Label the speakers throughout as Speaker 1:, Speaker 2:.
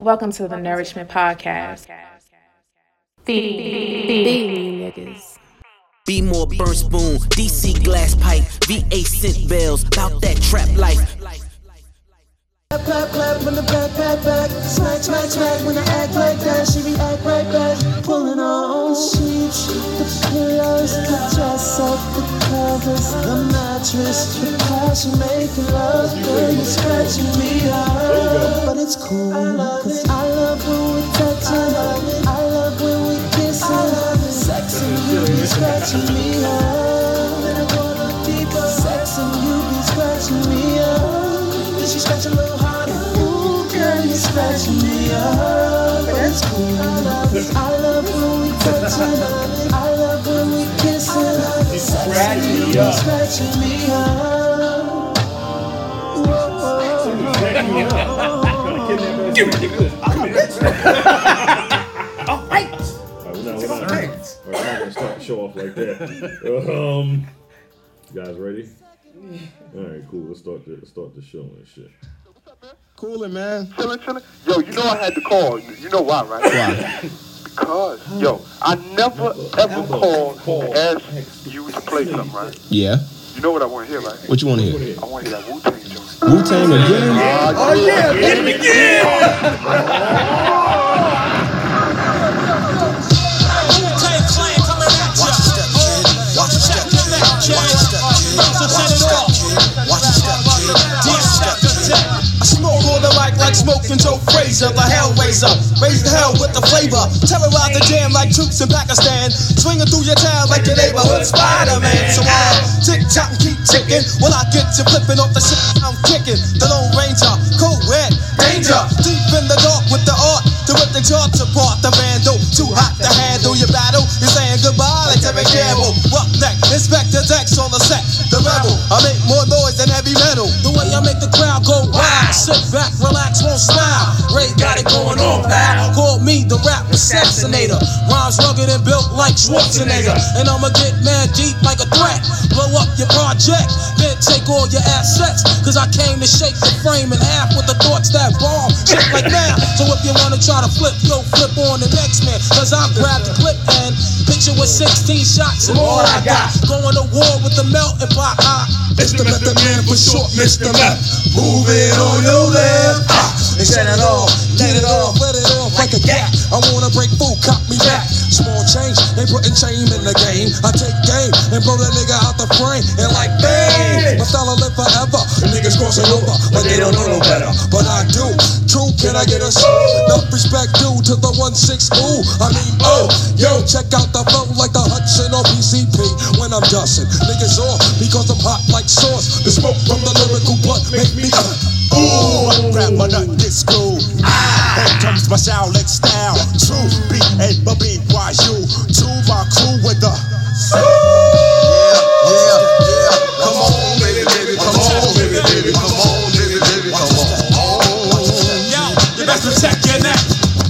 Speaker 1: Welcome to the Nourishment Podcast. Feed niggas.
Speaker 2: Be more burn spoon, DC glass pipe, VA scent bells, bout that trap life.
Speaker 3: Clap, clap, clap when the back, back, back. Smack, smack, smack when I act like that. She react right back. Pulling her own sheets, the pillows, the dress up, the covers, the mattress, the passion making love. Girl, you scratching me up, but it's cool. I love it. I love when we're touching. I love when we kissing. Sex and you be scratching me up. And I wanna deeper. Sex and you be scratching me up. Then she scratch a little harder. Ooh, girl, you scratching me up. That's cool. I love it. I love when we touching. I love when we kissing. Sex and you be scratching me up. Whoa.
Speaker 4: All right, we're not, we're not, all right, we're not gonna start the show off like that. Um, you guys ready? All right, cool. Let's start the start the show and shit.
Speaker 5: Coolin', man.
Speaker 6: chilling, chilling. Yo, you know I had to call. You you know why, right? Because, yo, I never ever called to ask you to play something, right?
Speaker 5: Yeah.
Speaker 6: You know what I want to hear, right?
Speaker 5: What you want to hear?
Speaker 6: I want to hear that Wu Tang joint.
Speaker 5: Wu Tang again?
Speaker 7: Smoking Joe Frazier, the Hellraiser. Raise the hell with the flavor. Terrorize the jam like troops in Pakistan. Swinging through your town like your neighborhood Spider Man. So I tick tock and keep ticking. Well, I get you flipping off the shit I'm kicking. The Lone Ranger, cool red, danger. Deep in the dark with the art to rip the charts apart. The vandal, too hot to handle your battle. You're saying goodbye like Terry Campbell. Up next, inspect the decks on the set. The rebel, I make more noise than heavy metal. The way I make the crowd go wild. Sit back, relax, won't smile. Ray got it going on, pal. Call me the rap assassinator. Rhymes rugged and built like Schwarzenegger. And I'ma get mad deep like a threat. Blow up your project, then take all your assets. Cause I came to shake the frame in half with the thoughts that bomb. Shit like now. So if you wanna try to flip, yo, flip on the next man. Cause I grabbed the clip and picture with 16 shots and all I got. Going to war with the melting pot. I- It's the method man for short, Mr. Meth. Move it on your left. Ah, and shut it off, let it off, let it off like a gap. I wanna break food, cop me back. Small change, they putting shame in the game. I take game and blow that nigga out the frame. And like bang, my style live forever. Niggas crossing over, but they don't know no better. But I do, true, can I get a s- Enough respect due to the one six ooh. I mean, oh, yo, check out the flow like the Hudson or PCP when I'm dusting. Niggas off because I'm hot like sauce. The smoke from the lyrical blunt make me uh, ooh. I grab my nut, get screwed. Ah, here comes my Shaolin style. True B and B Y U. To my crew with the. Yeah, yeah, yeah. Come on, baby, baby, come on, baby, baby, come on, baby, baby, come on. Yo, you better check your neck.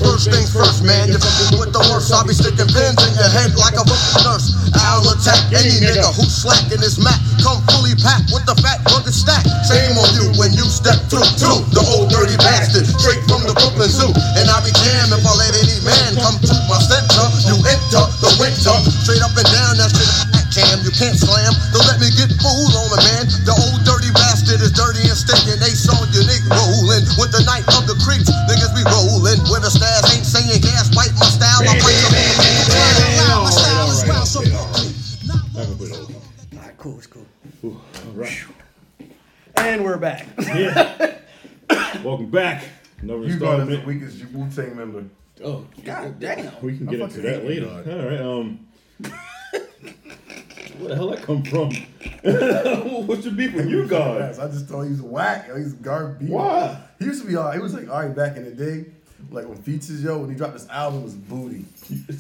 Speaker 8: First things first, man, you're fucking with the worst. I'll be sticking pins in your head like a fucking nurse. I'll attack any nigga who's slacking his mat. Come fully packed with the fat bucket stack. Shame on you when you step through, through the old dirty bastard, straight from the Brooklyn Zoo. And I'll be damned if I let any man come to my center. You enter the winter, straight up and down, that shit at cam. You can't slam, don't let me get fooled on it, man. The old dirty bastard is dirty and stinking. They saw your nigga rolling with the night of the creeps. Niggas be rolling with a stash, ain't saying gas, bite my style. I break them.
Speaker 7: My style is wild, so
Speaker 4: I can put it over.
Speaker 9: All right, cool, it's cool.
Speaker 4: Ooh, all right.
Speaker 9: And we're back.
Speaker 4: Welcome back. Another
Speaker 10: You got as the
Speaker 4: installment.
Speaker 10: weakest Wu Tang member.
Speaker 9: Oh, god damn.
Speaker 4: We can
Speaker 10: I
Speaker 4: get into
Speaker 10: fucking
Speaker 4: that
Speaker 10: hate you,
Speaker 4: later. All right. Um. Where the hell that come from? What's your beef with you
Speaker 10: I
Speaker 4: guys?
Speaker 10: just thought he was whack. yo, He's garbage.
Speaker 4: Why?
Speaker 10: He used to be all. He was like all right back in the day, like when features yo when he dropped this album it was booty.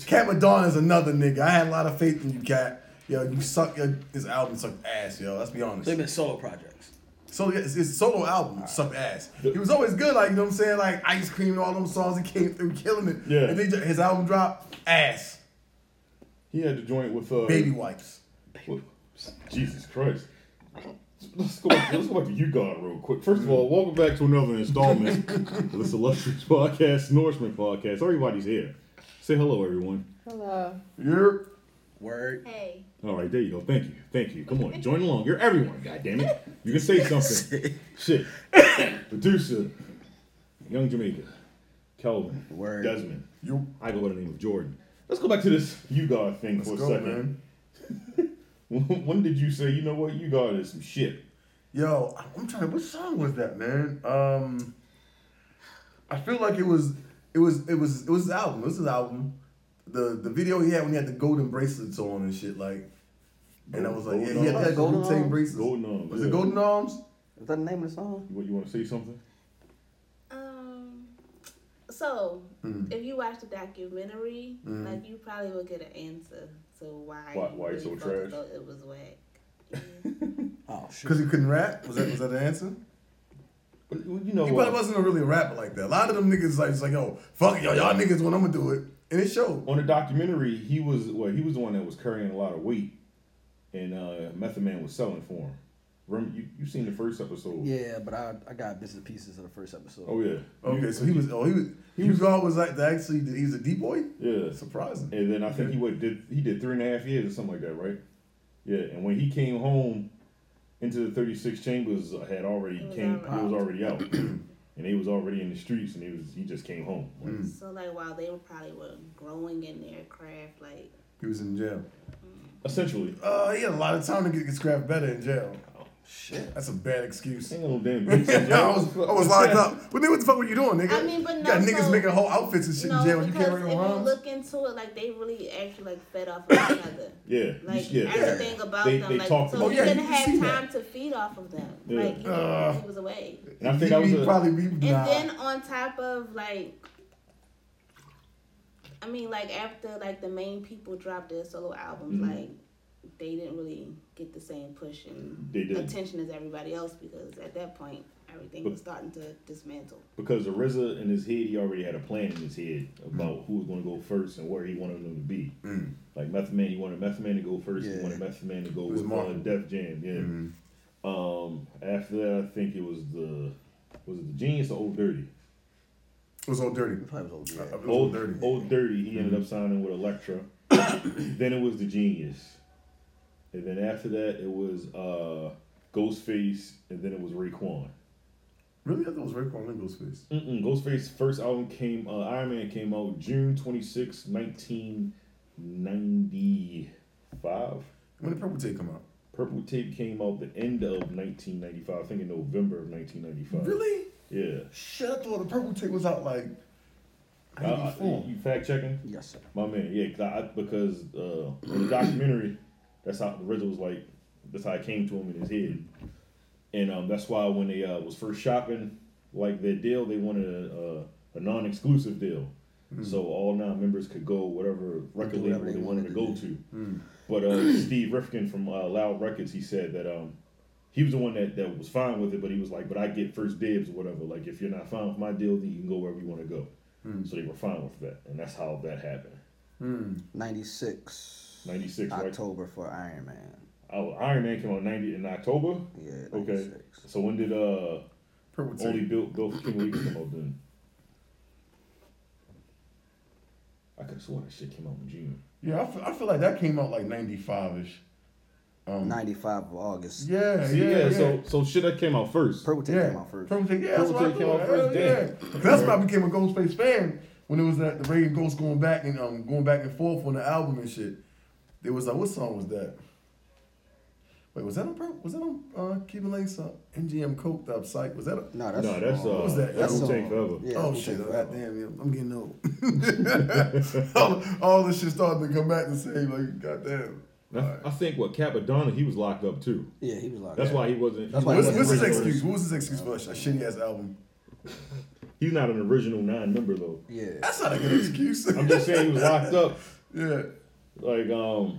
Speaker 10: Cat Madonna is another nigga. I had a lot of faith in you, Cat. Yo, you suck. Yo, his album sucked ass, yo. Let's be honest.
Speaker 9: They've been solo projects.
Speaker 10: So his, his solo album sucked ass. He was always good, like you know what I'm saying, like Ice Cream and all them songs. He came through killing it.
Speaker 4: Yeah.
Speaker 10: And then his album dropped ass.
Speaker 4: He had to joint with uh,
Speaker 10: Baby wipes.
Speaker 4: with- Jesus Christ. Let's go, back, let's go back to you, God, real quick. First of all, welcome back to another installment of this illustrious podcast, Norseman Podcast. Everybody's here. Say hello, everyone.
Speaker 11: Hello.
Speaker 4: You're.
Speaker 12: Word.
Speaker 11: Hey.
Speaker 4: All right, there you go. Thank you. Thank you. Come on, join along. You're everyone, God damn it. You can say something. Shit. Producer, Young Jamaica, Kelvin, Desmond. You. I go by the name of Jordan. Let's go back to this you God thing for a
Speaker 10: go,
Speaker 4: second. when when did you say, you know what, you God is some shit?
Speaker 10: Yo, I'm trying. to- What song was that, man? Um, I feel like it was, it was, it was, it was his album. It was his album. The the video he had when he had the golden bracelets on and shit like. And I was like, yeah, he had that golden tape bracelet.
Speaker 4: Golden arms.
Speaker 10: Was
Speaker 4: yeah.
Speaker 10: it golden arms?
Speaker 12: Is that the name of the song?
Speaker 4: What you want to say something?
Speaker 11: Um. So,
Speaker 10: Mm.
Speaker 4: Mhm.
Speaker 11: if you watch the documentary,
Speaker 4: Mhm.
Speaker 11: like you probably will get an answer to why.
Speaker 4: Why- why it's so
Speaker 11: you really
Speaker 4: trash?
Speaker 11: thought It was whack.
Speaker 12: Oh shit.
Speaker 10: Because he couldn't rap. Was that was that the answer?
Speaker 4: You know
Speaker 10: he
Speaker 4: what?
Speaker 10: probably wasn't really a rapper like that. A lot of them niggas like, it's like yo, fuck it, yo, y'all niggas when I'm gonna do it, and it showed.
Speaker 4: On the documentary, he was well, he was the one that was carrying a lot of weight, and uh, Method Man was selling for him. Remember, you you seen the first episode?
Speaker 12: Yeah, but I I got bits and pieces of the first episode.
Speaker 4: Oh yeah.
Speaker 10: Okay, so he was. Oh, he was. He was always like the, actually. He was a D boy.
Speaker 4: Yeah.
Speaker 10: Surprising.
Speaker 4: And then I think he went did he did three and a half years or something like that, right? Yeah. And when he came home into the thirty six chambers, uh, had already
Speaker 11: was
Speaker 4: came.
Speaker 11: already
Speaker 4: He was already out, and he was already in the streets, and he was he just came home. Like,
Speaker 10: Mm.
Speaker 11: So, like, while they were probably were growing in their craft, like,
Speaker 10: He was in jail.
Speaker 4: Essentially.
Speaker 10: Uh, he had a lot of time to get his craft better in jail. Oh shit. That's a bad excuse.
Speaker 4: Ain't no damn
Speaker 10: bitch in jail. I was, I was locked up. But nigga, what the fuck were you doing, nigga?
Speaker 11: I mean, but
Speaker 10: you
Speaker 11: no,
Speaker 10: got niggas
Speaker 11: so-
Speaker 10: making whole outfits and shit
Speaker 11: no,
Speaker 10: in jail. and You
Speaker 11: because
Speaker 10: carrying
Speaker 11: if you
Speaker 10: around.
Speaker 11: look into it, like they really actually like fed off of each other.
Speaker 4: Yeah,
Speaker 11: Like
Speaker 4: yeah.
Speaker 11: everything about
Speaker 4: They-
Speaker 11: them,
Speaker 4: they
Speaker 11: like
Speaker 4: talked
Speaker 11: so
Speaker 4: about
Speaker 11: he
Speaker 4: it. Oh, yeah,
Speaker 11: didn't
Speaker 4: you
Speaker 11: have
Speaker 4: see
Speaker 11: time
Speaker 4: that.
Speaker 11: to feed off of them.
Speaker 4: Yeah.
Speaker 11: Like he,
Speaker 4: Ugh.
Speaker 10: Uh.
Speaker 11: he was away.
Speaker 4: And I think that was
Speaker 10: he
Speaker 4: a-
Speaker 10: probably be
Speaker 11: And
Speaker 10: nah.
Speaker 11: then on top of like, I mean, like after like the main people dropped their solo albums,
Speaker 4: Mhm.
Speaker 11: like they didn't really get the same push and
Speaker 4: They didn't.
Speaker 11: attention as everybody else because at that point everything
Speaker 4: But-
Speaker 11: was starting to dismantle.
Speaker 4: Because RZA in his head, he already had a plan in his head about
Speaker 10: Mm.
Speaker 4: who was going to go first and where he wanted them to be. Like Method Man, he wanted Method Man to go first. He wanted Method Man to go
Speaker 10: was Mm-hmm.
Speaker 4: with uh,
Speaker 10: Martin.
Speaker 4: Def Jam. Yeah. Um, after that, I think it was the was it the Genius or Old Dirty?
Speaker 10: It was old dirty.
Speaker 12: Probably was old.
Speaker 10: Uh, it was
Speaker 4: Old
Speaker 10: old
Speaker 4: Dirty.
Speaker 10: dirty. Mm-hmm.
Speaker 4: Old Dirty. He ended up signing with Elektra. then it was the Genius, and then after that, it was uh, Ghostface, and then it was Raekwon.
Speaker 10: Really, I thought it was Rick Roll in Ghostface.
Speaker 4: Mm-mm. Ghostface's first album came, uh, Iron Man came out June 26, 1995.
Speaker 10: When did Purple Tape come out?
Speaker 4: Purple Tape came out the end of 1995, I think in November of 1995.
Speaker 10: Really?
Speaker 4: Yeah.
Speaker 10: Shit, I thought the Purple Tape was out like.
Speaker 4: Uh,
Speaker 10: Cool.
Speaker 4: you fact checking?
Speaker 12: Yes, sir.
Speaker 4: My man, yeah, 'cause I, because uh, in the documentary, that's how the RZA was like, that's how it came to him in his head, and um, that's why when they uh, was first shopping, like their deal, they wanted a, a, a non-exclusive deal, so all nine members could go whatever record label
Speaker 12: whatever
Speaker 4: they,
Speaker 12: they
Speaker 4: wanted to
Speaker 12: wanted
Speaker 4: go
Speaker 12: to
Speaker 4: to. But uh, Steve Rifkin from uh, Loud Records, he said that um, he was the one that, that was fine with it, but he was like, but I get first dibs or whatever. Like if you're not fine with my deal, then you can go wherever you want to go. So they were fine with that, and that's how that happened.
Speaker 13: Hmm.
Speaker 12: Ninety six.
Speaker 4: 96, right?
Speaker 12: October for Iron Man.
Speaker 4: Oh, Iron Man came out ninety in October.
Speaker 12: Yeah.
Speaker 4: Okay.
Speaker 12: 96.
Speaker 4: So when did uh
Speaker 10: Purple Tape.
Speaker 4: only Bill Bill King Weeks come out then? I could have sworn that shit came out in June.
Speaker 10: Yeah, I feel, I feel like that came out like 95 ish. Um,
Speaker 12: Ninety five of August.
Speaker 10: Yeah,
Speaker 4: See,
Speaker 10: yeah,
Speaker 4: yeah,
Speaker 10: yeah.
Speaker 4: So so shit that came out first.
Speaker 12: Purple Tape
Speaker 10: yeah.
Speaker 12: came out first.
Speaker 10: Purple Tape, yeah,
Speaker 4: Purple
Speaker 10: that's what
Speaker 4: Tape
Speaker 10: I
Speaker 4: came
Speaker 10: thought.
Speaker 4: out first,
Speaker 10: Hell
Speaker 4: damn.
Speaker 10: yeah. That's when I became a Ghostface fan when it was that the Raven Ghost going back and um going back and forth on the album and shit. It was like, what song was that? Wait, was that on Purple? Was that on uh, Kevin Lane's uh, MGM Coked Up Psych? Was that? A,
Speaker 12: No, that's
Speaker 4: No, that's, uh,
Speaker 10: was that?
Speaker 4: that's
Speaker 10: That's
Speaker 4: Wu-Tang
Speaker 12: on-
Speaker 4: Forever.
Speaker 12: Yeah,
Speaker 10: oh
Speaker 12: Wu-Tang
Speaker 10: shit!
Speaker 12: Forever.
Speaker 10: God damn, yo, I'm getting old. all, all this shit starting to come back the same. Like, goddamn.
Speaker 4: I, I think what Capadonna he was locked up too.
Speaker 12: Yeah, he was like.
Speaker 4: That's why he wasn't.
Speaker 12: That's
Speaker 4: he
Speaker 12: why he
Speaker 10: What's,
Speaker 4: wasn't
Speaker 10: what's his
Speaker 4: original-
Speaker 10: excuse? What was his excuse for a shitty ass album?
Speaker 4: He's not an original nine member though.
Speaker 12: Yeah.
Speaker 10: That's not a good excuse.
Speaker 4: I'm just saying he was locked up.
Speaker 10: yeah.
Speaker 4: Like um,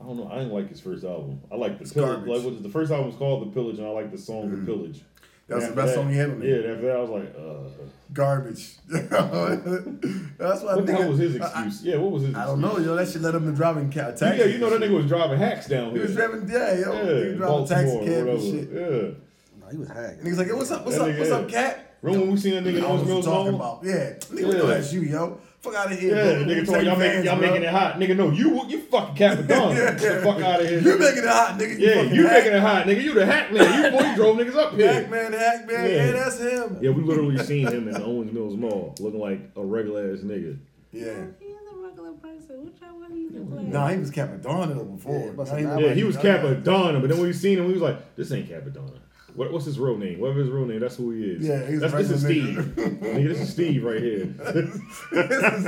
Speaker 4: I don't know. I didn't like his first album. I like the pillage.
Speaker 10: garbage.
Speaker 4: Like what the first album was called, The Pillage, and I like the song The Pillage.
Speaker 10: That's
Speaker 4: And
Speaker 10: the best
Speaker 4: after
Speaker 10: song he
Speaker 4: that-
Speaker 10: had on there.
Speaker 4: Yeah, after that I was like, uh,
Speaker 10: Garbage. that's why.
Speaker 4: What the hell was his excuse? yeah, what was his?
Speaker 10: I don't know, yo. That shit let him to driving ca- a taxi.
Speaker 4: Yeah, you know that nigga was driving hacks down
Speaker 10: He
Speaker 4: here.
Speaker 10: was driving, yeah, yo. he was driving a taxi
Speaker 4: Baltimore,
Speaker 10: cab and
Speaker 4: whatever.
Speaker 10: shit.
Speaker 4: Yeah.
Speaker 12: No, he was hacking.
Speaker 10: And he was like, yo, what's up, what's
Speaker 4: That
Speaker 10: up,
Speaker 4: nigga,
Speaker 10: what's up,
Speaker 4: yeah.
Speaker 10: cat?
Speaker 4: Remember when we seen that nigga
Speaker 10: I
Speaker 4: on
Speaker 10: was
Speaker 4: Smell's
Speaker 10: talking
Speaker 4: phone?
Speaker 10: about, yeah. Nigga, we know
Speaker 4: Yeah.
Speaker 10: that's you, yo. Fuck out of
Speaker 4: Yeah,
Speaker 10: here, bro.
Speaker 4: nigga
Speaker 10: Take
Speaker 4: told y'all,
Speaker 10: vans,
Speaker 4: make, y'all
Speaker 10: bro.
Speaker 4: making it hot. Nigga, no, you you fucking Capadon.
Speaker 10: Yeah.
Speaker 4: Get the fuck out of here.
Speaker 10: You making it hot, nigga. You
Speaker 4: Yeah,
Speaker 10: fucking
Speaker 4: you
Speaker 10: hack.
Speaker 4: making it hot, nigga. You the hack man. You, boy, you drove niggas up here.
Speaker 10: Hack man, hack man. Yeah,
Speaker 4: Yeah.
Speaker 10: that's him.
Speaker 4: Yeah, we literally seen him in the Owens Mills Mall looking like a regular ass nigga.
Speaker 10: Yeah.
Speaker 11: He's a regular person. What y'all want him to play?
Speaker 10: Nah, he was Capadonna though before. Nah, he-
Speaker 4: Yeah, he was Capadonna, but then when we seen him, we was like, this ain't Capadonna. What, what's his real name? Whatever his real name, that's who he is.
Speaker 10: Yeah, he's a
Speaker 4: that's, this is Steve.
Speaker 10: regular
Speaker 4: nigga, this is Steve right here.
Speaker 10: this
Speaker 4: is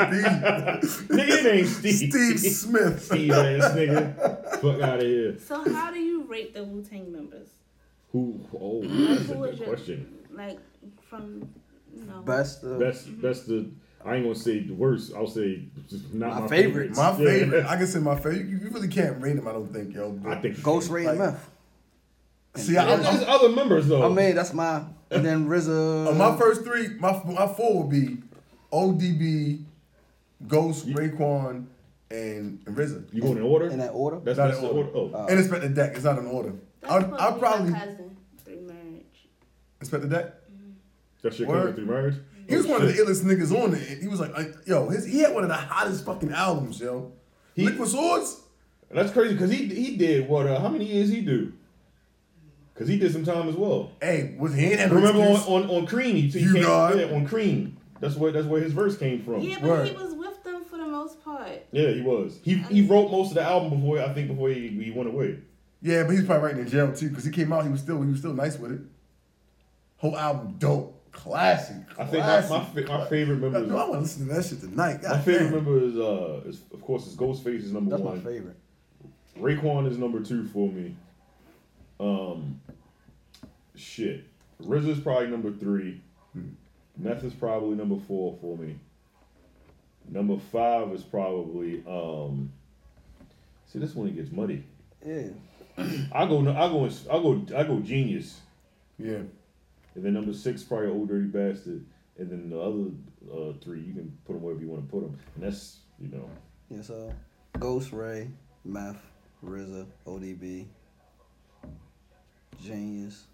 Speaker 4: Steve. nigga, his name's Steve.
Speaker 10: Steve Smith.
Speaker 4: Steve ass nigga. Fuck out of here.
Speaker 11: So how do you rate the Wu Tang members?
Speaker 4: Who? Oh, that's a
Speaker 11: Who is
Speaker 4: good
Speaker 11: your-
Speaker 4: question.
Speaker 11: Like from you know
Speaker 12: Best of-
Speaker 4: That's that's the. I ain't gonna say the worst. I'll say just not my, favorites.
Speaker 10: My
Speaker 4: Yeah.
Speaker 10: favorite. I can say my favorite. You, you really can't rate him. I don't think, yo.
Speaker 4: I think
Speaker 12: Ghost Ray and Meth.
Speaker 10: See, I,
Speaker 4: There's- there's other members though.
Speaker 12: I mean, that's my. And then RZA.
Speaker 10: Uh, my first three, my my four would be ODB, Ghost, Raekwon, and RZA.
Speaker 4: You going in order?
Speaker 12: In that order?
Speaker 4: That's
Speaker 10: not
Speaker 4: that's
Speaker 10: in
Speaker 4: the
Speaker 10: order.
Speaker 4: order. Oh.
Speaker 10: And expect the deck. It's not in order.
Speaker 11: That's
Speaker 10: I'll,
Speaker 11: supposed to
Speaker 10: I'll
Speaker 11: be
Speaker 10: probably
Speaker 11: my cousin through marriage.
Speaker 10: expect the deck.
Speaker 4: That's your
Speaker 10: Word.
Speaker 4: cousin through Oh, marriage.
Speaker 10: He was one of the illest niggas on it. He was like, uh, yo, his he had one of the hottest fucking albums, yo. Liquid Swords.
Speaker 4: That's crazy because he he did what? Uh, how many years he do? Because he did some time as well.
Speaker 10: Hey, was he ain't had no
Speaker 4: Remember on,
Speaker 10: excuse.
Speaker 4: on on Cream? He, he
Speaker 10: You
Speaker 4: came,
Speaker 10: God.
Speaker 4: yeah, on Cream. That's where that's where his verse came from.
Speaker 11: Yeah, but he was with them for the most part.
Speaker 4: Yeah, he was. He he wrote most of the album before I think before he, he went away.
Speaker 10: Yeah, but he's probably right in jail too, because he came out, he was still he was still nice with it. Whole album dope. Classic.
Speaker 4: I think my,
Speaker 10: classic.
Speaker 4: my, fa- my favorite member
Speaker 10: No, I
Speaker 4: is
Speaker 10: want to listen to that shit tonight.
Speaker 4: my
Speaker 10: God
Speaker 4: favorite
Speaker 10: damn.
Speaker 4: member is uh is, of course is Ghostface is number
Speaker 12: That's my
Speaker 4: one.
Speaker 12: favorite.
Speaker 4: Raekwon is number two for me. Um, shit. RZA is probably number three.
Speaker 10: Hmm.
Speaker 4: Meth is probably number four for me. Number five is probably um. See, this one gets muddy.
Speaker 12: Yeah.
Speaker 4: I go. I go. I go. I go. Genius.
Speaker 10: Yeah.
Speaker 4: And then number six, probably old dirty bastard. And then the other uh, three, you can put them wherever you want to put them. And that's you know.
Speaker 12: Yeah, so Ghost Ray, Meth, RZA, ODB, Genius.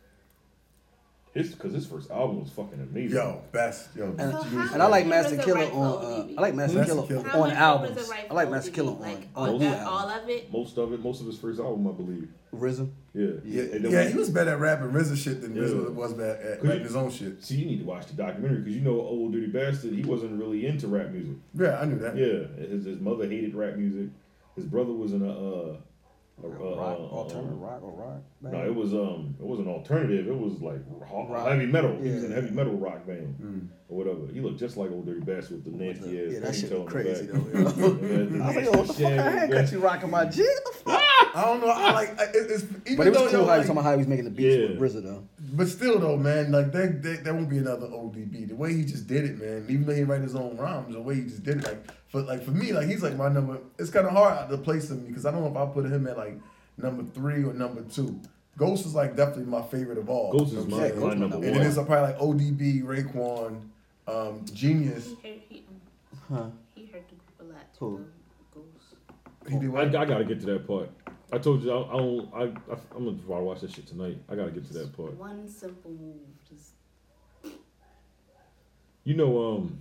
Speaker 4: His because his first album was fucking amazing.
Speaker 10: Yo, best. Yo,
Speaker 12: And, and I like Master Killer on. Uh, I like Master
Speaker 10: Master
Speaker 12: Killer
Speaker 10: Killer.
Speaker 12: on
Speaker 11: How much was
Speaker 12: albums.
Speaker 11: it right
Speaker 12: I like
Speaker 11: for
Speaker 12: Master
Speaker 11: ODB?
Speaker 12: Killer on
Speaker 11: Like,
Speaker 12: on
Speaker 11: all
Speaker 12: new
Speaker 11: of-
Speaker 12: album.
Speaker 11: all of it?
Speaker 4: Most of it, most of his first album, I believe.
Speaker 12: RZA.
Speaker 4: Yeah.
Speaker 10: Yeah,
Speaker 4: And then
Speaker 10: yeah,
Speaker 4: when-
Speaker 10: he was better at rapping RZA shit than
Speaker 4: Yeah.
Speaker 10: RZA was bad at
Speaker 4: Could
Speaker 10: rapping
Speaker 4: you-
Speaker 10: his own shit.
Speaker 4: See, you need to watch the documentary because you know Old Dirty Bastard. He wasn't really into rap music.
Speaker 10: Yeah, I knew that.
Speaker 4: Yeah, his, his mother hated rap music. His brother was in a uh, a, uh,
Speaker 12: Rock,
Speaker 4: uh,
Speaker 12: alternative rock or rock.
Speaker 4: uh,
Speaker 12: band.
Speaker 4: no, it was um, it was an alternative. It was like ho-
Speaker 12: Rock.
Speaker 4: heavy metal. He was
Speaker 12: Yeah. Mm.
Speaker 4: in a heavy metal rock band or whatever. He looked just like Old Dirty Bastard with the nasty ass.
Speaker 12: yeah, that shit
Speaker 4: ponytail
Speaker 12: was
Speaker 4: in the
Speaker 12: crazy though.
Speaker 4: back. Yeah,
Speaker 12: yo. I was like, yo, what the fuck?
Speaker 4: nasty
Speaker 12: I
Speaker 4: ass
Speaker 12: had cut you rocking my jig. What the fuck?
Speaker 10: I don't know. I like I- it, it's even
Speaker 12: But it
Speaker 10: though
Speaker 12: was cool
Speaker 10: yo,
Speaker 12: how he was
Speaker 10: like-
Speaker 12: talking about how he was making the beats
Speaker 4: Yeah.
Speaker 12: with RZA though.
Speaker 10: but still though, man, like that, that that won't be another ODB. The way he just did it, man. Even though he write his own rhymes, the way he just did it, like for like for me, like he's like my number. It's kind of hard to place him because I don't know if I put him at like number three or number two. Ghost is like definitely my favorite of all.
Speaker 4: Ghost
Speaker 10: You
Speaker 4: is
Speaker 10: know
Speaker 4: my,
Speaker 10: what I'm saying?
Speaker 4: my number
Speaker 10: And then it's
Speaker 4: one.
Speaker 10: uh, probably like ODB, Raekwon, um, Genius.
Speaker 11: He hurt, he, he hurt the group a lot too.
Speaker 12: Who?
Speaker 11: though. Ghost.
Speaker 10: He did
Speaker 4: I, I
Speaker 10: what?
Speaker 4: gotta get to that part. I told you I, I don't. I, I I'm gonna try to watch that shit tonight. I gotta get to that part.
Speaker 11: One simple move. Just
Speaker 4: You know, um,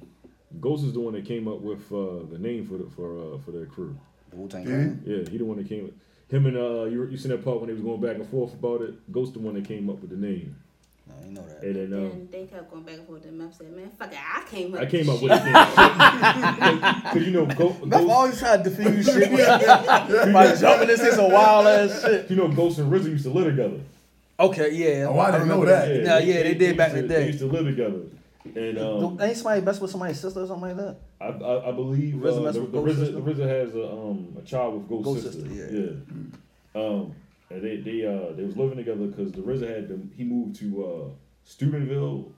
Speaker 4: Ghost is the one that came up with uh, the name for the for uh, for their crew.
Speaker 12: Wu Tang
Speaker 10: Did he?
Speaker 12: Clan.
Speaker 4: Yeah, he the one that came. Him and uh, you you seen that part when they was going back and forth about it. Ghost the one that came up with the name,
Speaker 12: No, you know that.
Speaker 4: and then um,
Speaker 11: then they kept going back and forth. And Mep said, "Man, fuck it, I came up.
Speaker 4: I came
Speaker 11: with
Speaker 4: up
Speaker 11: shit.
Speaker 4: with the name because you know Go-
Speaker 12: Meth
Speaker 4: Ghost.
Speaker 12: always trying to defuse shit by jumping this. It's a wild ass shit.
Speaker 4: You know Ghost and RZA used to live together.
Speaker 12: Okay, yeah.
Speaker 10: Oh, I didn't know
Speaker 12: remember
Speaker 10: that.
Speaker 12: Yeah, yeah, they did back
Speaker 4: used
Speaker 12: in the
Speaker 4: to- They
Speaker 12: day.
Speaker 4: used to live together, and um,
Speaker 12: Don't- Ain't somebody mess with somebody's sister or something like that?
Speaker 4: I, I, I believe
Speaker 12: RZA
Speaker 4: uh,
Speaker 12: mess
Speaker 4: the,
Speaker 12: with
Speaker 4: the,
Speaker 12: Ghost
Speaker 4: RZA, the
Speaker 12: sister?
Speaker 4: RZA has a um a child with Ghost,
Speaker 12: Ghost
Speaker 4: sister.
Speaker 12: sister, yeah.
Speaker 4: Yeah. Um, and they they uh they was living together because the RZA had them. He moved to uh Steubenville,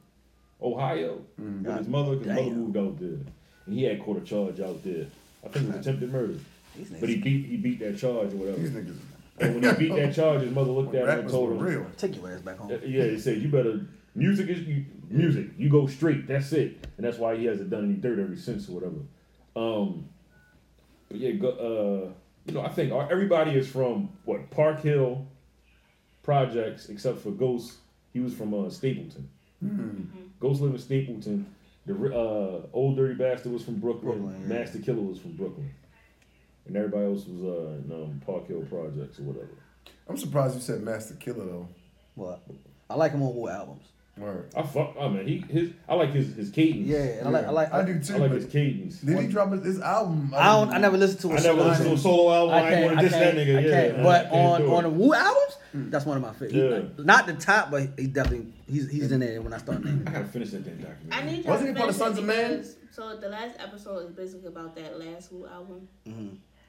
Speaker 4: Ohio, with his mother. Cause his mother
Speaker 12: damn.
Speaker 4: moved out there, and he had caught a charge out there. I think it was attempted murder,
Speaker 12: These
Speaker 4: but he beat he beat that charge or
Speaker 10: These
Speaker 4: whatever.
Speaker 10: niggas.
Speaker 4: And when he beat that charge, his mother looked at him and
Speaker 10: Rappers
Speaker 4: told
Speaker 10: were
Speaker 4: him,
Speaker 10: real.
Speaker 12: Take your ass back home.
Speaker 4: yeah, he said, "You better Music is you, music. You go straight. That's it. And that's why he hasn't done any dirt ever since or whatever. Um, but yeah, go, uh, you know, I think our- everybody is from what Park Hill projects except for Ghost. He was from uh, Stapleton.
Speaker 10: Mhm.
Speaker 4: Ghost lived in Stapleton. The ri- uh, old dirty bastard was from Brooklyn. Master Killer was from Brooklyn, and everybody else was uh, in um, Park Hill projects or whatever.
Speaker 10: I'm surprised you said Master Killer though.
Speaker 12: What? I like him on all albums.
Speaker 10: Word.
Speaker 4: I fuck. I mean, he his. I like his his cadence.
Speaker 12: Yeah, and I like- I like- I do too,
Speaker 4: I like
Speaker 12: but-
Speaker 4: his cadence.
Speaker 10: Did he drop his album?
Speaker 12: I don't. I never listened to.
Speaker 4: I
Speaker 12: a
Speaker 4: never
Speaker 12: solo
Speaker 4: listened to a
Speaker 12: album.
Speaker 4: solo album. I ain't
Speaker 12: can't-
Speaker 4: wanna diss that
Speaker 12: can't-
Speaker 4: nigga,
Speaker 12: I
Speaker 4: yeah,
Speaker 12: can't.
Speaker 4: I
Speaker 12: but
Speaker 4: can't
Speaker 12: on
Speaker 4: do it.
Speaker 12: on the Wu albums, that's one of my favorites.
Speaker 4: Yeah.
Speaker 12: Not the top, but he definitely he's he's in there when I start naming. I
Speaker 4: gotta finish that damn documentary.
Speaker 11: I need y'all
Speaker 12: Wasn't
Speaker 11: to
Speaker 12: he part of
Speaker 11: finish
Speaker 12: Sons
Speaker 11: it
Speaker 12: of Man?
Speaker 11: because- So the last episode is basically about that last Who album.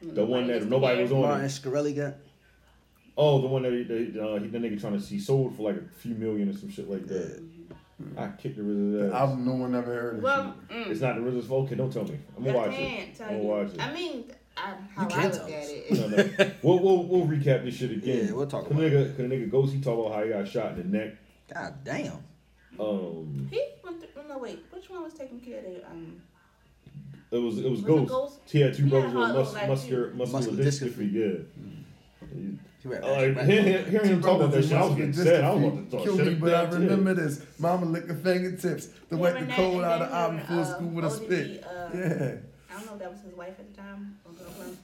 Speaker 4: The one that nobody was on.
Speaker 12: Martin Shkreli Mm-hmm. got.
Speaker 4: Oh, the one that he, that, uh, he the nigga trying to see sold for like a few million or some shit like that. I kicked the RZA.
Speaker 10: The album no one ever heard of.
Speaker 11: Well, mm.
Speaker 4: It's not the RZA's fault. Okay, don't tell me. I'm
Speaker 11: I
Speaker 4: gonna watch
Speaker 11: can't
Speaker 4: it.
Speaker 11: tell
Speaker 4: I'm gonna
Speaker 11: you.
Speaker 4: watch it.
Speaker 11: I mean, I, how I
Speaker 12: can't
Speaker 11: look at
Speaker 12: tell us.
Speaker 11: it.
Speaker 4: No, no. We'll, we'll, we'll recap this shit again. Yeah, we'll talk about nigga, it. The nigga goes, he talk about how he got shot in the neck.
Speaker 12: God damn.
Speaker 4: Um,
Speaker 11: He went through. No, wait. Which one was taking care of the um?
Speaker 4: it was it was,
Speaker 11: Was it
Speaker 4: Ghost.
Speaker 11: Ghost?
Speaker 4: He had two
Speaker 11: He had
Speaker 4: brothers
Speaker 11: a heart
Speaker 4: with mus-
Speaker 11: like
Speaker 4: muscular
Speaker 11: you.
Speaker 4: muscular
Speaker 12: Muscular
Speaker 4: dystrophy. Yeah.
Speaker 12: had
Speaker 4: Uh,
Speaker 12: actually-
Speaker 4: hearing, hearing him talk about that
Speaker 10: Brothers
Speaker 4: shit, I was
Speaker 10: with
Speaker 4: getting
Speaker 10: muscular
Speaker 4: sad. I was
Speaker 10: dystrophy.
Speaker 4: about to talk
Speaker 10: Kill
Speaker 4: shit.
Speaker 10: me, but I
Speaker 4: about that, yeah.
Speaker 10: remember this. Mama licking fingertips to wipe the
Speaker 11: Remember that?
Speaker 10: cold
Speaker 11: And
Speaker 10: out of
Speaker 11: then
Speaker 10: album
Speaker 11: remember,
Speaker 10: full
Speaker 11: uh,
Speaker 10: school with a
Speaker 11: ODB,
Speaker 10: spit.
Speaker 11: uh,
Speaker 10: Yeah.
Speaker 11: I don't know if that was his wife at the time or girlfriend.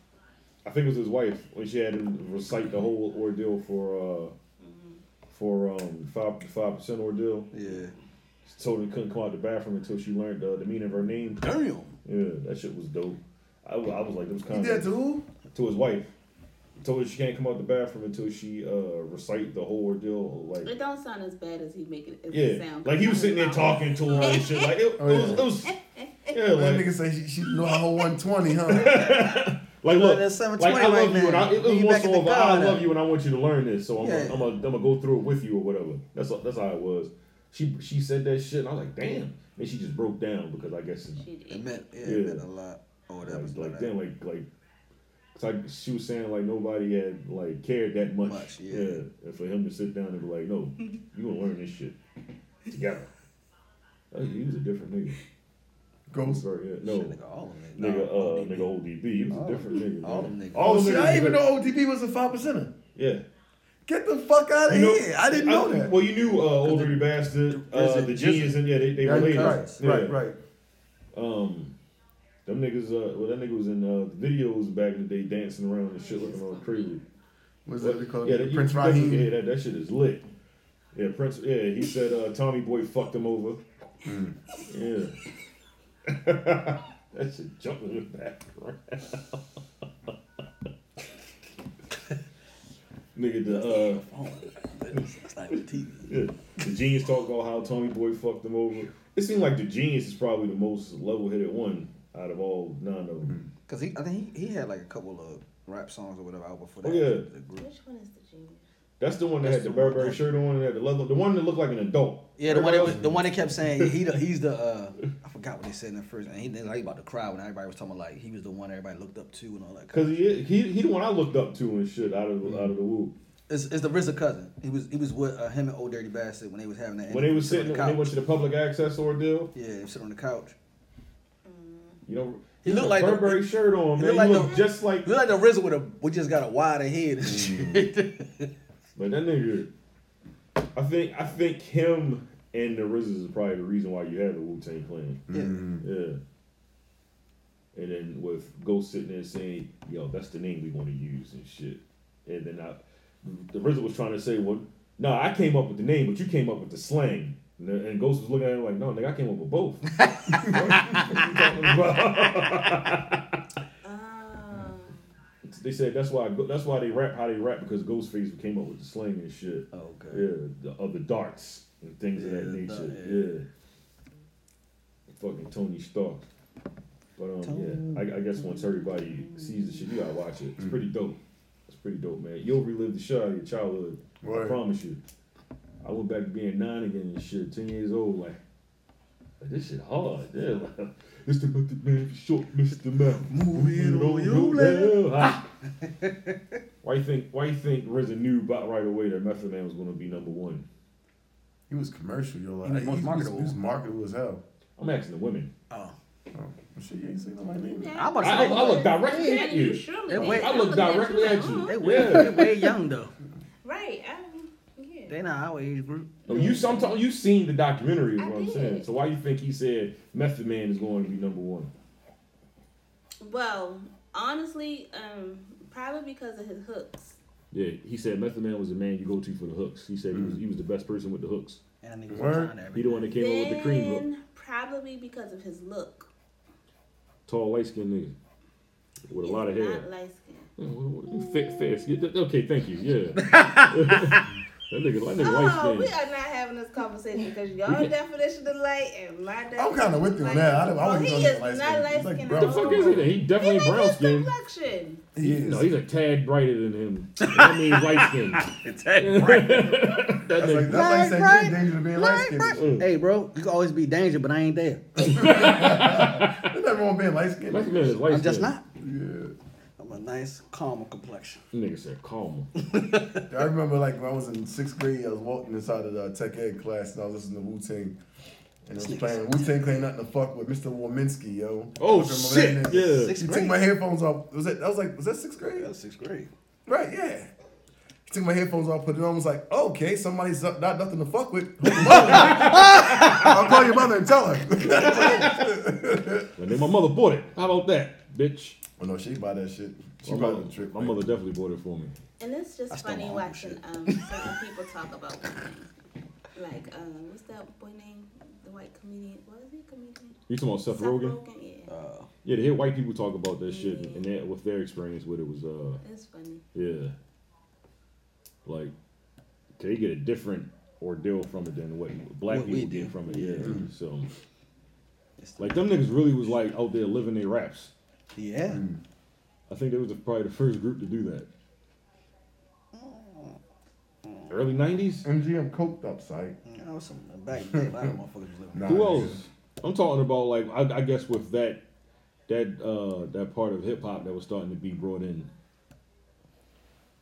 Speaker 4: I think it was his wife when she had him recite the whole ordeal for uh for um five five percent ordeal.
Speaker 12: Yeah.
Speaker 4: She told him he couldn't come out the bathroom until she learned uh, the meaning of her name.
Speaker 12: Damn.
Speaker 4: Yeah, that shit was dope. I, wa- I was like, it was kind
Speaker 10: He did to who?
Speaker 4: To his wife. Told her she can't come out the bathroom until she uh recite the whole ordeal. Like
Speaker 11: It don't sound as bad as he make it. As it
Speaker 4: yeah,
Speaker 11: sound
Speaker 4: like he was sitting there talking to her and shit. Like it, it was, it was yeah,
Speaker 10: that
Speaker 4: like-
Speaker 10: nigga say she, she know how 120, huh?
Speaker 4: Like,
Speaker 10: Well,
Speaker 4: look,
Speaker 10: that's
Speaker 4: like
Speaker 10: 720
Speaker 4: I love
Speaker 10: right
Speaker 4: you,
Speaker 10: now.
Speaker 4: and I, it was
Speaker 10: You
Speaker 4: more
Speaker 10: back at
Speaker 4: so
Speaker 10: the
Speaker 4: of a, I
Speaker 10: car
Speaker 4: love
Speaker 10: now.
Speaker 4: you, and I want you to learn this, so I'm
Speaker 10: Yeah.
Speaker 4: gonna I'm gonna go through it with you or whatever. That's that's how it was. She she said that shit, and I was like, damn. Then she just broke down because I guess it,
Speaker 12: It meant yeah, it meant a lot. Or whatever.
Speaker 4: Like, like then like like, 'cause I- she was saying like nobody had like cared that much. yeah. and for him to sit down and be like, no, you gonna learn this shit together. Oh, he was a different nigga.
Speaker 10: Ghost,
Speaker 4: yeah, no,
Speaker 12: Shit, nigga, all of them.
Speaker 4: nigga, uh, nigga, ODB, he was a different nigga.
Speaker 12: all
Speaker 4: man.
Speaker 12: them niggas.
Speaker 4: all
Speaker 10: Oh,
Speaker 4: them
Speaker 10: shit,
Speaker 4: niggas
Speaker 10: I
Speaker 4: was
Speaker 10: didn't even
Speaker 4: good.
Speaker 10: know ODB was a five percenter.
Speaker 4: Yeah.
Speaker 10: Get the fuck out of
Speaker 4: You know-
Speaker 10: here. I didn't know that.
Speaker 4: Well, you knew uh, Old Dirty Bastard, uh,
Speaker 10: Rizzo,
Speaker 4: the genius,
Speaker 10: Jizzo.
Speaker 4: and yeah, they, they
Speaker 10: Yeah,
Speaker 4: related.
Speaker 10: right,
Speaker 4: yeah.
Speaker 10: right, right.
Speaker 4: Um, them niggas, uh, well, that nigga was in uh, the videos back in the day dancing around and shit looking all crazy.
Speaker 10: What's
Speaker 4: But-
Speaker 10: that they call it?
Speaker 4: Yeah, that,
Speaker 10: Prince
Speaker 4: you, that's-
Speaker 10: Raheem?
Speaker 4: Yeah, that, that shit is lit. Yeah, Prince, yeah, he said uh, Tommy Boy fucked him over.
Speaker 10: Mm.
Speaker 4: Yeah. that shit jumping in the background. Nigga, the uh, Yeah. the genius talk about how Tommy Boy fucked them over. It seemed like the genius is probably the most level-headed one out of all nine of them.
Speaker 12: Mm-hmm. Cause he, I think he, he had like a couple of rap songs or whatever out before
Speaker 4: Oh,
Speaker 12: that.
Speaker 4: yeah.
Speaker 12: the group.
Speaker 11: Which one is the genius?
Speaker 4: That's the one that had the Burberry shirt on and had the leather, the one that looked like an adult.
Speaker 12: Yeah, the one that
Speaker 4: Everybody
Speaker 12: was,
Speaker 4: else-
Speaker 12: the one that kept saying he the, he's the uh, I forgot what they said in the first and he they like about to cry when everybody was talking about like he was the one everybody looked up to and all that.
Speaker 4: Cause he, he he the one I looked up to and shit out of out of the woo.
Speaker 12: It's, it's the RZA cousin. He was he was with uh, him and Old Dirty Bastard when they was having that.
Speaker 4: When they was
Speaker 12: interview
Speaker 4: sitting, when they went to the
Speaker 12: Mm-hmm.
Speaker 4: public access ordeal,
Speaker 12: yeah, they were sitting on the couch.
Speaker 4: you know,
Speaker 12: He
Speaker 4: had
Speaker 12: looked
Speaker 4: a
Speaker 12: like the-
Speaker 4: Burberry shirt on,
Speaker 12: He
Speaker 4: man.
Speaker 12: looked
Speaker 4: He
Speaker 12: like the,
Speaker 4: looked just like
Speaker 12: he looked like the RZA with a we just got a wider head. and shit.
Speaker 4: Mm-hmm. But that nigga, I think I think him and the RZA is probably the reason why you had the Wu Tang Clan. Mm-hmm.
Speaker 12: Yeah.
Speaker 4: Yeah. And then with Ghost sitting there saying, "Yo, that's the name we want to use and shit," and then I, the RZA was trying to say, "Well, no, I came up with the name, but you came up with the slang." And, the- and Ghost was looking at him like, "No, nigga, I came up with both." They said that's why that's why they rap how they rap because Ghostface came up with the slang and shit.
Speaker 12: okay.
Speaker 4: Yeah, the, of the darts and things of that
Speaker 12: Yeah, the
Speaker 4: nature.
Speaker 12: dart,
Speaker 4: yeah. Fucking Tony Stark. But um, yeah, I, I guess once everybody sees the shit, you gotta watch it. It's pretty dope. It's pretty dope, man. You'll relive the shit out of your childhood. I
Speaker 10: Word.
Speaker 4: promise you. I went back to being nine again and shit, ten years old, like. like, This shit hard, yeah. like, It's the method man for short, Mr. Man. Moving
Speaker 10: on your left.
Speaker 4: Why you think? Why you think RZA knew about right away that Method Man was gonna be number one?
Speaker 10: He was commercial, yo. Like,
Speaker 12: He was most marketable.
Speaker 10: He was marketable as hell.
Speaker 4: I'm asking the women.
Speaker 12: Oh.
Speaker 10: Well, shit, you ain't seen nobody name.
Speaker 12: I'm about to
Speaker 4: I,
Speaker 12: say-
Speaker 4: I look directly
Speaker 12: Yeah,
Speaker 4: at
Speaker 12: you
Speaker 4: you.
Speaker 12: surely
Speaker 4: I
Speaker 12: did.
Speaker 4: look- I
Speaker 12: I
Speaker 4: look
Speaker 12: looked at you
Speaker 4: directly
Speaker 12: like,
Speaker 4: at you.
Speaker 12: They way,
Speaker 4: Yeah.
Speaker 12: they way young though.
Speaker 11: Right. um, I, yeah.
Speaker 12: They not our age group.
Speaker 4: Oh, you sometimes you seen the documentary is what I'm saying. So why you think he said Method Man is going to be number one?
Speaker 11: Well, honestly, um, probably because of his hooks.
Speaker 4: Yeah, he said Method Man was the man you go to for the hooks. He said he,
Speaker 10: Mm.
Speaker 4: was, he was the best person with the hooks.
Speaker 12: And I
Speaker 4: He the one that came up with the cream hook.
Speaker 11: Then probably because of his look.
Speaker 4: Tall, light skinned nigga with a lot of hair.
Speaker 11: Not light skin.
Speaker 4: Yeah, what- what- Fit, fast. Yeah, th- Okay, thank you. Yeah. that nigga, that nigga
Speaker 11: Oh,
Speaker 4: light skinned.
Speaker 11: we are not having this conversation because your
Speaker 4: We can-
Speaker 11: definition of light and my definition.
Speaker 10: I'm kind of with you
Speaker 11: light.
Speaker 10: on that. I, don't- I
Speaker 11: Well,
Speaker 10: wasn't
Speaker 11: he
Speaker 10: gonna
Speaker 11: is
Speaker 10: get
Speaker 11: not
Speaker 10: light
Speaker 11: light
Speaker 10: skin.
Speaker 11: skin.
Speaker 10: He's
Speaker 11: at
Speaker 10: like,
Speaker 4: the
Speaker 10: bro,
Speaker 4: fuck is he? Then? He definitely
Speaker 11: all.
Speaker 4: brown
Speaker 11: His
Speaker 4: skinned.
Speaker 11: complexion.
Speaker 10: He is.
Speaker 4: No, he's a tad brighter than him. That means light skinned. That
Speaker 10: That's like,
Speaker 4: nigga.
Speaker 10: that's like
Speaker 12: Right,
Speaker 10: saying you're dangerous being light skinned.
Speaker 4: Mm.
Speaker 12: Hey, bro, you can always be danger, but I ain't there.
Speaker 10: There's nothing wrong with being light skinned.
Speaker 4: Method Man is light
Speaker 12: I'm just
Speaker 4: skinned.
Speaker 12: not.
Speaker 10: Yeah.
Speaker 12: I'm a nice, calm complexion.
Speaker 4: Nigga said calm.
Speaker 10: I remember like when I was in sixth grade, I was walking inside of the tech ed class and I was listening to Wu Tang. And I was playing Wu Tang ain't nothing to fuck with Mr. Warminski, yo.
Speaker 4: Oh,
Speaker 10: Fucking
Speaker 4: shit,
Speaker 10: millennium.
Speaker 4: yeah.
Speaker 10: He
Speaker 12: Sixth
Speaker 10: took
Speaker 12: grade?
Speaker 10: my headphones off. Was that I was like, was that sixth grade?
Speaker 12: That was sixth grade.
Speaker 10: Right, yeah. He took my headphones off, put it on, was like, okay, somebody's not, not nothing to fuck with. I'll call your mother and tell her.
Speaker 4: And then my mother bought it. How about that, bitch?
Speaker 10: well Oh, no, she buy that shit. She
Speaker 4: My
Speaker 10: buy
Speaker 4: mother,
Speaker 10: the trip.
Speaker 4: my mother definitely bought it for me.
Speaker 11: And it's just
Speaker 12: still
Speaker 11: funny
Speaker 12: want
Speaker 11: watching um, certain people talk about women. Like, um, what's that boy name? The white comedian. What is he? Comedian?
Speaker 4: You talking about Seth,
Speaker 11: Seth
Speaker 4: Rogen? Uh,
Speaker 11: Rogen, Yeah.
Speaker 4: Yeah, to hear white people talk about that shit and that, with their experience with it was, uh,
Speaker 11: It's funny.
Speaker 4: yeah. Like, 'cause they get a different ordeal from it than what black
Speaker 12: What we
Speaker 4: people
Speaker 12: do.
Speaker 4: get from it. Yeah. So,
Speaker 12: the-
Speaker 4: like, them niggas really was like out there living their raps. Mm.
Speaker 12: Yeah.
Speaker 4: I think they was the, probably the first group to do that.
Speaker 12: Mm.
Speaker 4: Early 90s?
Speaker 10: MGM coked up, sight.
Speaker 12: That was some back then. A lot of motherfuckers was living.
Speaker 10: Nah,
Speaker 4: Who
Speaker 10: nigga.
Speaker 4: else? I'm talking about like I, I guess with that that uh that part of hip hop that was starting to be brought in.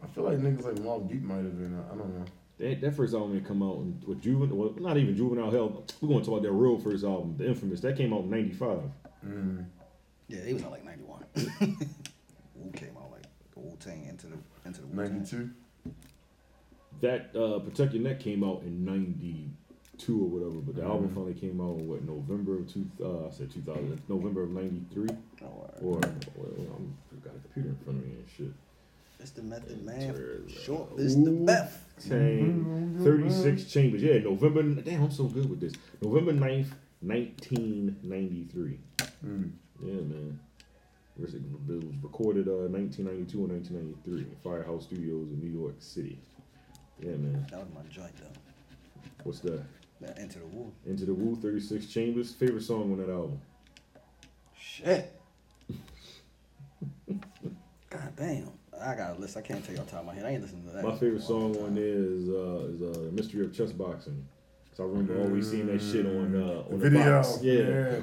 Speaker 10: I feel like niggas like Mob Deep might have been. uh, I don't know.
Speaker 4: That, that first album that come out in- with juvenile, well, not even juvenile hell. We're going to talk about that real first album, the infamous. That came out in '95.
Speaker 10: Mm-hmm.
Speaker 12: Yeah, they was on like 91. Wu came out like the Wu Tang into the into the Wu Tang.
Speaker 10: 92?
Speaker 4: That uh, Protect Your Neck came out in '92 or whatever. But the album finally came out in what November of two? Uh, I said 2000. November of '93. Or, or I'm I got a computer in front of me and shit.
Speaker 12: It's the Method
Speaker 4: Terror.
Speaker 12: Man. Short it's the Beth.
Speaker 4: Tang, 36 chambers. Yeah, November. Damn, I'm so good with this. November 9th, 1993. Yeah, man. It was it was recorded uh, 1992 and 1993 in Firehouse Studios in New York City. Yeah, man.
Speaker 12: That was my joint though.
Speaker 4: What's that?
Speaker 12: That Into the Wu.
Speaker 4: Into the Woo, 36 Chambers. Favorite song on that album?
Speaker 12: Shit. God damn. I got a list. I can't tell y'all top of my head. I ain't listening to Oh, that.
Speaker 4: My favorite
Speaker 12: for a long
Speaker 4: song on
Speaker 12: time.
Speaker 4: there is uh, is uh, Mystery of Chess Boxing. Cause I remember always seeing that shit on uh, on the
Speaker 10: Video.
Speaker 4: box. yeah.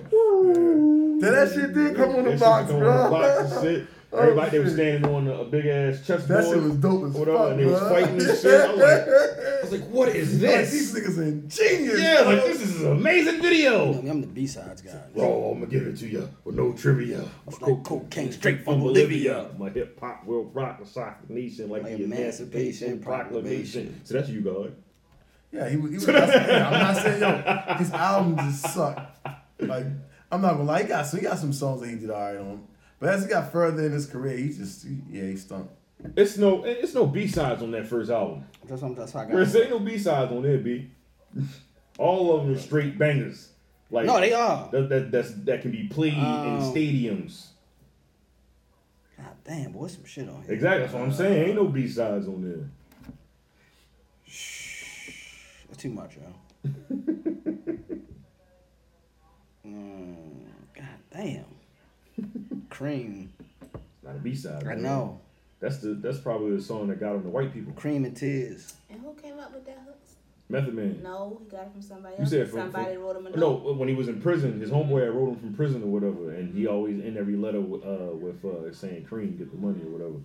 Speaker 10: Yeah, that shit did come
Speaker 4: That
Speaker 10: on the
Speaker 4: shit
Speaker 10: box,
Speaker 4: was on the
Speaker 10: bro.
Speaker 4: box and shit.
Speaker 10: Oh,
Speaker 4: Everybody they was
Speaker 10: shit.
Speaker 4: standing on a, a big ass chessboard.
Speaker 10: That shit was dope as
Speaker 4: whatever,
Speaker 10: fuck,
Speaker 4: and they was
Speaker 10: bro.
Speaker 4: fighting and shit. I was like, I was like, what is
Speaker 10: Like, these
Speaker 4: this?
Speaker 10: niggas ingenious.
Speaker 4: Yeah,
Speaker 10: bro.
Speaker 4: like this is an amazing
Speaker 12: You know
Speaker 4: video.
Speaker 12: me, I'm the B sides guy.
Speaker 4: Oh, I'm gonna give it to you with no trivia.
Speaker 12: It's like cocaine straight
Speaker 4: From
Speaker 12: from
Speaker 4: Bolivia,
Speaker 12: Bolivia.
Speaker 4: my hip hop will rock the sock nation like
Speaker 12: Like
Speaker 4: the Emancipation
Speaker 12: Emancipation
Speaker 4: Proclamation.
Speaker 12: Proclamation.
Speaker 4: So that's you, God.
Speaker 10: Yeah, he was. He was I said, I'm not saying yo, his album just sucked. Like I'm not gonna lie, he got some, he got some songs that he did alright on, but as he got further in his career, he just he, yeah he stunk.
Speaker 4: It's no, it's no B sides on that first album.
Speaker 12: That's what I'm that's how I got.
Speaker 4: Chris, ain't no B sides on there, B. All of them are straight bangers. Like
Speaker 12: No, they are.
Speaker 4: That that that's, that can be played in
Speaker 12: Um,
Speaker 4: stadiums.
Speaker 12: God damn, boy, some shit on here.
Speaker 4: Exactly. That's what I'm saying. Ain't no B sides on there.
Speaker 12: That's too much, yo. mm, God damn. Cream.
Speaker 4: Not a B side.
Speaker 12: I know.
Speaker 4: That's the that's probably the song that got on the white people.
Speaker 12: Cream and tears.
Speaker 11: And who came up with that hooks?
Speaker 4: Method Man.
Speaker 11: No, he got it from somebody
Speaker 4: You
Speaker 11: else.
Speaker 4: said from,
Speaker 11: somebody
Speaker 4: from-
Speaker 11: wrote him a
Speaker 4: No,
Speaker 11: note.
Speaker 4: when he was in prison, his homeboy had wrote him from prison or whatever, and he always end every letter with, uh, with uh, saying "Cream, get the money" or whatever.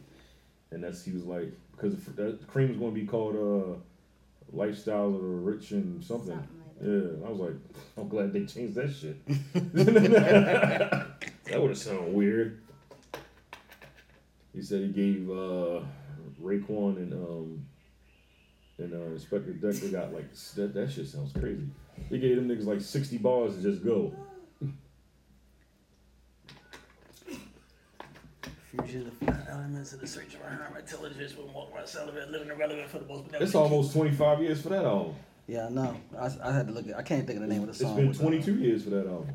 Speaker 4: And that's he was like because that, Cream was going to be called uh, lifestyle of the rich and something. Yeah, and I was like, I'm glad they changed that shit. that would have sounded weird. He said he gave uh, Raekwon and um, and uh, Inspector Deck. They got like s- that. That shit sounds crazy. They gave them niggas like 60 bars to just go.
Speaker 12: Fusion of the elements of the search for her intelligence will walk around celibate, living irrelevant for the most
Speaker 4: It's almost 25 years for that album.
Speaker 12: Yeah, I know. I, I had to look at I can't think of the name of the
Speaker 4: It's
Speaker 12: song.
Speaker 4: been
Speaker 12: with
Speaker 4: 22 years for that album.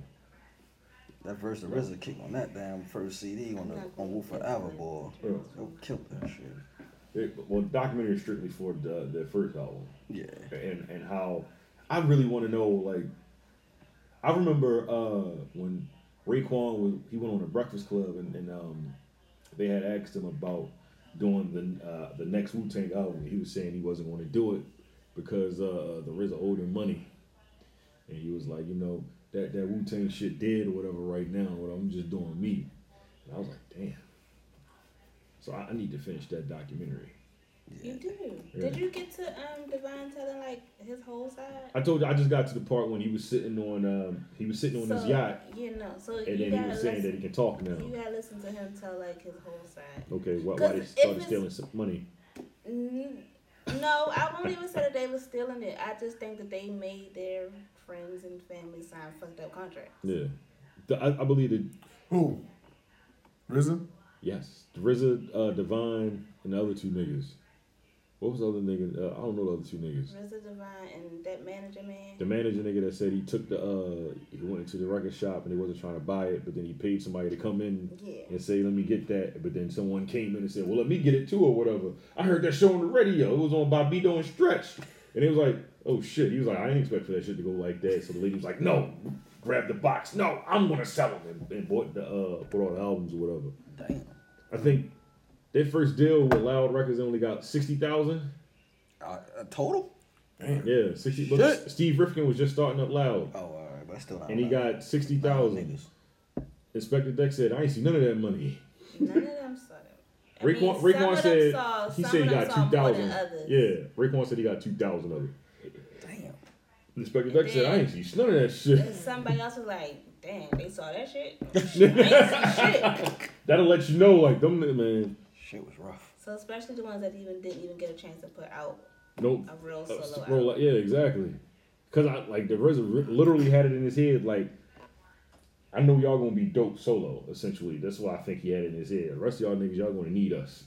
Speaker 12: That verse the RZA kick on that damn first CD on the on Wolf Forever, boy. Yo, killed that shit.
Speaker 4: It, well, documentary is strictly for the, the first album.
Speaker 12: Yeah.
Speaker 4: And and how I really want to know like I remember uh when Raekwon was he went on the Breakfast Club and, and um they had asked him about doing the uh, the next Wu Tang album. He was saying he wasn't going to do it because uh the RZA owed him money. And he was like, you know, that that Wu Tang shit dead or whatever right now. What I'm just doing me. And I was like, damn. So I, I need to finish that documentary.
Speaker 11: You do.
Speaker 4: Yeah.
Speaker 11: Did you get to um Divine telling like his whole side?
Speaker 4: I told you I just got to the part when he was sitting on um he was sitting on his
Speaker 11: So,
Speaker 4: yacht
Speaker 11: You know, so
Speaker 4: and
Speaker 11: you
Speaker 4: then he
Speaker 11: gotta
Speaker 4: was saying
Speaker 11: listen,
Speaker 4: that he can talk now.
Speaker 11: You gotta listen to him tell like his whole side.
Speaker 4: Okay, why, why
Speaker 11: 'Cause
Speaker 4: they
Speaker 11: if
Speaker 4: started
Speaker 11: it's-
Speaker 4: stealing some money?
Speaker 11: N- Mm, No, I won't even say that they were stealing it. I just think that they made their friends and family sign fucked up contracts.
Speaker 4: Yeah, The- I, I believe that.
Speaker 10: Who? RZA.
Speaker 4: Yes, RZA, uh, Divine, and the other two niggas. What was the other nigga? Uh, I don't know the other two niggas.
Speaker 11: RZA Divine and that manager man.
Speaker 4: The manager nigga that said he took the uh he went into the record shop and he wasn't trying to buy it, but then he paid somebody to come in
Speaker 11: Yeah.
Speaker 4: and say, "Let me get that." But then someone came in and said, "Well, let me get it too," or whatever. I heard that show on the radio. It was on Bobbito and Stretch, and it was like, "Oh shit!" He was like, "I didn't expect for that shit to go like that." So the lady was like, "No, grab the box. No, I'm gonna sell them," and, and bought the uh bought all the albums or whatever.
Speaker 12: Damn.
Speaker 4: I think their first deal with Loud Records only got sixty thousand.
Speaker 12: Uh, uh, total? Damn.
Speaker 4: Yeah, sixty. But Steve Rifkin was just starting up Loud.
Speaker 12: Oh, all right, but still not.
Speaker 4: and he got sixty thousand. Inspector Deck said, "I ain't see none of that money."
Speaker 11: None of them saw them. I mean,
Speaker 4: Raekwon,
Speaker 11: some
Speaker 4: Raekwon
Speaker 11: of them
Speaker 4: said
Speaker 11: saw-
Speaker 4: he
Speaker 11: some
Speaker 4: said he
Speaker 11: of them
Speaker 4: got
Speaker 11: saw
Speaker 4: two
Speaker 11: more than
Speaker 4: thousand.
Speaker 11: others.
Speaker 4: Yeah, Raekwon said he got two thousand of it.
Speaker 12: Damn.
Speaker 4: Inspector Duck said I ain't see none of that
Speaker 11: And
Speaker 4: shit.
Speaker 11: somebody else was like, damn, they saw that shit. Shit, I ain't see shit.
Speaker 4: That'll let you know, like them nigga- man.
Speaker 12: Shit was rough.
Speaker 11: So especially the ones that even didn't even get a chance to put out
Speaker 4: Nope.
Speaker 11: a real
Speaker 4: Uh,
Speaker 11: solo
Speaker 4: roll out- yeah, exactly. Cause I like the RZA ri- literally had it in his head like. I know y'all gonna be dope solo, essentially. That's what I think he had in his head. The rest of y'all niggas, y'all gonna need us.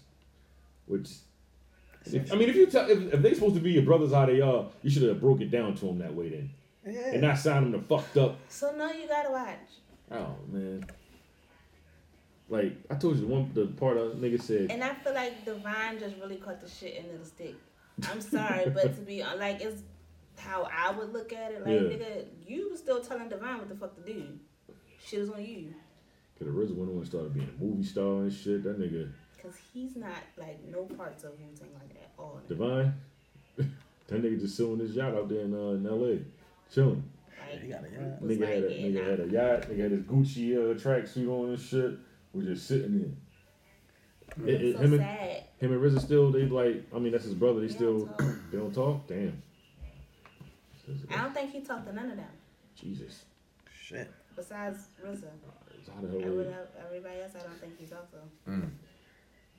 Speaker 4: Which, if- I mean, if you tell, if, if they supposed to be your brothers how they are, you should have broke it down to them that way then,
Speaker 11: Yeah.
Speaker 4: and not signed them to fucked up
Speaker 11: So now you gotta watch.
Speaker 4: Oh man. Like I told you, the one the part of nigga said,
Speaker 11: And I feel like Divine just really caught the shit end of the stick. I'm sorry, but to be hon- like it's how I would look at it. Like
Speaker 4: Yeah.
Speaker 11: nigga, you was still telling Divine what the fuck to do. Shit was on you.
Speaker 4: "Cause the RZA went on and started being a movie star and shit." That nigga
Speaker 11: Cause he's not like no parts of anything like that at all.
Speaker 4: Divine, that nigga just sitting on his yacht out there in, uh, in L.A. chilling. Nigga had a nigga had a yacht. Nigga had his Gucci uh, tracksuit on and shit. Was just sitting there. It- it-
Speaker 11: So
Speaker 4: him and
Speaker 11: sad.
Speaker 4: him and RZA still they like. I mean that's his brother. They still they don't talk. Ah. Damn.
Speaker 11: I don't think he talked to none of them
Speaker 4: Jesus.
Speaker 12: Shit.
Speaker 11: besides RZA.
Speaker 4: how the hell
Speaker 11: I would
Speaker 4: they-
Speaker 11: have- Everybody else, I don't think he talked to.
Speaker 4: Mm.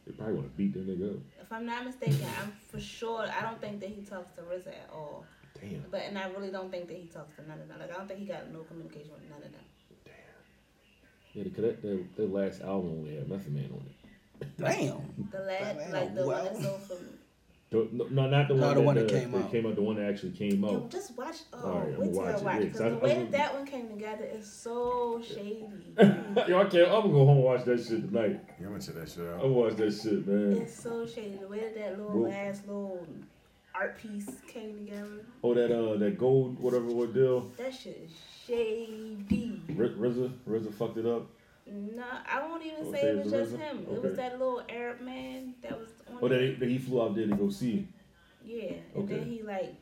Speaker 4: They probably want to beat that nigga up.
Speaker 11: If I'm not mistaken, I'm for sure. I don't think that he talks to RZA at all.
Speaker 4: Damn.
Speaker 11: But and I really don't think that he talks to none of them. Like I don't think he got no communication with none of them.
Speaker 4: Yeah, because that, that, that last album only had Method Man on it.
Speaker 12: Damn.
Speaker 11: The lad,
Speaker 12: Damn,
Speaker 11: like the
Speaker 12: well.
Speaker 11: one that's so familiar.
Speaker 4: The- no, no, not the
Speaker 12: No,
Speaker 4: one,
Speaker 12: the
Speaker 4: that,
Speaker 12: one
Speaker 4: the,
Speaker 12: that came
Speaker 4: that
Speaker 12: out.
Speaker 4: came out. The one that actually came
Speaker 11: Yo,
Speaker 4: out.
Speaker 11: just watch. Oh,
Speaker 4: All right, I'ma
Speaker 11: wait till
Speaker 4: watch
Speaker 11: I watch
Speaker 4: it, yeah, 'cause
Speaker 11: because the
Speaker 4: I- I
Speaker 11: way that
Speaker 4: remember-
Speaker 11: that one came together is so shady.
Speaker 4: Yo, I can't. I'm gonna go home and watch that shit tonight.
Speaker 10: Yeah, I'm gonna check that shit out.
Speaker 4: I watch that shit, man.
Speaker 11: It's so shady. The way that that little
Speaker 4: Whoa.
Speaker 11: last little art piece came together.
Speaker 4: Oh, that uh, that gold whatever ordeal.
Speaker 11: That shit is shady.
Speaker 4: R- RZA, RZA fucked it up.
Speaker 11: No, I won't even
Speaker 4: Oh,
Speaker 11: say
Speaker 4: say
Speaker 11: it
Speaker 4: it's
Speaker 11: was
Speaker 4: the
Speaker 11: just
Speaker 4: RZA?
Speaker 11: him. It was
Speaker 4: Okay.
Speaker 11: that little Arab man that was on
Speaker 4: Oh, that
Speaker 11: it.
Speaker 4: he, that he flew out there to go see.
Speaker 11: Yeah, and
Speaker 4: Okay.
Speaker 11: then he like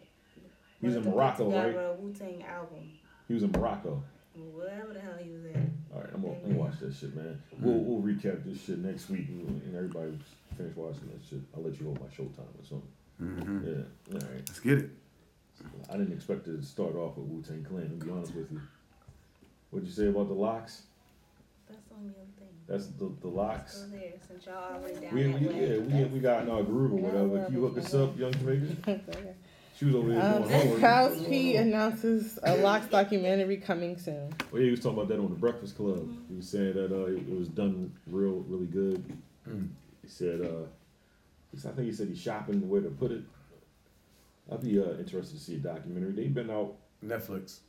Speaker 4: He was in Morocco, right?
Speaker 11: a Wu Tang album,
Speaker 4: He was in Morocco.
Speaker 11: whatever the hell he was at.
Speaker 4: All right, I'm gonna, I'm gonna watch that shit, man. We'll, we'll recap this shit next week, and and everybody finish watching that shit. I'll let you hold my showtime or something. Yeah. All right. Let's
Speaker 10: Mm-hmm. get it.
Speaker 4: I didn't expect it to start off with Wu Tang Clan. To be honest with you, what'd you say about the locks?
Speaker 11: That's on your thing.
Speaker 4: That's the the locks.
Speaker 11: Go there, since y'all already down
Speaker 4: We,
Speaker 11: that
Speaker 4: we
Speaker 11: way.
Speaker 4: yeah we we got in our groove or whatever. Can you hook us up, young Jamaican? She was over there
Speaker 14: Um,
Speaker 4: doing homework.
Speaker 14: House P announces a Locks documentary coming soon.
Speaker 4: Well, yeah, he was talking about that on the Breakfast Club.
Speaker 11: Mm-hmm.
Speaker 4: He was saying that uh, it, it was done real, really good. He said, uh, he said- I think he said he's shopping where to put it. I'd be uh, interested to see a documentary. They've been out
Speaker 10: Netflix.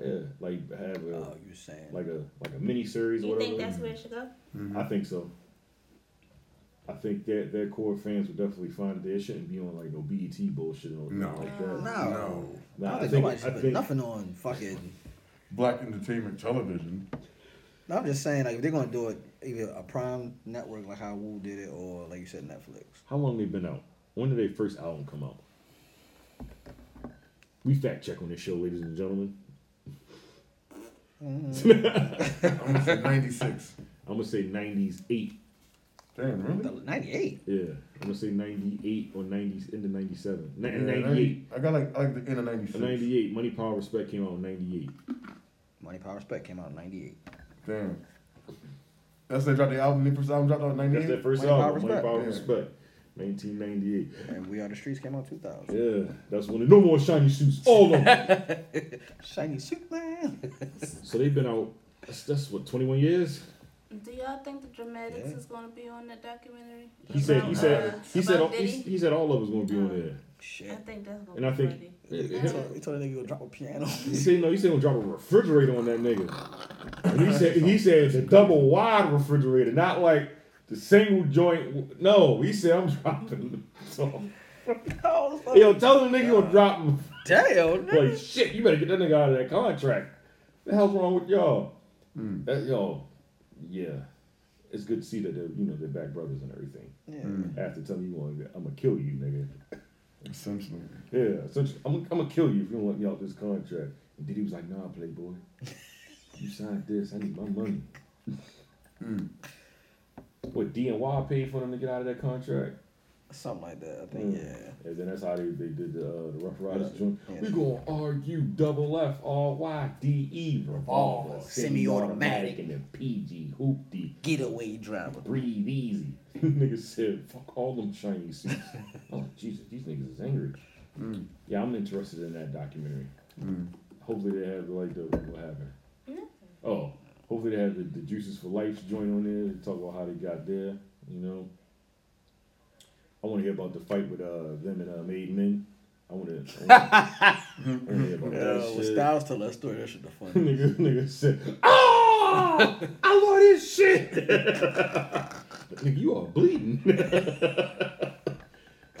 Speaker 4: Yeah, like have a, like a like a mini series. or
Speaker 11: You
Speaker 4: whatever.
Speaker 11: think that's where it should go?
Speaker 4: I think so. I think that their core fans would definitely find it. They shouldn't be on like no BET bullshit or
Speaker 10: No.
Speaker 4: like that.
Speaker 12: No.
Speaker 4: Nah,
Speaker 12: I
Speaker 4: I,
Speaker 12: don't think
Speaker 4: think,
Speaker 12: nobody should
Speaker 4: I
Speaker 12: put
Speaker 4: think
Speaker 12: nothing on fucking.
Speaker 15: Black Entertainment Television.
Speaker 12: No, I'm just saying like if they're gonna do it either a prime network like how Wu did it or like you said Netflix.
Speaker 4: How long they been out? When did their first album come out? We fact check on this show, ladies and gentlemen.
Speaker 15: I'm gonna say 96.
Speaker 4: I'm gonna say 98.
Speaker 15: Damn, really?
Speaker 12: 98?
Speaker 4: Yeah, I'm gonna say 98 or 90s into 97. Ni-
Speaker 15: Yeah,
Speaker 4: 98.
Speaker 15: I got like I like the end of 96.
Speaker 4: 98. Money, Power, Respect came out in 98.
Speaker 12: Money, Power, Respect came out in 98.
Speaker 15: Damn. That's they dropped the album. Their first album dropped out in 98.
Speaker 4: That's their first album, Money, Power, Respect. 1998.
Speaker 12: And We Are the Streets came out 2000.
Speaker 4: Yeah, that's when the no more shiny suits. All of them.
Speaker 12: Shiny suit man.
Speaker 4: so they've been out. That's, that's what 21 years.
Speaker 11: Do y'all think the dramatics
Speaker 4: Yeah.
Speaker 11: is going to be on that documentary?
Speaker 4: He said. He
Speaker 11: About,
Speaker 4: said.
Speaker 11: uh,
Speaker 4: He said. all-
Speaker 11: about
Speaker 4: He,
Speaker 11: Diddy?
Speaker 4: he said all of us gonna be on there.
Speaker 12: Oh, Shit.
Speaker 11: I think that's going
Speaker 4: And
Speaker 11: to
Speaker 4: I
Speaker 11: be
Speaker 4: think.
Speaker 11: funny.
Speaker 12: He told, he told that nigga to drop a piano.
Speaker 4: He said no. He said gonna drop a refrigerator on that nigga. And he said he said it's a double wide refrigerator, not like the single joint. No, he said I'm dropping. So yo, tell the nigga gonna drop him.
Speaker 12: Damn.
Speaker 4: Like shit, you better get that nigga out of that contract. The hell's wrong with y'all?
Speaker 12: Hmm.
Speaker 4: That, yo, yeah. It's good to see that they're you know they're back brothers and everything.
Speaker 12: Yeah.
Speaker 4: After telling you, "Well, I'm gonna kill you, nigga.
Speaker 15: Essentially.
Speaker 4: Yeah, essentially, I'm, I'm gonna kill you if you don't let me out this contract. And Diddy was like, Nah, playboy, you signed this. I need my money.
Speaker 15: Mm.
Speaker 4: What D and Y paid for them to get out of that contract?
Speaker 12: Something like that, I think. Yeah.
Speaker 4: And then that's how they, they did the uh, the Rough Riders joint. We gonna argue double F R Y D E revolver,
Speaker 12: Semi-automatic.
Speaker 4: semi-automatic, and then PG hoopty
Speaker 12: getaway driver.
Speaker 4: Breathe easy. niggas said, "Fuck all them shiny suits." I'm like, Jesus, these niggas is angry.
Speaker 12: Mm.
Speaker 4: Yeah, I'm interested in that documentary. Hopefully they have like the what happened. Oh, hopefully they have the, the Juices for Life joint on there. They talk about how they got there. You know, I want to hear about the fight with uh them and uh, Made Men. I want to. I want to hear about that
Speaker 12: Uh, when
Speaker 4: shit.
Speaker 12: Styles tell that story, that shit the funny.
Speaker 4: nigga, nigga said, "Oh, I love this shit." nigga, you are bleeding.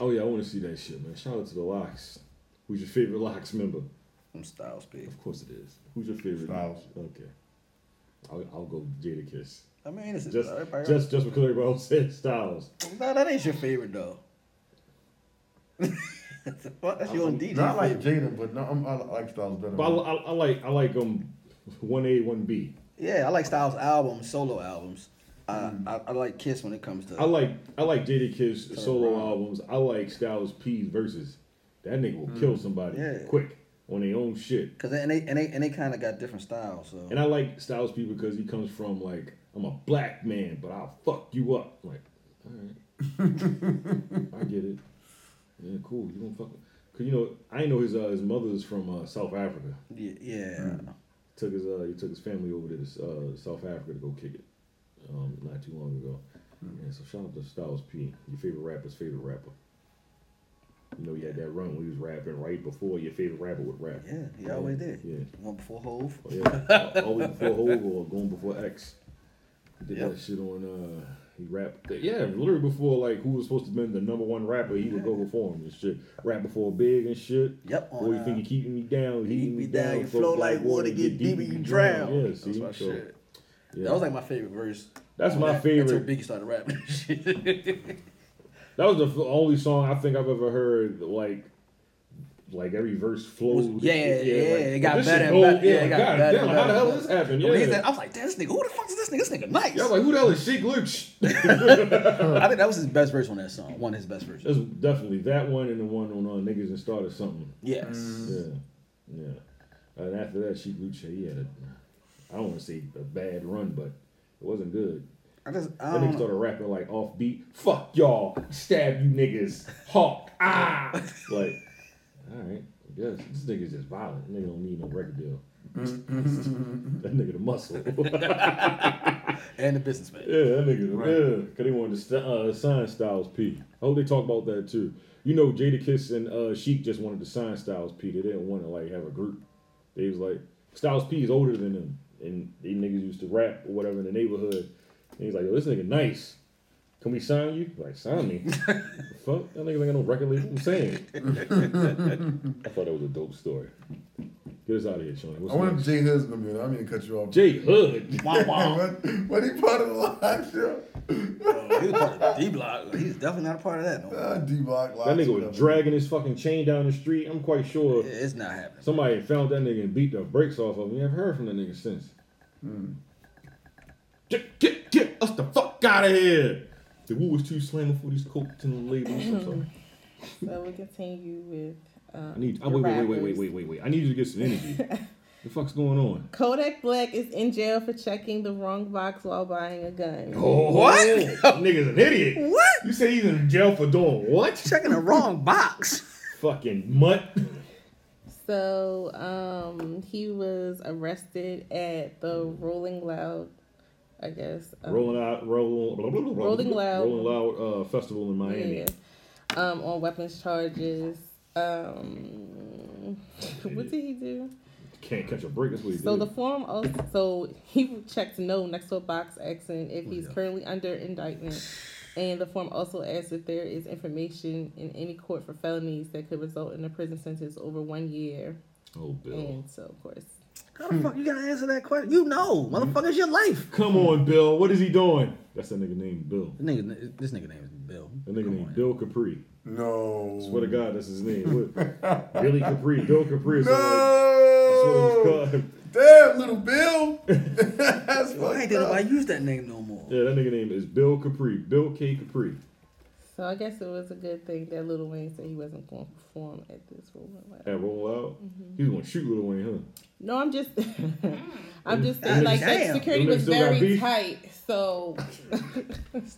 Speaker 4: oh yeah, I want to see that shit, man. Shout out to the Locks. Who's your favorite Locks member?
Speaker 12: I'm Styles P.
Speaker 4: Of course it is. Who's your favorite?
Speaker 15: Styles.
Speaker 4: Okay. I'll, I'll go Jada Kiss.
Speaker 12: I mean, it's
Speaker 4: just
Speaker 12: everybody-
Speaker 4: just just because everybody else said Styles.
Speaker 12: No, that ain't your favorite though. Fuck, that's your own DJ.
Speaker 15: Not like Jaden, but no, I'm, I like Styles better.
Speaker 4: But I, I, I like I like um one A one B.
Speaker 12: Yeah, I like Styles' albums, solo albums. I, I, I like Kiss when it comes to.
Speaker 4: I like I like Jada Kiss solo albums. I like Styles P's verses. That nigga will kill somebody
Speaker 12: Yeah.
Speaker 4: quick on their own shit.
Speaker 12: Cause they, and they and they and they kind of got different styles. So
Speaker 4: And I like Styles P because he comes from like I'm a black man, but I'll fuck you up. I'm like, all right, I get it. Yeah, cool. You gonna fuck? Cause you know I know his uh, his mother's from uh, South Africa.
Speaker 12: Yeah. yeah.
Speaker 4: Took his uh, he took his family over to this, uh, South Africa to go kick it, um, not too long ago. And so shout out to Styles P, your favorite rapper's favorite rapper. You know, you had that run when he was rapping right before your favorite rapper would rap.
Speaker 12: Yeah, he always did.
Speaker 4: Yeah.
Speaker 12: One before Hove.
Speaker 4: Oh, yeah. Always before Hove or going before X. He did
Speaker 12: Yep.
Speaker 4: that shit on uh he rapped yeah,
Speaker 12: Mm-hmm.
Speaker 4: literally before like who was supposed to be the number one rapper, he would go before him and shit. Rap before big and shit.
Speaker 12: Yep. uh,
Speaker 4: Boy, you think you keeping me down, heating me down,
Speaker 12: you flow like water, get deeper, you drown.
Speaker 4: Yeah,
Speaker 12: That's
Speaker 4: see,
Speaker 12: my
Speaker 4: so,
Speaker 12: shit.
Speaker 4: yeah.
Speaker 12: That was like my favorite verse.
Speaker 4: That's
Speaker 12: on
Speaker 4: my
Speaker 12: that,
Speaker 4: favorite.
Speaker 12: Until Biggie started rapping.
Speaker 4: That was the f- only song I think I've ever heard like Like every verse flows.
Speaker 12: Yeah, yeah, yeah,
Speaker 4: like,
Speaker 12: it got
Speaker 4: this
Speaker 12: better
Speaker 4: shit
Speaker 12: and
Speaker 4: gold.
Speaker 12: better. Yeah,
Speaker 4: like,
Speaker 12: it got
Speaker 4: God
Speaker 12: better
Speaker 4: damn,
Speaker 12: and
Speaker 4: How the
Speaker 12: better.
Speaker 4: hell this happened?
Speaker 12: When he
Speaker 4: Yeah.
Speaker 12: said- I was like, damn, this nigga, who the fuck is this nigga? This nigga nice.
Speaker 4: Yeah, I was like, who the hell is Sheik Luch?
Speaker 12: I think that was his best verse on that song. One of his best versions.
Speaker 4: That's definitely that one and the one on uh, Niggas and Started Something.
Speaker 12: Yes.
Speaker 4: Yeah. Yeah. And after that, Sheik Luch, he had a, I don't want to say a bad run, but it wasn't good.
Speaker 12: I just, I
Speaker 4: that
Speaker 12: don't
Speaker 4: nigga
Speaker 12: know.
Speaker 4: started rapping like offbeat. Fuck y'all. Stab you niggas. Hawk. Ah. like, all right. I guess this nigga's just violent. Nigga don't need no record deal. that nigga the muscle.
Speaker 12: and the businessman.
Speaker 4: Yeah, that nigga.
Speaker 12: Right.
Speaker 4: Yeah, because they wanted to st- uh, sign Styles P. I hope they talk about that too. You know, Jada Kiss and uh, Sheik just wanted to sign Styles P. They didn't want to like have a group. They was like, Styles P is older than them, and these niggas used to rap or whatever in the neighborhood. And he's like, Yo, this nigga nice. Can we sign you? Like, sign me. Fuck, that nigga ain't got no record label. I'm saying. I thought that was a dope story. Get us out of here, Sean. What's
Speaker 5: I wonder
Speaker 4: next?
Speaker 5: if Jay Hood's gonna be in there. I mean to cut you off.
Speaker 4: Jay Hood.
Speaker 12: Wah, wah.
Speaker 5: what, what he part of the live show?
Speaker 4: Oh,
Speaker 12: He was part of D Block. He's definitely not a part of that. No.
Speaker 5: Uh, D Block
Speaker 4: That nigga was dragging his fucking chain down the street. I'm quite sure
Speaker 12: it's not happening.
Speaker 4: somebody found that nigga and beat the brakes off of him. You haven't heard from that nigga since.
Speaker 12: Hmm.
Speaker 4: Get, get, get us the fuck out of here. The woo was too slamming for these coats and labels. I'm sorry.
Speaker 14: So we continue with. Um,
Speaker 4: Mm-hmm. I need. I,
Speaker 14: the
Speaker 4: wait, wait, wait, wait,
Speaker 14: rappers.
Speaker 4: wait, wait, wait, wait. I need you to get some energy. the fuck's going on?
Speaker 14: Kodak Black is in jail for checking the wrong box while buying a gun.
Speaker 4: Oh. nigga's an idiot.
Speaker 12: What?
Speaker 4: You say he's in jail for doing what?
Speaker 12: Checking the wrong box.
Speaker 4: Fucking mutt.
Speaker 14: So um, he was arrested at the Rolling Loud, I guess. um,
Speaker 4: Rolling out, roll,
Speaker 14: Rolling Loud.
Speaker 4: Rolling Loud uh, festival in Miami.
Speaker 14: Yeah. Um, on weapons charges. Um, what did he do?
Speaker 4: Can't catch a break. That's what he
Speaker 14: So
Speaker 4: did.
Speaker 14: the form also so he checked no next to a box asking
Speaker 4: Oh,
Speaker 14: if he's currently under indictment, and the form also asks if there is information in any court for felonies that could result in a prison sentence over one year.
Speaker 4: Oh, Bill.
Speaker 14: And so of course,
Speaker 12: How the fuck you gotta answer that question? You know, motherfucker's your life.
Speaker 4: Come on, Bill. What is he doing? That's that nigga named Bill.
Speaker 12: This nigga, this nigga name is Bill.
Speaker 4: That nigga named Bill Capri. No. Swear to God, that's his name. What? Billy Capri. Bill Capri. or something like- That's what it was called.
Speaker 5: Damn, little Bill. That's
Speaker 12: Why ain't nobody use that name no more?
Speaker 4: Yeah, that nigga name is Bill Capri. Bill K. Capri.
Speaker 14: so I guess it was a good thing that Little Wayne said he wasn't going to perform at this Rolling Loud.
Speaker 4: At Roll Out.
Speaker 14: Mhm.
Speaker 4: He was going to shoot Lil Wayne, huh?
Speaker 14: No, I'm just, I'm just
Speaker 4: Mm. Damn.
Speaker 14: saying, like that security
Speaker 4: Them niggas
Speaker 14: was
Speaker 4: still got
Speaker 14: very
Speaker 4: beef?
Speaker 14: tight. So
Speaker 12: This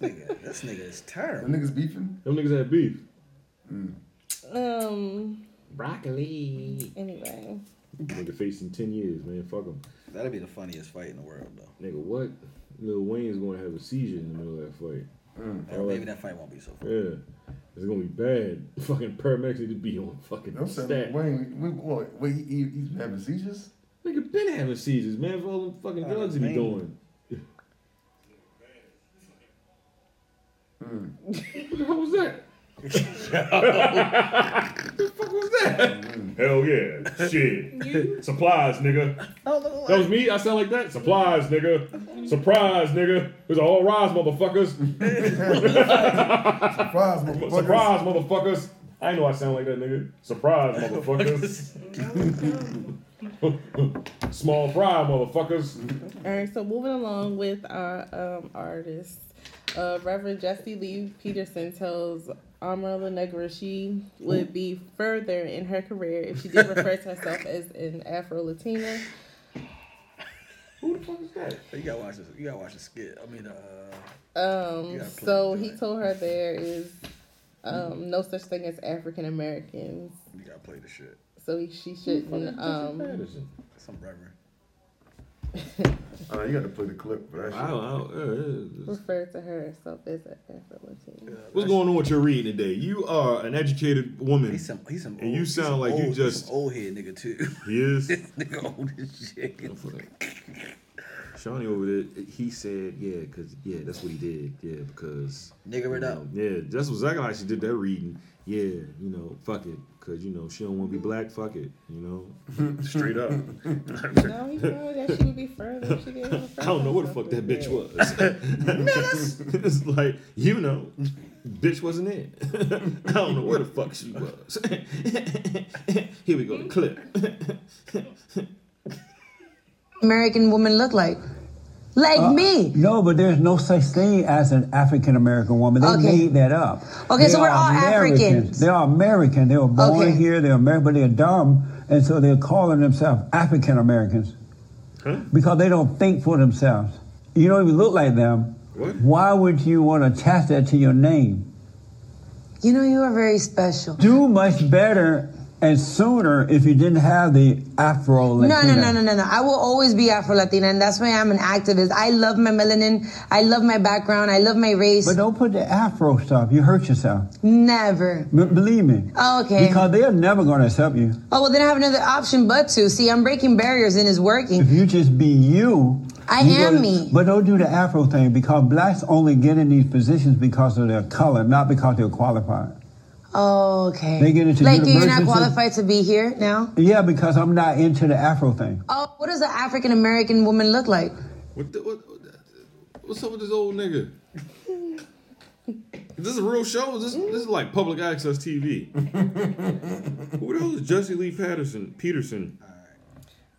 Speaker 12: nigga is terrible.
Speaker 4: Them niggas beefing? Mm. Them niggas had beef.
Speaker 14: Um.
Speaker 4: Broccoli.
Speaker 14: Anyway.
Speaker 4: Nigga faced in 10 years, man. Fuck him.
Speaker 12: That'd be the funniest fight in the world, though.
Speaker 4: Nigga, what? Lil Wayne is going to have a seizure in the middle of that fight.
Speaker 5: Mm.
Speaker 12: Or
Speaker 4: All
Speaker 12: maybe
Speaker 4: that-
Speaker 12: that fight won't be so funny.
Speaker 4: Yeah. It's gonna be bad. Fucking paramedics need to be on fucking
Speaker 5: I'm
Speaker 4: stat.
Speaker 5: saying, Wayne, we, what, wait, he, he, he's having seizures?
Speaker 4: Nigga been having seizures, man, for all them fucking drugs he be
Speaker 5: man.
Speaker 4: doing.
Speaker 5: Mm.
Speaker 4: What the hell was that? what the fuck was that?
Speaker 5: Mm.
Speaker 4: Hell yeah. Shit. Supplies, nigga. That was me? I sound like that? Supplies, nigga. Surprise, nigga. It was all rise, motherfuckers. Surprise, motherfuckers. Surprise, motherfuckers. I know I sound like that, nigga. Surprise, motherfuckers. Small fry, motherfuckers.
Speaker 14: All right, so moving along with our um, artists, uh, Reverend Jesse Lee Peterson tells Amra Lenegra she would be further in her career if she did refer to herself as an Afro Latina.
Speaker 4: Who the fuck is that?
Speaker 12: You gotta watch this. You gotta watch the skit. I mean, uh,
Speaker 14: Um,
Speaker 12: You gotta play
Speaker 14: so he told her there is um, no such thing as African Americans,
Speaker 12: you gotta play the shit.
Speaker 14: so he, she
Speaker 12: Who the fuck
Speaker 14: shouldn't.
Speaker 12: is Jesse
Speaker 14: Um,
Speaker 4: Patterson?
Speaker 12: Some reverend.
Speaker 5: Uh, you got to play the clip for that shit.
Speaker 4: I don't know.
Speaker 14: refer to herself as an Afro Latina.
Speaker 4: What's going on with your reading today? You are an educated woman.
Speaker 12: He's some. He's some.
Speaker 4: and you
Speaker 12: old- he's
Speaker 4: sound
Speaker 12: some
Speaker 4: like you
Speaker 12: old- he's
Speaker 4: just-
Speaker 12: some old head nigga too.
Speaker 4: He is.
Speaker 12: nigga old as shit.
Speaker 4: Shawnee over there, he said, yeah, because, yeah, that's what he did. Yeah, because.
Speaker 7: Nigger it
Speaker 4: you
Speaker 7: up.
Speaker 4: know, Yeah, that's what exactly like she did that reading. Yeah, you know, fuck it. Because, you know, she don't want to be black, fuck it. You know? Straight up.
Speaker 14: No, he told that she would be further. She gave him
Speaker 4: I don't know where the fuck that bitch was. it's like, you know, bitch wasn't it. I don't know where the fuck she was. Here we go, the clip.
Speaker 16: American woman look like? Like
Speaker 6: Uh,
Speaker 16: me.
Speaker 6: No, but there's no such thing as an African American woman. They
Speaker 16: Okay.
Speaker 6: made that up.
Speaker 16: Okay,
Speaker 6: They
Speaker 16: so we're
Speaker 6: are
Speaker 16: all
Speaker 6: Americans.
Speaker 16: Africans.
Speaker 6: They are American. They were born
Speaker 16: Okay.
Speaker 6: here. They're American, but they're dumb, and so they're calling themselves African Americans because they don't think for themselves. You don't even look like them.
Speaker 4: What?
Speaker 6: Why would you want to attach that to your name?
Speaker 16: You know, you are very special.
Speaker 6: Do much better and sooner if you didn't have the Afro
Speaker 16: No, no,
Speaker 6: Latina.
Speaker 16: no, no, no, no. I will always be Afro Latina, and that's why I'm an activist. I love my melanin. I love my background. I love my race.
Speaker 6: But don't put the Afro stuff. You hurt yourself.
Speaker 16: Never.
Speaker 6: B- believe me.
Speaker 16: Okay.
Speaker 6: Because they are never going to accept you.
Speaker 16: Oh well, then I have another option but to see. I'm breaking barriers and it's working.
Speaker 6: If you just be you.
Speaker 16: I
Speaker 6: you
Speaker 16: am
Speaker 6: gonna-
Speaker 16: me.
Speaker 6: But don't do the Afro thing because blacks only get in these positions because of their color, not because they're qualified.
Speaker 16: Oh, okay.
Speaker 6: They get into
Speaker 16: like you're not
Speaker 6: university-
Speaker 16: qualified to be here now.
Speaker 6: Yeah, because I'm not into the Afro thing.
Speaker 16: Oh, what does an African American woman look like?
Speaker 4: What, the, what, what What's up with this old nigga? Is this a real show? Is this, this is like public access TV. Who the hell is Jesse Lee Patterson? Peterson.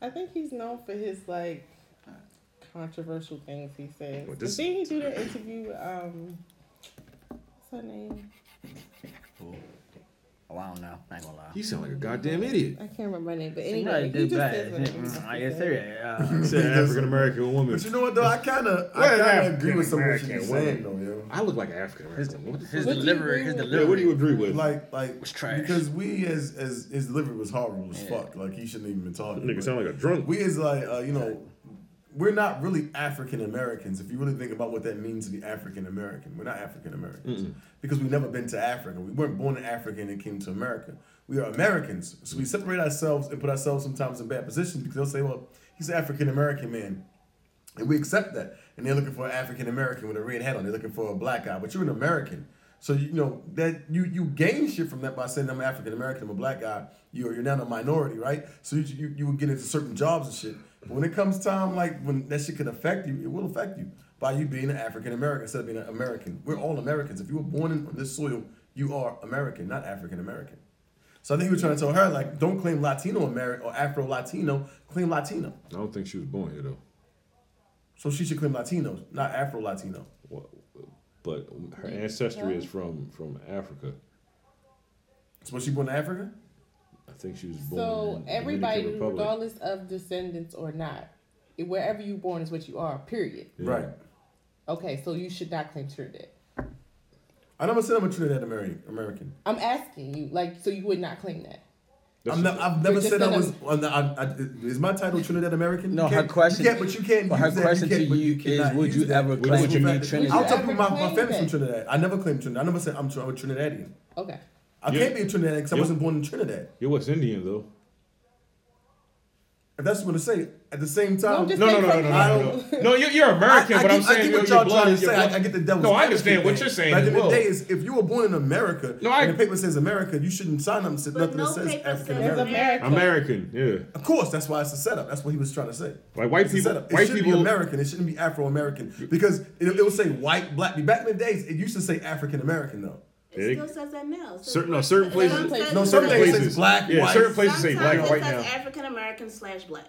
Speaker 14: I think he's known for his like controversial things he says.
Speaker 4: What,
Speaker 14: The
Speaker 4: this-
Speaker 14: thing he do the interview, with, um, what's her name?
Speaker 7: Oh, I don't know. I ain't gonna lie.
Speaker 4: You sound like a goddamn idiot.
Speaker 14: I can't remember her name, but
Speaker 7: She
Speaker 14: anyway,
Speaker 7: might
Speaker 14: he
Speaker 7: do
Speaker 14: just
Speaker 7: bad. Mm.
Speaker 12: Mm,
Speaker 14: says whatever he
Speaker 7: I
Speaker 14: wants
Speaker 7: guess
Speaker 14: to
Speaker 7: there
Speaker 14: say.
Speaker 12: uh,
Speaker 7: yeah.
Speaker 4: Said African American woman.
Speaker 10: But you know what though? I kind of,
Speaker 4: What
Speaker 10: I
Speaker 4: an
Speaker 10: kind of agree with some of what
Speaker 4: African
Speaker 10: she's saying though,
Speaker 4: woman.
Speaker 10: yo.
Speaker 4: I look like an African American. What the fuck?
Speaker 10: delivery.
Speaker 4: Yeah, what do you agree with?
Speaker 10: Like, like
Speaker 4: was trash.
Speaker 10: because we as as his delivery was horrible as fuck. Like he shouldn't even been talking.
Speaker 4: Nigga
Speaker 10: but
Speaker 4: sound like a drunk.
Speaker 10: We is like, uh, you know, we're not really African Americans. If you really think about what that means to be African American, we're not African Americans
Speaker 4: Mm-mm.
Speaker 10: because we've never been to Africa. We weren't born in Africa and then came to America. We are Americans, so we
Speaker 4: Mm.
Speaker 10: separate ourselves and put ourselves sometimes in bad positions because they'll say, "Well, he's an African American man." And we accept that. And they're looking for an African American with a red hat on. They're looking for a black guy, but you're an American. So you know that you you gain shit from that by saying I'm African American, I'm a black guy. You're you're now a minority, right? So you, you you would get into certain jobs and shit. But when it comes time like when that shit could affect you, it will affect you by you being an African American instead of being an American. We're all Americans. If you were born in, on this soil, you are American, not African American. So I think he was trying to tell her like, don't claim Latino American or Afro Latino, claim Latino.
Speaker 4: I don't think she was born here though.
Speaker 10: So she should claim Latino, not Afro Latino.
Speaker 4: But her ancestry is from from Africa.
Speaker 10: So was she born in Africa?
Speaker 4: I think she was born.
Speaker 14: So
Speaker 4: in
Speaker 14: everybody,
Speaker 4: Dominican Republic.
Speaker 14: regardless of descendants or not, wherever you born is what you are. Period.
Speaker 4: Yeah. Right.
Speaker 14: Okay, so you should not claim Trinidad.
Speaker 10: I never said I'm a Trinidad American. American.
Speaker 14: I'm asking you, like, so you would not claim that.
Speaker 10: I'm not, I've never
Speaker 14: You're just
Speaker 10: said I
Speaker 14: an-
Speaker 10: was. I'm not, I, I, is my title Trinidad American?
Speaker 7: No,
Speaker 10: You
Speaker 7: her
Speaker 10: can't-
Speaker 7: question.
Speaker 10: You can't, but you can't.
Speaker 7: Well, her
Speaker 10: use that.
Speaker 7: question
Speaker 10: can't-
Speaker 7: to
Speaker 10: but
Speaker 7: you is,
Speaker 10: cannot
Speaker 7: would
Speaker 10: use
Speaker 7: you
Speaker 10: that.
Speaker 7: ever Would claim you to be Trinidad?
Speaker 10: I'll talk about
Speaker 14: Would you
Speaker 10: my, my
Speaker 14: ever
Speaker 10: family's
Speaker 14: claim
Speaker 10: from Trinidad. I never claimed Trinidad. I never said I'm, Tr- I'm a Trinidadian.
Speaker 14: Okay.
Speaker 10: I
Speaker 4: Yeah.
Speaker 10: can't be a Trinidadian because I
Speaker 4: Yeah.
Speaker 10: wasn't born in Trinidad.
Speaker 4: You're West Indian though.
Speaker 10: If that's what I say, at the same time,
Speaker 4: No, no, no, no, no, no, no. No, you're, you're American,
Speaker 10: I- I
Speaker 4: but I'm
Speaker 10: get- I
Speaker 4: saying
Speaker 10: get
Speaker 4: your,
Speaker 10: what
Speaker 4: your
Speaker 10: y'all
Speaker 4: blood
Speaker 10: trying to
Speaker 4: is your
Speaker 10: say. I,
Speaker 4: blood.
Speaker 10: I get the devil's
Speaker 4: No, I
Speaker 10: advocate
Speaker 4: understand what
Speaker 10: thing.
Speaker 4: you're saying.
Speaker 10: But
Speaker 4: as
Speaker 10: at the end of
Speaker 4: well.
Speaker 10: the day, is if you were born in America,
Speaker 4: No, I-
Speaker 10: and the paper says America, you shouldn't sign nothing, nothing
Speaker 14: no
Speaker 10: that says
Speaker 14: paper
Speaker 10: African
Speaker 14: says
Speaker 10: American.
Speaker 14: America.
Speaker 4: American, yeah.
Speaker 10: Of course, that's why it's a setup. That's what he was trying to say.
Speaker 4: Like white
Speaker 10: It's a
Speaker 4: people-
Speaker 10: setup.
Speaker 4: white
Speaker 10: it should
Speaker 4: people-
Speaker 10: be American. It shouldn't be Afro American because it, it would say white, black. Back in the days, it used to say African American though.
Speaker 11: It still says that now. So
Speaker 4: Certain, no, certain places.
Speaker 10: No, certain
Speaker 4: places
Speaker 10: places says black,
Speaker 4: Yeah,
Speaker 10: white.
Speaker 4: certain places say black,
Speaker 11: Sometimes
Speaker 4: white
Speaker 11: it says
Speaker 4: now.
Speaker 11: African American slash black.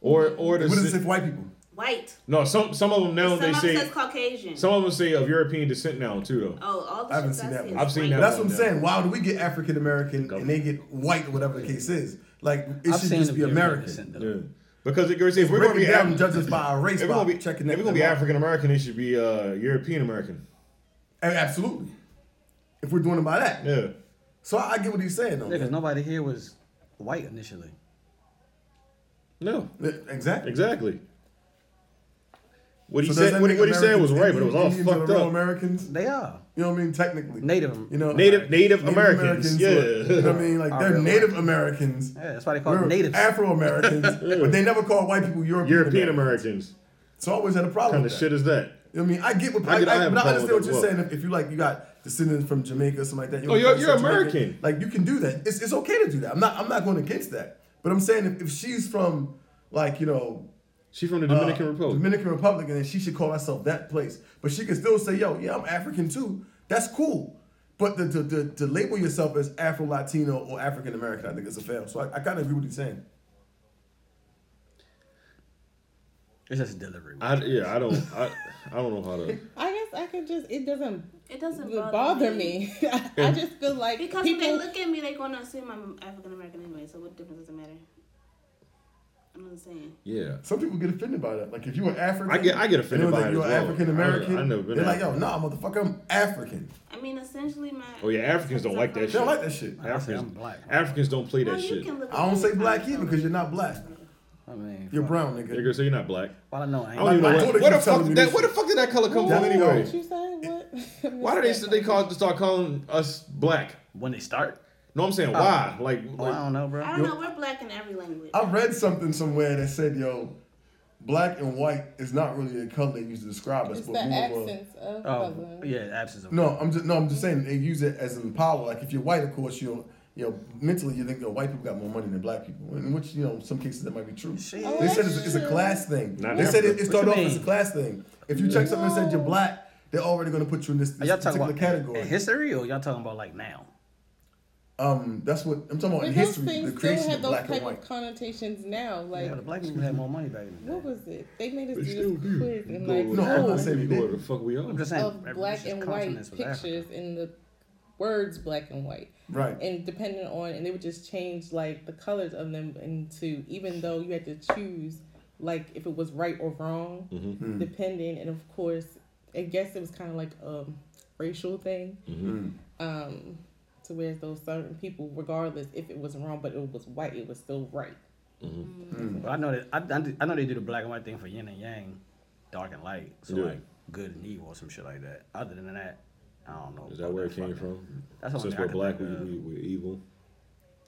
Speaker 4: Or, or the
Speaker 10: What does
Speaker 4: si-
Speaker 10: it say for white people?
Speaker 11: White.
Speaker 4: No, some some of them now
Speaker 11: Some
Speaker 4: they
Speaker 11: of
Speaker 4: say
Speaker 11: them says Caucasian.
Speaker 4: Some of them say of European descent now too, though.
Speaker 11: Oh, all the
Speaker 10: I haven't
Speaker 11: shit
Speaker 10: seen that one.
Speaker 4: I've seen that
Speaker 10: That's
Speaker 4: one,
Speaker 10: what I'm
Speaker 4: yeah.
Speaker 10: saying. Why do we get African American and they get white or whatever the case is? Like it
Speaker 4: I've
Speaker 10: should
Speaker 4: seen
Speaker 10: just
Speaker 4: them
Speaker 10: be
Speaker 4: get
Speaker 10: American.
Speaker 4: Because it goes, if we're going to
Speaker 10: breaking
Speaker 4: be
Speaker 10: down
Speaker 4: Af-
Speaker 10: judges by our race
Speaker 4: if we're gonna
Speaker 10: by
Speaker 4: be-
Speaker 10: checking
Speaker 4: if
Speaker 10: that
Speaker 4: we're going to be
Speaker 10: them out.
Speaker 4: African American, it should be uh, European American.
Speaker 10: A- Absolutely. If we're doing it by that.
Speaker 4: Yeah.
Speaker 10: So I I get what he's saying though.
Speaker 7: Because nobody here was white initially.
Speaker 4: No.
Speaker 10: Exactly.
Speaker 4: Exactly. What he
Speaker 10: So does
Speaker 4: said,
Speaker 10: that
Speaker 4: what,
Speaker 10: make
Speaker 4: what he said was right, but
Speaker 10: Americans
Speaker 4: it was all
Speaker 10: Indians or
Speaker 4: fucked
Speaker 10: real
Speaker 4: up.
Speaker 10: Americans,
Speaker 7: they are.
Speaker 10: You know what I mean? Technically,
Speaker 7: Native.
Speaker 10: You know,
Speaker 4: Native- Native Americans, yeah.
Speaker 10: were- you know what I mean? Like
Speaker 7: Are
Speaker 10: they're
Speaker 7: real
Speaker 10: Native Americans. Yeah,
Speaker 7: that's why they call them natives.
Speaker 10: Afro Americans, but they never call white people European.
Speaker 4: European Americans.
Speaker 10: So I always had a problem.
Speaker 4: Kinda
Speaker 10: with that.
Speaker 4: shit is that?
Speaker 10: I mean, I get what
Speaker 4: I
Speaker 10: I,
Speaker 4: get- I
Speaker 10: I-
Speaker 4: have
Speaker 10: but
Speaker 4: a
Speaker 10: I
Speaker 4: problem
Speaker 10: understand what
Speaker 4: with
Speaker 10: you're
Speaker 4: that as
Speaker 10: saying. If, if you like, you got descendants from Jamaica or something like that.
Speaker 4: Oh, you're- you're
Speaker 10: Jamaican.
Speaker 4: American.
Speaker 10: Like you can do that. It's, it's okay to do that. I'm not I'm not going against that. But I'm saying if, if she's from like you know. uh,
Speaker 4: She's from the Dominican Republic.
Speaker 10: Dominican Republic, and then she should call herself that place. But she can still say, "Yo, yeah, I'm African too." That's cool. But to, to, to, to label yourself as Afro Latino or African American, I think it's a fail. So I, I kind of agree with you saying.
Speaker 12: It's just delivery.
Speaker 4: I, yeah, I don't. I, I don't know how to.
Speaker 14: I guess I could just. It doesn't.
Speaker 11: It doesn't
Speaker 14: bother,
Speaker 11: bother
Speaker 14: me.
Speaker 11: me.
Speaker 14: I just feel like
Speaker 11: Because
Speaker 14: people.
Speaker 11: if they look at me, they're gonna assume I'm African American anyway. So what difference does it matter? I'm just saying.
Speaker 4: Yeah.
Speaker 10: Some people get offended by that. Like if you were African,
Speaker 4: I get- I get offended
Speaker 10: and they were
Speaker 4: by it
Speaker 10: You're
Speaker 4: as well.
Speaker 10: African American.
Speaker 4: I- I never been
Speaker 10: They're like, yo,
Speaker 4: African.
Speaker 10: nah, motherfucker, I'm African.
Speaker 11: I mean, essentially, my
Speaker 4: Oh yeah, Africans don't like that shit.
Speaker 10: They don't like that shit.
Speaker 4: Africans, Africans don't play that shit.
Speaker 10: I don't say black either because you're not black.
Speaker 12: I mean,
Speaker 10: you're brown, nigga.
Speaker 4: Nigga, so you're not black.
Speaker 12: Well, I know.
Speaker 4: I
Speaker 12: ain't
Speaker 4: don't even know
Speaker 12: black.
Speaker 4: what,
Speaker 12: My daughter
Speaker 4: where the
Speaker 12: keeps telling
Speaker 4: fuck
Speaker 12: me
Speaker 4: did
Speaker 12: this
Speaker 4: that. Where the fuck did that color come from
Speaker 14: What
Speaker 4: anyway?
Speaker 14: you saying? What?
Speaker 4: Why do they they call start calling us black
Speaker 12: when they start?
Speaker 4: No, I'm saying
Speaker 10: Oh.
Speaker 4: why. Like, like-
Speaker 12: I don't know, bro.
Speaker 11: I don't know. We're black in every language.
Speaker 10: I read something somewhere that said, yo, black and white is not really a color they use to describe us,
Speaker 14: It's
Speaker 10: but
Speaker 14: the
Speaker 10: more of a-
Speaker 14: absence of
Speaker 12: Oh,
Speaker 14: color.
Speaker 12: yeah, absence of.
Speaker 10: No, I'm just no, I'm just saying they use it as an power. Like if you're white, of course you don't. You know, mentally you think oh, white people got more money than black people, in which you know some cases that might be true.
Speaker 12: Oh,
Speaker 10: they said
Speaker 12: that's
Speaker 10: it's, it's a
Speaker 12: true.
Speaker 10: class thing.
Speaker 12: Not
Speaker 10: they
Speaker 12: in
Speaker 10: said it,
Speaker 12: Africa.
Speaker 10: it started
Speaker 12: What
Speaker 10: off
Speaker 12: you
Speaker 10: as a
Speaker 12: mean?
Speaker 10: class thing. If you check something and said you're black, they're already going to put you in this,
Speaker 12: Are
Speaker 10: this
Speaker 12: y'all talking
Speaker 10: particular
Speaker 12: about
Speaker 10: category.
Speaker 12: in history or y'all talking about like now?
Speaker 10: Um, that's what I'm talking about in
Speaker 14: But those
Speaker 10: history, the
Speaker 14: things still
Speaker 10: creation of
Speaker 14: have those
Speaker 10: black and
Speaker 14: type
Speaker 10: white.
Speaker 14: of connotations now. Like,
Speaker 12: Yeah, the black people had more money back then.
Speaker 14: what was it? They made us
Speaker 12: They
Speaker 14: do this quiz and like
Speaker 12: No, I'm not saying
Speaker 4: you know where the fuck we are.
Speaker 12: I'm just saying.
Speaker 14: of black and white
Speaker 12: continents was Africa.
Speaker 14: pictures and the words black and white.
Speaker 12: Right.
Speaker 14: And depending on, and they would just change like the colors of them into, even though you had to choose like if it was right or wrong,
Speaker 3: Mhm.
Speaker 12: Hmm.
Speaker 3: Mm.
Speaker 14: depending. And of course, I guess it was kind of like a racial thing.
Speaker 4: Mm-hmm.
Speaker 3: Mhm.
Speaker 14: Um, to where those certain people, regardless if it was wrong, but it was white, it was still right.
Speaker 12: Mm. But I know that I, I do- I know they do the black and white thing for yin and yang, dark and light. So
Speaker 4: Yeah.
Speaker 12: like good and evil or some shit like that. Other than that, I don't know.
Speaker 4: Is that where it came from?
Speaker 12: That's the only thing
Speaker 4: Since
Speaker 12: I
Speaker 4: we're
Speaker 12: can
Speaker 4: black, we,
Speaker 12: think of.
Speaker 4: we we're evil.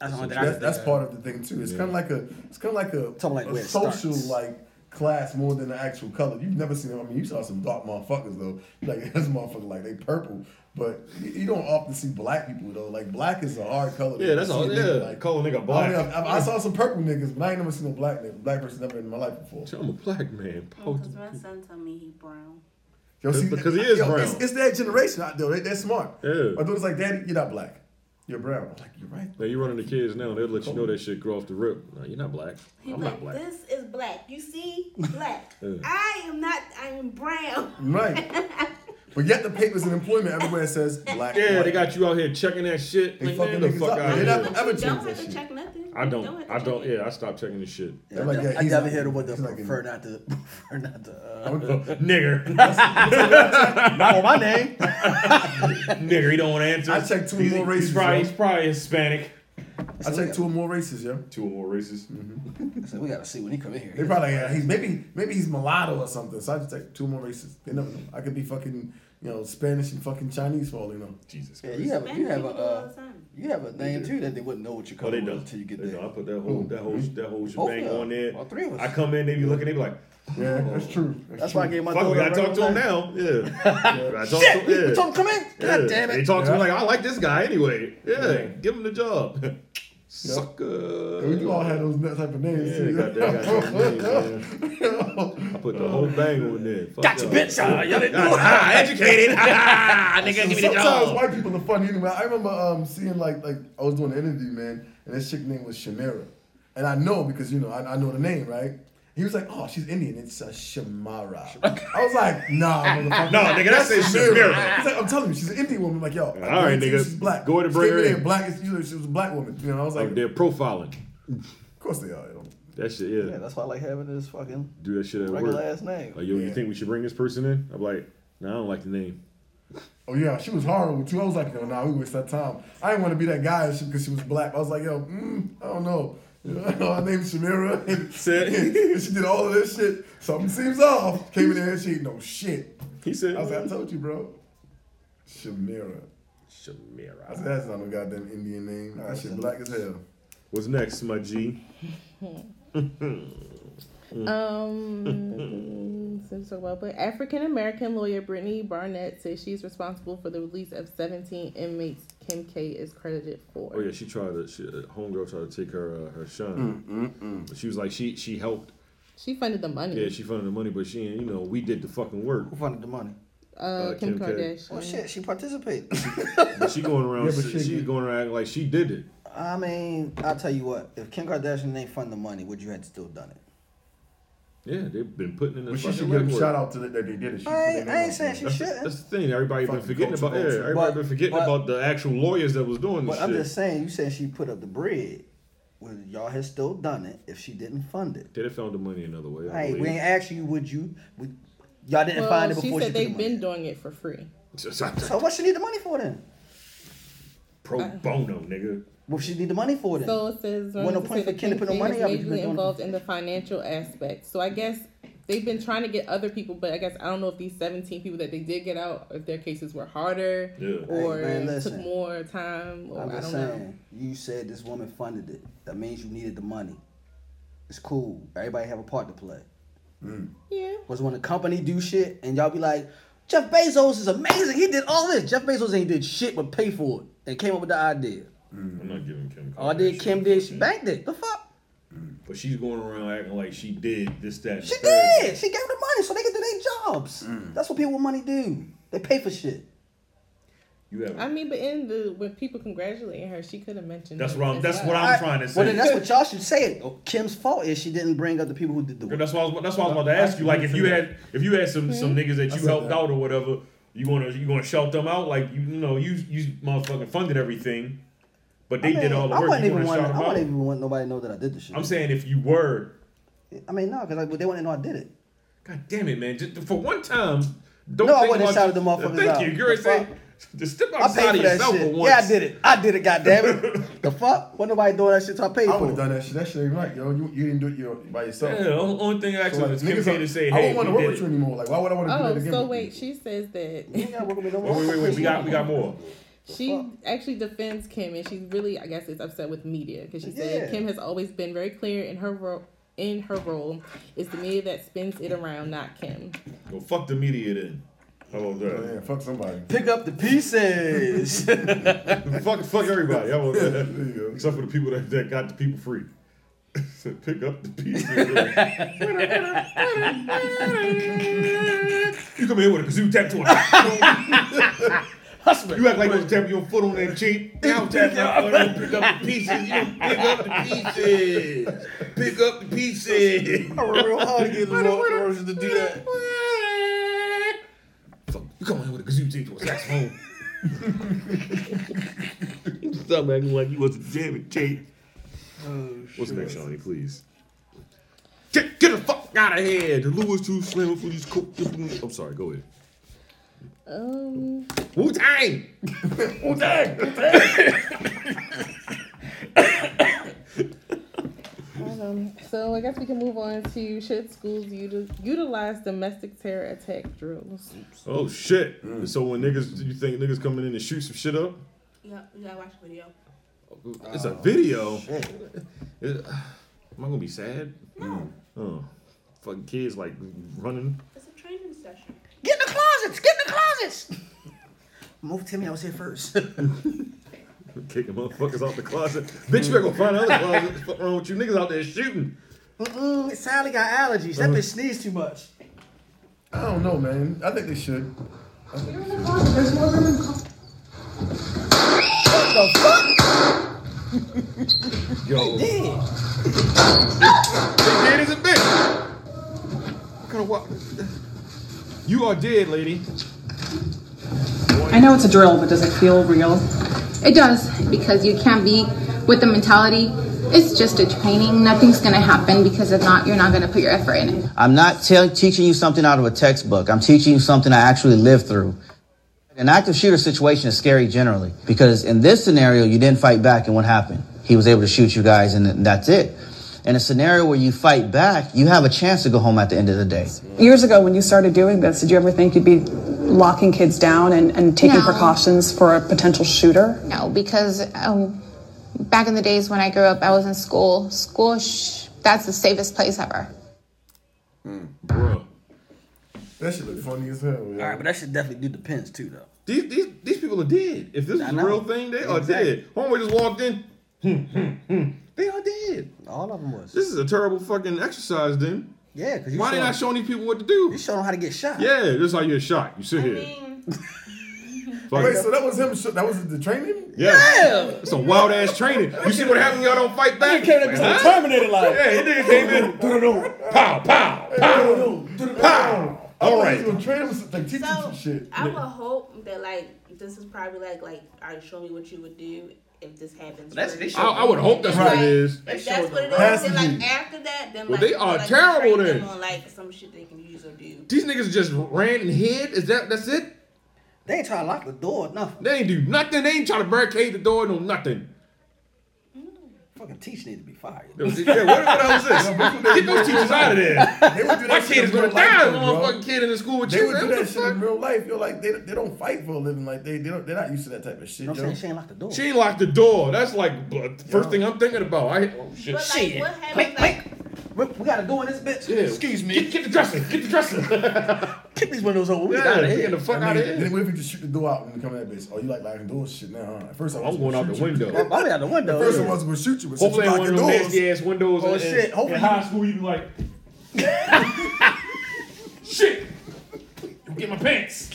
Speaker 12: That's the only thing I
Speaker 10: That's,
Speaker 12: can
Speaker 10: that's
Speaker 12: think
Speaker 10: part of the thing too. It's
Speaker 12: Yeah.
Speaker 10: kind of like a, it's kind of like a,
Speaker 12: Something like
Speaker 10: a
Speaker 12: where it
Speaker 10: social
Speaker 12: starts.
Speaker 10: like class more than the actual color. You've never seen them. I mean, you saw some dark motherfuckers though. Like this motherfucker, like they purple, but you, you don't often see black people though. Like black is a hard color.
Speaker 4: Yeah, that's
Speaker 10: You see
Speaker 4: all.
Speaker 10: a
Speaker 4: Yeah,
Speaker 10: nigga,
Speaker 4: like call a nigga
Speaker 10: I,
Speaker 4: black.
Speaker 10: mean, I, I saw some purple niggas, but I ain't never seen a black nigga, black person never in my life before.
Speaker 4: I'm a black man.
Speaker 7: Oh,
Speaker 11: Because Oh, my son told me he brown.
Speaker 10: Yo, see,
Speaker 4: Because he is
Speaker 10: yo,
Speaker 4: brown.
Speaker 10: It's, it's that generation out there. They, they're smart.
Speaker 4: Yeah.
Speaker 10: My daughter's like, Daddy, you're not black. You're brown. I'm like, you're right.
Speaker 4: Now you running the kids now, they'll let you know that shit grow off the rip. No, you're not black.
Speaker 11: He
Speaker 4: I'm
Speaker 11: like,
Speaker 4: not black.
Speaker 11: this is black. You see, black.
Speaker 4: Ugh.
Speaker 11: I am not. I am brown.
Speaker 10: Right. But yet the papers and employment everywhere says black.
Speaker 4: Yeah,
Speaker 10: white.
Speaker 4: they got you out here checking that shit.
Speaker 10: They
Speaker 4: Like, man,
Speaker 10: fucking
Speaker 4: the
Speaker 10: niggas
Speaker 4: fuck
Speaker 10: up.
Speaker 4: out here.
Speaker 10: They not- ever change that shit.
Speaker 11: check nothing.
Speaker 4: I
Speaker 11: You
Speaker 4: don't.
Speaker 11: have to
Speaker 4: I
Speaker 11: check
Speaker 4: don't.
Speaker 11: it.
Speaker 4: Yeah, I stopped checking this shit.
Speaker 12: of. I, never- I never hear the word that prefer not to prefer not to. Uh,
Speaker 4: nigger.
Speaker 12: not on my name.
Speaker 4: nigger, he don't want to answer.
Speaker 10: I checked two
Speaker 4: He's-
Speaker 10: more races,
Speaker 4: He's probably,
Speaker 10: yo.
Speaker 4: he's probably Hispanic.
Speaker 10: I checked two or more races, yo.
Speaker 4: Two or more races.
Speaker 12: So we gotta see when he come in here.
Speaker 10: Mm-hmm. They probably yeah, he's maybe maybe he's mulatto or something. So I just take two more races. They never know. I could be fucking you know Spanish and fucking Chinese for all they know.
Speaker 4: Jesus
Speaker 12: Yeah, you have a, you have a uh, you have a thing too that they wouldn't know what you
Speaker 4: Oh,
Speaker 12: call
Speaker 4: they
Speaker 12: it
Speaker 4: done.
Speaker 12: until you get
Speaker 4: They
Speaker 12: there. Mm-hmm.
Speaker 4: done. I put that whole that whole that whole
Speaker 12: Both
Speaker 4: shebang
Speaker 12: of them.
Speaker 4: on there.
Speaker 12: All three of us.
Speaker 4: I come in, they be looking, they be like, "Oh,
Speaker 10: Yeah, that's true. That's,
Speaker 12: That's why I gave my
Speaker 4: Fuck, we
Speaker 12: daughter
Speaker 4: gotta
Speaker 12: a
Speaker 4: talk to him
Speaker 12: red
Speaker 4: now. Yeah. I talk
Speaker 12: Shit,
Speaker 4: to-
Speaker 12: you told him to come in? God damn it.
Speaker 4: They talk to me
Speaker 12: Yeah.
Speaker 4: like, I like this guy anyway. Yeah,
Speaker 12: Yeah.
Speaker 4: give him the job. Sucker.
Speaker 10: And we do all have those type of names.
Speaker 4: Yeah,
Speaker 10: too.
Speaker 4: they got that I put the whole
Speaker 12: Uh,
Speaker 4: bang on there. Fuck
Speaker 10: Got your
Speaker 4: y'all.
Speaker 10: bitch, uh, y'all didn't know.
Speaker 4: Ah, educated. Ah, Nigga, give me the
Speaker 10: Sometimes
Speaker 4: job.
Speaker 10: white people are funny anyway. I remember um, seeing like like I was doing an interview, man, and this chick name was Shamira, and I know because you know I, I know the name, right? He was like, "Oh, she's Indian. It's uh, Shamara." I was like, "Nah, motherfucker.
Speaker 4: No, nigga, that says Shamira.
Speaker 10: He's like, "I'm telling you, she's an Indian woman." I'm like, "Yo, I
Speaker 4: All right,
Speaker 10: guarantee
Speaker 4: nigga.
Speaker 10: she's black.
Speaker 4: Go ahead and bring
Speaker 10: Straight
Speaker 4: her
Speaker 10: up
Speaker 4: in.
Speaker 10: Black. It's, you know, she was a black woman. You know, I was like,
Speaker 4: Like, they're profiling.
Speaker 10: "Of course they are." yo."
Speaker 4: That shit, yeah.
Speaker 12: Yeah, that's why I like having this fucking.
Speaker 4: Do that shit at
Speaker 12: Regular
Speaker 4: work.
Speaker 12: ass name.
Speaker 4: Like, yo, you think we should bring this person in? I'm like, no, I don't like the name.
Speaker 10: Oh yeah, she was horrible too. I was like, yo, nah, we waste our time. I didn't want to be that guy because she was black. I was like, yo, mm, I don't know. You know, her name's Shamira. And she did all of this shit. Something seems off. Came in there and she ain't no shit.
Speaker 4: He said,
Speaker 10: I was like, I told you, bro. Shamira.
Speaker 4: Shamira.
Speaker 10: I said, that's not no goddamn Indian name. That shit black as hell.
Speaker 4: What's next, my G?
Speaker 14: Mm. Um, talk about, but African American lawyer Brittany Barnett says she's responsible for the release of 17 inmates Kim K is credited for.
Speaker 4: Oh yeah, she tried to. She, uh, homegirl tried to take her uh, her
Speaker 12: Mm,
Speaker 4: shine. But She was like she she helped.
Speaker 14: She funded the
Speaker 12: Mm.
Speaker 14: money.
Speaker 4: Yeah, she funded the money, but she ain't. You know, we did the fucking work. Who
Speaker 12: funded the money?
Speaker 14: uh, Kim,
Speaker 4: K.
Speaker 14: Kardashian.
Speaker 12: Oh shit, she participated.
Speaker 4: But she going around.
Speaker 12: Yeah, but
Speaker 4: she,
Speaker 12: she-
Speaker 4: she going around acting like she did it.
Speaker 12: I mean, I'll tell you what. If Kim Kardashian ain't fund the money, would you had still done it?
Speaker 4: Yeah, they've been putting in the
Speaker 12: But she
Speaker 4: fucking
Speaker 12: should give
Speaker 4: legwork.
Speaker 12: shout out to
Speaker 10: that they did
Speaker 12: I ain't, I ain't saying she
Speaker 4: that's,
Speaker 12: shouldn't.
Speaker 4: That's the thing. Everybody been
Speaker 12: Fucking
Speaker 4: forgetting
Speaker 12: culture,
Speaker 4: about. Yeah,
Speaker 12: culture.
Speaker 4: everybody
Speaker 12: But-
Speaker 4: been forgetting about the actual lawyers that was doing this
Speaker 12: But I'm
Speaker 4: shit.
Speaker 12: just saying, you said she put up the bread. Well, y'all had still done it if she didn't fund it.
Speaker 4: They done found the money another way. I
Speaker 12: Hey,
Speaker 4: believe.
Speaker 12: we ain't asked you, would you? Would, y'all didn't
Speaker 14: Well,
Speaker 12: find it before
Speaker 14: she
Speaker 12: she,
Speaker 14: said
Speaker 12: put the
Speaker 14: they've
Speaker 12: money.
Speaker 14: been doing it for free.
Speaker 12: So what she need the money for then?
Speaker 4: Pro
Speaker 12: Uh-huh.
Speaker 4: bono, nigga.
Speaker 12: What she need the money for then?
Speaker 14: So it says
Speaker 12: Wasn't
Speaker 14: um,
Speaker 12: no
Speaker 14: it
Speaker 12: point
Speaker 14: says
Speaker 12: for
Speaker 14: that
Speaker 12: Kim to put no
Speaker 14: Kim
Speaker 12: money
Speaker 14: is
Speaker 12: up if you
Speaker 14: majorly
Speaker 12: been doing it.
Speaker 14: involved in the financial aspect. So I guess they've been trying to get other people, but I guess I don't know if these 17 people that they did get out, if their cases were harder
Speaker 12: Yeah.
Speaker 14: or
Speaker 12: Hey, man,
Speaker 14: took
Speaker 12: listen.
Speaker 14: more time. Or
Speaker 12: I'm
Speaker 14: I
Speaker 12: just
Speaker 14: don't know.
Speaker 12: saying, you said this woman funded it. That means you needed the money. It's cool. Everybody have a part to play.
Speaker 4: Mm.
Speaker 14: Yeah.
Speaker 12: Was when the company do shit and y'all be like, Jeff Bezos is amazing. He did all this. Jeff Bezos ain't did shit but pay for it and came up with the idea.
Speaker 4: I'm
Speaker 10: Mm-hmm.
Speaker 4: not giving Kim.
Speaker 12: All did Kim did, she banked it. The fuck?
Speaker 4: But she's going around acting like she did this, that. and
Speaker 12: She
Speaker 4: the third.
Speaker 12: did. She gave her the money so they could do their jobs. That's what people with money do. They pay for shit.
Speaker 4: You have.
Speaker 14: I mean, but in the when people congratulating her, she could have mentioned.
Speaker 4: That's
Speaker 14: it
Speaker 4: what I'm-
Speaker 14: as
Speaker 4: that's
Speaker 14: well.
Speaker 4: what I'm trying to
Speaker 12: Well, then that's what y'all should say. Oh, Kim's fault is she didn't bring up the people who did the work.
Speaker 4: That's why I was, that's why I was about to ask you. Like, if you had if you had some some niggas that you helped out or whatever, you gonna you gonna shout them out? Like you, you know you you motherfucking funded everything, but they
Speaker 12: I mean,
Speaker 4: did all the
Speaker 12: I
Speaker 4: work.
Speaker 12: wouldn't
Speaker 4: You
Speaker 12: even
Speaker 4: gonna
Speaker 12: want.
Speaker 4: shout
Speaker 12: I
Speaker 4: them out?
Speaker 12: wouldn't even want nobody to know that I did the shit.
Speaker 4: I'm saying if you were,
Speaker 12: I mean, no, because like, well, they wouldn't know I did it.
Speaker 4: god damn it, man, just for one time, don't
Speaker 12: No, I
Speaker 4: think
Speaker 12: wouldn't
Speaker 4: about
Speaker 12: shouted
Speaker 4: you-
Speaker 12: the motherfuckers
Speaker 4: Thank
Speaker 12: out.
Speaker 4: you. You're
Speaker 12: The
Speaker 4: saying just step
Speaker 12: I paid
Speaker 4: outside
Speaker 12: for
Speaker 4: of
Speaker 12: that
Speaker 4: yourself for
Speaker 12: shit.
Speaker 4: once.
Speaker 12: Yeah, I did it. I did it. Goddamn it. the fuck? Wasn't nobody doing that shit? So I paid
Speaker 10: I
Speaker 12: for
Speaker 10: would have
Speaker 12: it.
Speaker 10: done that shit. That shit ain't right, yo. You, you didn't do it your, by yourself.
Speaker 4: Yeah, the only- only thing I asked was Kim
Speaker 10: niggas
Speaker 4: K
Speaker 10: are-
Speaker 4: to say,
Speaker 10: I
Speaker 4: "Hey,
Speaker 10: don't want
Speaker 4: we
Speaker 10: to work
Speaker 4: did
Speaker 10: with
Speaker 4: it."
Speaker 10: you anymore. Like, why would I want to do
Speaker 14: Oh,
Speaker 10: that again?
Speaker 14: so wait, she says that.
Speaker 4: Wait, wait, wait, wait. We got we got more.
Speaker 14: She actually defends Kim, and she's really, I guess, is upset with media because she said
Speaker 4: Yeah.
Speaker 14: Kim has always been very clear in her role. In her role, it's the media that spins it around, not Kim.
Speaker 4: Go fuck the media then. How about that?
Speaker 10: yeah, fuck somebody.
Speaker 12: Pick up the pieces.
Speaker 4: fuck, fuck everybody. How about that? Except for the people that, that got the people free. Pick up the pieces. you come in with a kazoo tattoo. on. you act like you was tapping your foot on that cheek. Now I'm tapping my foot on. Pick up the pieces. You know, pick up the pieces. Pick up the pieces.
Speaker 12: I work real hard to get the more versions to do that.
Speaker 4: Fuck, you come in with a kazoo tattoo on saxophone. you stop acting like you wasn't jamming, Jake. What's next, Shawnee, please? Oh, Get, get the fuck out of here! The Lou is too slim for these coke. I'm sorry, go ahead.
Speaker 14: Um,
Speaker 4: Wu Tang! Wu Tang!
Speaker 14: um, so I guess we can move on to should schools util- utilize domestic terror attack drills?
Speaker 4: Oh shit. So when niggas, you think niggas coming in and shoot some shit up?
Speaker 11: Yeah, you gotta watch the video.
Speaker 4: It's a video. It- uh, am I gonna be sad? No. Oh. Fucking kids like running.
Speaker 11: It's a training session.
Speaker 12: Get in the closets. Get in the closets. Move Timmy. I was here first.
Speaker 4: Kicking motherfuckers out the closet. Bitch, you better go find another closet. What the fuck wrong with you niggas out there shooting?
Speaker 12: Mm-mm, Sally got allergies. That
Speaker 10: Uh.
Speaker 4: Uh-huh.
Speaker 12: bitch sneezed too much.
Speaker 10: I don't know, man. I think they should.
Speaker 12: There's more women. What the fuck?
Speaker 4: Yo.
Speaker 12: Damn.
Speaker 4: dead as a bitch. What kind of wa- You are dead, lady.
Speaker 2: I know it's a drill, but does it feel real?
Speaker 1: It does, because you can't be with the mentality, it's just a training, nothing's gonna happen because if not, you're not gonna put your effort in it.
Speaker 13: I'm not tell teaching you something out of a textbook. I'm teaching you something I actually lived through. An active shooter situation is scary generally because in this scenario, you didn't fight back, and what happened? He was able to shoot you guys, and th- that's it. In a scenario where you fight back, you have a chance to go home at the end of the day.
Speaker 2: Years ago, when you started doing this, did you ever think you'd be locking kids down and, and taking
Speaker 1: No.
Speaker 2: precautions for a potential shooter?
Speaker 1: No, because um, back in the days when I grew up, I was in school. School, sh- that's the safest place ever.
Speaker 5: That shit look funny as hell. All
Speaker 12: right, but that should definitely do depends too, though.
Speaker 7: These these these people are dead. If this
Speaker 12: I
Speaker 7: is a
Speaker 12: know.
Speaker 7: real thing, they are
Speaker 12: Exactly.
Speaker 7: dead. Homeboy just walked in. Hmm, hmm, hmm. they are dead.
Speaker 12: All of them was.
Speaker 7: This is a terrible fucking exercise. Then
Speaker 12: Yeah, because
Speaker 7: why they not showing these people what to do? You
Speaker 12: show them how to get shot.
Speaker 7: Yeah, this is how you get shot. You sit here. Fuck
Speaker 5: Wait,
Speaker 7: it.
Speaker 5: so that was him. sh- That was the training.
Speaker 7: Yeah. It's a wild ass training. You see what happens when y'all don't fight back?
Speaker 5: came in with the Terminator line.
Speaker 7: Yeah, he nigga came in. doo-doo-doo, Pow, pow, pow, pow. All right.
Speaker 11: So
Speaker 7: shit.
Speaker 11: I
Speaker 7: Yeah.
Speaker 11: would hope that like this is probably like like all right, show me what you would do if this happens.
Speaker 7: That's-
Speaker 11: first.
Speaker 7: they showed- I- I would hope that's what it
Speaker 11: Like,
Speaker 7: is. They
Speaker 11: If that's
Speaker 7: showed
Speaker 11: what it
Speaker 7: the
Speaker 11: is, then like
Speaker 7: passages.
Speaker 11: after that, then
Speaker 7: Well,
Speaker 11: like
Speaker 7: they
Speaker 11: you
Speaker 7: are
Speaker 11: like,
Speaker 7: terrible
Speaker 11: train
Speaker 7: then.
Speaker 11: them on like some shit they can use or do.
Speaker 7: These niggas just ran and hid. Is that that's it?
Speaker 12: They ain't trying to lock the door, nothing.
Speaker 7: They ain't do nothing. They ain't trying to barricade the door, no nothing.
Speaker 12: Fucking teach need to be fired.
Speaker 7: Yeah, what, what else is this? Get those teachers out of there. My kid is gonna die. My motherfucking kid in the school with
Speaker 5: they
Speaker 7: you.
Speaker 5: would
Speaker 7: man.
Speaker 5: do
Speaker 7: What the
Speaker 5: that shit in real life. Yo, like they, they don't fight for a living. Like they they don't, they're not used to that type of shit.
Speaker 7: I'm
Speaker 5: yo.
Speaker 7: saying
Speaker 12: she ain't locked the door.
Speaker 7: She ain't locked the door. That's like bl- first thing I'm thinking about. I oh shit.
Speaker 11: But like,
Speaker 7: shit.
Speaker 11: what happens? Like,
Speaker 12: We, we gotta go in this bitch.
Speaker 7: Excuse me. Get, get the dresser. Get the dresser.
Speaker 12: Kick these windows over.
Speaker 7: We get outta here. Get the fuck
Speaker 5: I mean,
Speaker 7: outta here.
Speaker 5: Then what if you just shoot the door out when you come in that bitch? Oh, you like locking doors? Shit, now huh? At first I
Speaker 7: I'm
Speaker 5: was
Speaker 7: going
Speaker 5: gonna
Speaker 7: out the
Speaker 5: shoot you.
Speaker 7: window. I'll be out the window,
Speaker 5: At first
Speaker 7: yeah.
Speaker 5: I was gonna shoot you, but
Speaker 7: Hopefully,
Speaker 5: since
Speaker 7: ain't
Speaker 5: you
Speaker 7: one
Speaker 5: locking
Speaker 7: of them
Speaker 5: doors.
Speaker 7: nasty ass windows.
Speaker 5: Oh
Speaker 7: in- in-
Speaker 5: shit! Hopefully
Speaker 7: in high school, you be like, shit. Get my pants.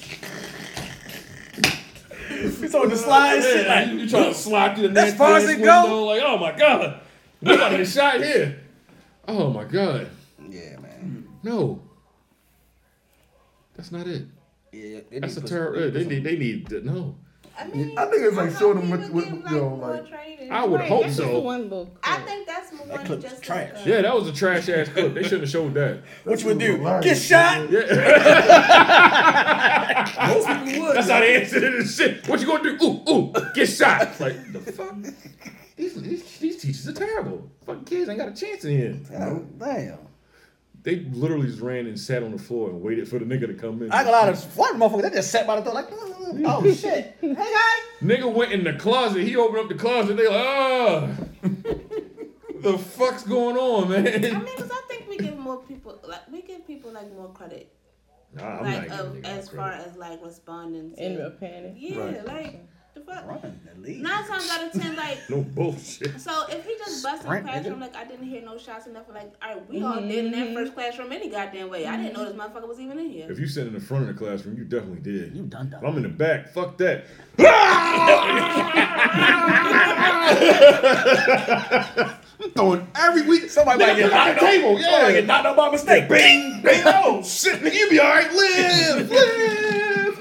Speaker 5: It's on the slide and shit, like-
Speaker 7: you, you trying to slide through the
Speaker 5: As
Speaker 7: nasty
Speaker 5: far as
Speaker 7: ass
Speaker 5: it go?
Speaker 7: window, Like, oh my god, we about to get shot here. Oh my god.
Speaker 12: Yeah, man.
Speaker 7: No. That's not it.
Speaker 12: Yeah,
Speaker 7: That's a terrible. They need. They need. to- No.
Speaker 11: I mean,
Speaker 5: I think it's like showing them with, with you know, like.
Speaker 7: I would
Speaker 11: Right,
Speaker 7: hope
Speaker 11: that's
Speaker 7: so.
Speaker 11: just one I think that's more than
Speaker 7: clip
Speaker 11: just
Speaker 7: trash. Yeah, that was a trash ass clip. They shouldn't have showed that.
Speaker 12: What you would do?
Speaker 7: Get
Speaker 12: shot?
Speaker 7: That's how they answer to this shit. What you gonna do? Ooh, ooh, get shot. It's Like the fuck? These, these, these teachers are terrible. Fucking kids ain't got a chance in here.
Speaker 12: Damn.
Speaker 7: They literally just ran and sat on the floor and waited for the nigga to come in.
Speaker 12: I got a lot of one motherfucker that just sat by the door like, mm, oh shit. Hey guys.
Speaker 7: Nigga went in the closet. He opened up the closet. They like, ah. the fuck's going on,
Speaker 11: I
Speaker 7: man?
Speaker 11: mean, because I think we give more people like we give people like more credit.
Speaker 7: Nah, Ah, I'm
Speaker 11: like
Speaker 7: not
Speaker 11: of,
Speaker 7: giving
Speaker 11: as far as like responding to
Speaker 14: In real panic.
Speaker 11: Yeah,
Speaker 7: Right.
Speaker 11: like the fuck. Nine times out of ten, like
Speaker 7: no bullshit.
Speaker 11: so if he just busts in the
Speaker 7: Sprint,
Speaker 11: classroom,
Speaker 7: nigga.
Speaker 11: like I didn't hear no shots enough. Like all right, we all did in that
Speaker 14: Mm-hmm.
Speaker 11: first classroom any goddamn way. I didn't know this motherfucker was even in here.
Speaker 7: If you sit in the front of the classroom, you definitely did. You
Speaker 12: done
Speaker 7: done. I'm in the back. Fuck that. Throwing every week. Somebody
Speaker 12: might get knocked
Speaker 7: the
Speaker 12: out.
Speaker 7: table. Yeah,
Speaker 12: Somebody get knocked out by mistake.
Speaker 7: Bing, bing. Oh shit, nigga, you be all right. Live, live,